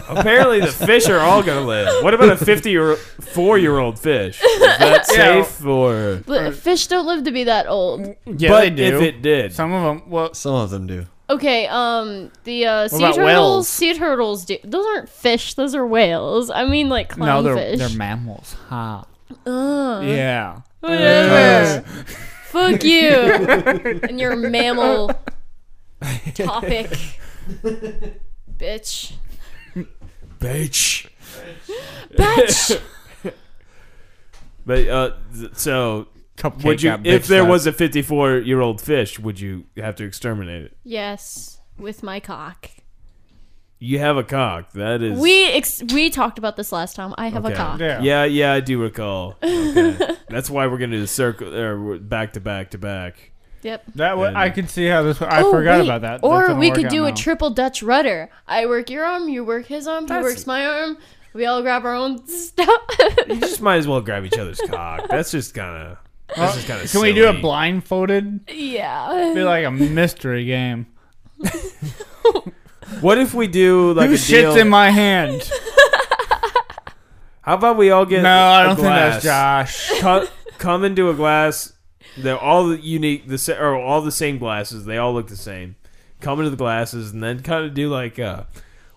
Speaker 4: Apparently, the fish are all gonna live. What about a fifty-four-year-old fish? Is that
Speaker 6: Yeah.
Speaker 4: safe or?
Speaker 7: But fish don't live to be that old.
Speaker 6: Yeah,
Speaker 4: but
Speaker 6: they do.
Speaker 4: if it did,
Speaker 6: Some of them, well,
Speaker 5: Some of them do.
Speaker 7: Okay, um, the uh, sea
Speaker 6: about
Speaker 7: turtles.
Speaker 6: whales?
Speaker 7: Sea turtles. Do- those aren't fish. Those are whales. I mean, like
Speaker 6: no, they're
Speaker 7: clownfish.
Speaker 6: they're mammals. Ha.
Speaker 7: Ugh.
Speaker 6: Yeah.
Speaker 7: Whatever. Fuck you and your mammal topic, bitch.
Speaker 4: bitch.
Speaker 7: Bitch.
Speaker 4: But uh, th- so
Speaker 6: Cupcake
Speaker 4: would you?
Speaker 6: got
Speaker 4: If
Speaker 6: bitched
Speaker 4: there
Speaker 6: up.
Speaker 4: was a 54 year old fish, would you have to exterminate it?
Speaker 7: Yes, with my cock.
Speaker 4: You have a cock. That is.
Speaker 7: We ex- we talked about this last time. I have
Speaker 4: Okay.
Speaker 7: a cock.
Speaker 6: Yeah.
Speaker 4: Yeah, yeah, I do recall. Okay. That's why we're gonna do circle or we're back to back to back.
Speaker 7: Yep.
Speaker 8: That would, I can see how this. I
Speaker 7: Oh,
Speaker 8: forgot
Speaker 7: wait.
Speaker 8: about that. That
Speaker 7: Or
Speaker 8: doesn't
Speaker 7: we
Speaker 8: work
Speaker 7: could
Speaker 8: out
Speaker 7: do a
Speaker 8: now.
Speaker 7: triple Dutch rudder. I work your arm, you work his arm, he works my arm. We all grab our own stuff.
Speaker 4: You just might as well grab each other's cock. That's just kind of. That's just kind of.
Speaker 6: Can we do a blindfolded?
Speaker 7: yeah.
Speaker 6: Be like a mystery game.
Speaker 4: What if we do like
Speaker 6: Who
Speaker 4: a deal?
Speaker 6: shits in my hand?
Speaker 4: How about we all get?
Speaker 6: No,
Speaker 4: I
Speaker 6: I don't think that's Josh.
Speaker 4: come, come into a glass. They're all the unique, the sa- or all the same glasses. They all look the same. Come into the glasses and then kind of do like uh,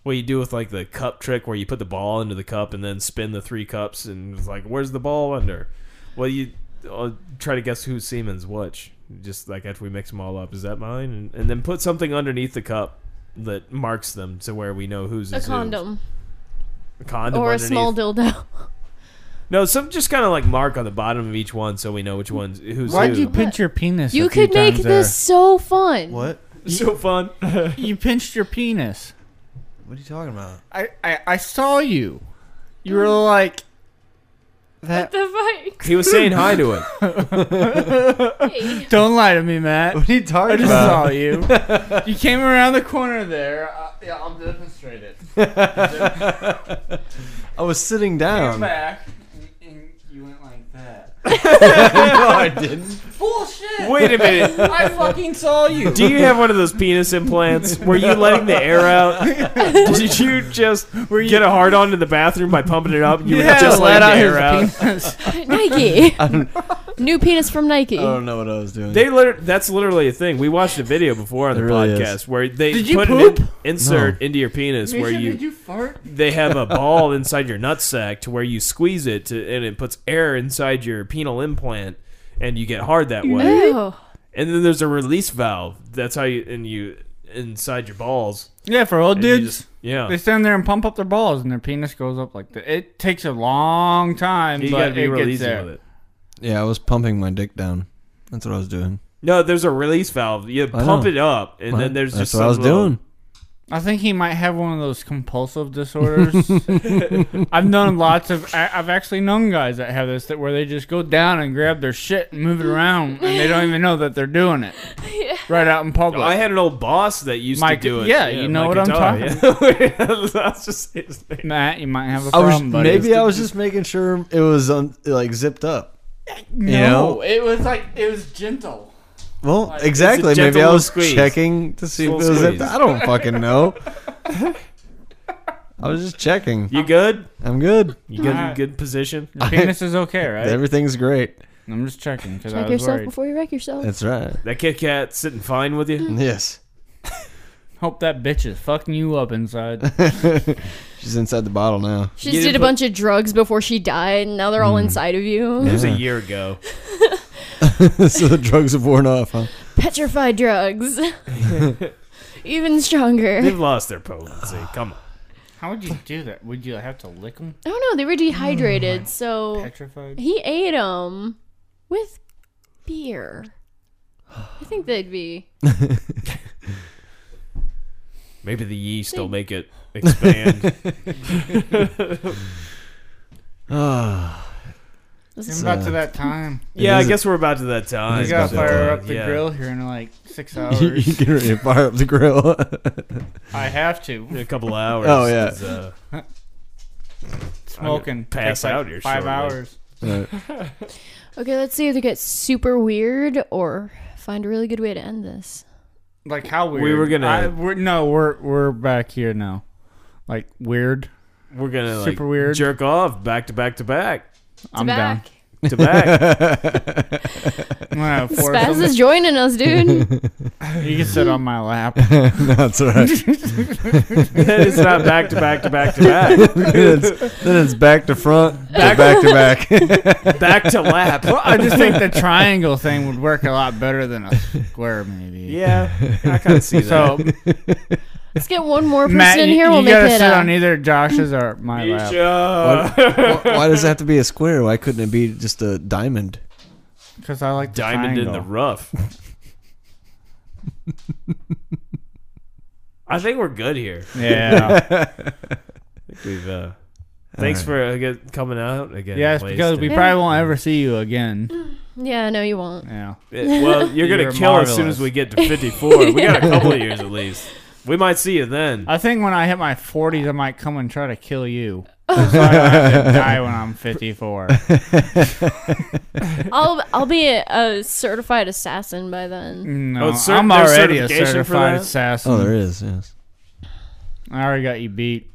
Speaker 4: what you do with like the cup trick, where you put the ball into the cup and then spin the three cups, and it's like, where's the ball under? Well, you uh, try to guess who's Siemens which. Just like after we mix them all up, is that mine? And, and then put something underneath the cup that marks them to where we know who's
Speaker 7: A condom.
Speaker 4: a condom,
Speaker 7: Or a
Speaker 4: underneath.
Speaker 7: small dildo.
Speaker 4: No, some just kind of like mark on the bottom of each one, so we know which ones who's
Speaker 6: Why'd
Speaker 4: who.
Speaker 6: you pinch your penis? a
Speaker 7: You
Speaker 6: few
Speaker 7: could make
Speaker 6: times there?
Speaker 7: this so fun.
Speaker 5: What?
Speaker 4: so fun.
Speaker 6: You pinched your penis.
Speaker 5: What are you talking about?
Speaker 6: I, I, I saw you. You were like
Speaker 7: What the fuck?
Speaker 4: he was saying hi to it.
Speaker 7: Hey,
Speaker 6: Don't lie to me, Matt.
Speaker 5: What are you talking
Speaker 6: I just
Speaker 5: about?
Speaker 6: saw you. you came around the corner there. I, yeah, I'll demonstrate it.
Speaker 5: I was sitting down.
Speaker 6: Came back, and you went like that.
Speaker 5: No, I didn't.
Speaker 6: Bullshit!
Speaker 4: Wait a minute.
Speaker 6: I fucking saw you.
Speaker 4: Do you have one of those penis implants? Were you letting the air out? Did you just get a hard on in the bathroom by pumping it up? and You were just letting the air out.
Speaker 6: penis.
Speaker 7: Nike. New penis from Nike.
Speaker 5: I don't know what I was doing.
Speaker 4: They liter- that's literally a thing. We watched a video before on the
Speaker 5: It really
Speaker 4: podcast where they
Speaker 6: Did you
Speaker 4: put
Speaker 6: poop?
Speaker 4: an in- insert into your penis where
Speaker 6: Misha,
Speaker 4: you
Speaker 6: Did you fart?
Speaker 4: they have a ball inside your nutsack to where you squeeze it to, and it puts air inside your penile implant and you get hard that way.
Speaker 7: Ew.
Speaker 4: And then there's a release valve. That's how you and you inside your balls.
Speaker 6: Yeah, for old
Speaker 4: and you
Speaker 6: dudes.
Speaker 4: just- oh. yeah.
Speaker 6: They stand there and pump up their balls, and their penis goes up like that. It takes a long time,
Speaker 4: You
Speaker 6: but
Speaker 4: gotta be
Speaker 6: it
Speaker 4: real
Speaker 6: gets
Speaker 4: easy
Speaker 6: there.
Speaker 4: with it.
Speaker 5: yeah, I was pumping my dick down. That's what I was doing.
Speaker 4: No, there's a release valve. You
Speaker 5: I
Speaker 4: pump
Speaker 5: know.
Speaker 4: it up, and
Speaker 5: Well,
Speaker 4: then there's
Speaker 5: that's
Speaker 4: just
Speaker 5: what I was
Speaker 4: some little-
Speaker 5: doing.
Speaker 6: I think he might have one of those compulsive disorders. I've known lots of. I, I've actually known guys that have this that where they just go down and grab their shit and move it around, and they don't even know that they're doing it right out in public.
Speaker 4: I had an old boss that used
Speaker 6: Mike-
Speaker 4: to do it.
Speaker 6: yeah, you know what I'm
Speaker 4: talking. I was just saying his name.
Speaker 6: Matt, you might have a
Speaker 5: I was
Speaker 6: problem. buddy.
Speaker 5: maybe I was just making sure it was un, like zipped up.
Speaker 6: no,
Speaker 5: know?
Speaker 6: it was like it was gentle.
Speaker 5: Well,
Speaker 6: it's a
Speaker 5: exactly. Maybe
Speaker 4: gentle
Speaker 5: I
Speaker 4: little
Speaker 5: was
Speaker 4: squeeze.
Speaker 5: checking to see if it
Speaker 4: Little
Speaker 5: was zipped.
Speaker 4: squeeze.
Speaker 5: up. I don't fucking know. I was just checking.
Speaker 4: You good?
Speaker 5: I'm good.
Speaker 4: You good?
Speaker 6: Alright.
Speaker 4: Good position.
Speaker 6: Your penis is okay, right?
Speaker 5: Everything's great.
Speaker 6: I'm just checking because I
Speaker 7: Check
Speaker 6: was
Speaker 7: yourself
Speaker 6: worried.
Speaker 7: before you wreck yourself.
Speaker 5: That's right.
Speaker 4: That Kit Kat sitting fine with you?
Speaker 5: Yes.
Speaker 6: Hope that bitch is fucking you up inside.
Speaker 5: She's inside the bottle now.
Speaker 7: she
Speaker 4: You
Speaker 7: just
Speaker 4: didn't
Speaker 7: did a
Speaker 4: put-
Speaker 7: bunch of drugs before she died, and now they're all inside of you.
Speaker 4: It was a year ago.
Speaker 5: so the drugs have worn off, huh?
Speaker 7: Petrified drugs. Even stronger.
Speaker 4: They've lost their potency. Come on.
Speaker 6: How would you do that? Would you have to lick him?
Speaker 7: I don't know. They were dehydrated, so
Speaker 6: Petrified.
Speaker 7: he ate them with beer. I think they'd be.
Speaker 4: Maybe the yeast will make it expand. Oh,
Speaker 6: I'm about
Speaker 5: uh,
Speaker 6: to that time.
Speaker 4: yeah, I
Speaker 5: is-
Speaker 4: guess we're about to that time.
Speaker 6: You gotta
Speaker 5: about that
Speaker 6: fire
Speaker 5: time.
Speaker 6: up the
Speaker 4: Yeah.
Speaker 6: grill here in like six
Speaker 5: you, you
Speaker 6: hours.
Speaker 5: get ready to fire up the grill.
Speaker 6: I have to.
Speaker 4: In a couple hours.
Speaker 5: Oh, yeah.
Speaker 4: is, uh,
Speaker 6: Smoking.
Speaker 4: pass
Speaker 6: Takes, like,
Speaker 4: out here
Speaker 6: Five
Speaker 4: shortly.
Speaker 6: hours.
Speaker 5: Right.
Speaker 7: Okay, let's see if they get super weird or find a really good way to end this.
Speaker 6: Like how weird.
Speaker 4: We were gonna-
Speaker 6: I, we're, no, we're we're back here now. Like weird.
Speaker 4: we're gonna like,
Speaker 6: Super weird.
Speaker 4: jerk off back to back to back
Speaker 6: I'm down.
Speaker 7: Back.
Speaker 4: to back.
Speaker 6: I'm gonna have four of
Speaker 7: Spaz
Speaker 6: them.
Speaker 7: is joining us, dude.
Speaker 6: You can sit on my lap.
Speaker 5: No, that's all right.
Speaker 4: it's not back to back to back to back.
Speaker 5: then, it's, then it's back to front, back, back to back.
Speaker 4: Back to lap.
Speaker 6: I just think the triangle thing would work a lot better than a square, maybe.
Speaker 4: yeah, I kind of see that.
Speaker 6: So
Speaker 7: Let's get one more person
Speaker 6: Matt,
Speaker 7: in
Speaker 6: you-
Speaker 7: here.
Speaker 6: you,
Speaker 7: We'll make
Speaker 6: gotta
Speaker 7: it
Speaker 6: sit
Speaker 7: up.
Speaker 6: on either Josh's or my lap.
Speaker 4: Misha.
Speaker 5: Why, why does it have to be a square? Why couldn't it be just a diamond?
Speaker 6: Because I like the
Speaker 4: Diamond in the
Speaker 6: triangle.
Speaker 4: rough. I think we're good here.
Speaker 6: Yeah.
Speaker 4: We've uh, thanks for uh, get- coming out again.
Speaker 6: yes,
Speaker 4: Blaze,
Speaker 6: because we
Speaker 4: and-
Speaker 6: probably won't ever see you again.
Speaker 7: Yeah, no, you won't.
Speaker 6: Yeah.
Speaker 4: Uh, well you're gonna
Speaker 6: You're
Speaker 4: kill as soon as
Speaker 6: marvelous.
Speaker 4: we get to 54. We got a couple of years at least. We might see you then.
Speaker 6: I think when I hit my 40s, I might come and try to kill you. That's why I have to die when I'm 54.
Speaker 4: Oh,
Speaker 7: I'll I'll be a, a certified assassin by then.
Speaker 6: No,
Speaker 4: Oh, it's cer-
Speaker 6: I'm
Speaker 4: there's
Speaker 6: already a
Speaker 4: certification for
Speaker 6: certified
Speaker 4: that?
Speaker 6: assassin.
Speaker 4: Hmm.
Speaker 5: Oh, there is. Yes.
Speaker 6: I already got you beat.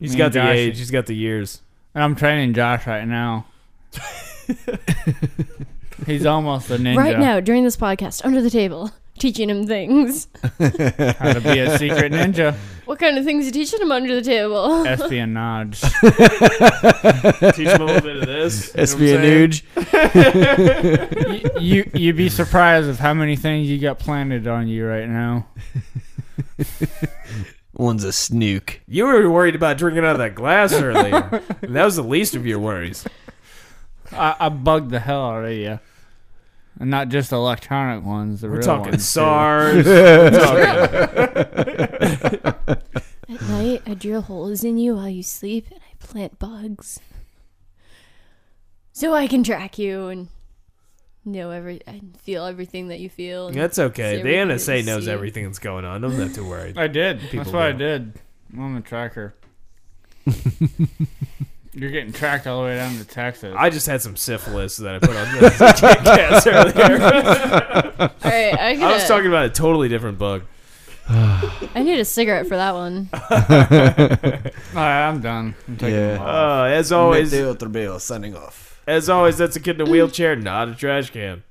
Speaker 4: He's
Speaker 6: Me
Speaker 4: got
Speaker 6: and
Speaker 4: the
Speaker 6: Josh-
Speaker 4: age. He's got the years.
Speaker 6: And I'm training Josh right now. He's almost a ninja.
Speaker 7: Right now, during this podcast, under the table, teaching him things.
Speaker 6: How to be a secret ninja.
Speaker 7: What kind of things you teaching him under the table?
Speaker 6: Espionage.
Speaker 4: Teach him a little bit of this. you know what I'm saying?
Speaker 5: Espionage.
Speaker 6: you, you, you'd be surprised of how many things you got planted on you right now.
Speaker 5: One's a snook.
Speaker 4: You were worried about drinking out of that glass earlier. that was the least of your worries.
Speaker 6: I, I bugged the hell out of you. And not just electronic ones, the
Speaker 4: We're
Speaker 6: real
Speaker 4: talking
Speaker 6: ones. too.
Speaker 4: SARS. We're talking-
Speaker 7: At night, I drill holes in you while you sleep, and I plant bugs, so I can track you and know every, I feel everything that you feel. and
Speaker 4: That's
Speaker 7: see
Speaker 4: okay. The
Speaker 7: everything that
Speaker 4: NSA
Speaker 7: you
Speaker 4: knows
Speaker 7: see.
Speaker 4: everything that's going on. I'm not too worried.
Speaker 6: I did.
Speaker 4: People
Speaker 6: That's what I
Speaker 4: do.
Speaker 6: did. I'm a tracker. You're getting tracked all the way down to Texas.
Speaker 4: I just had some syphilis that I put on the podcast earlier.
Speaker 7: All right, I,
Speaker 4: I was
Speaker 7: gotta-
Speaker 4: talking about a totally different bug.
Speaker 7: I need a cigarette for that one.
Speaker 6: All right, I'm done. I'm taking
Speaker 5: Yeah.
Speaker 6: them all.
Speaker 4: Uh, as always,
Speaker 5: Mateo Trebello signing off.
Speaker 4: as always, that's a kid in a wheelchair, not a trash can.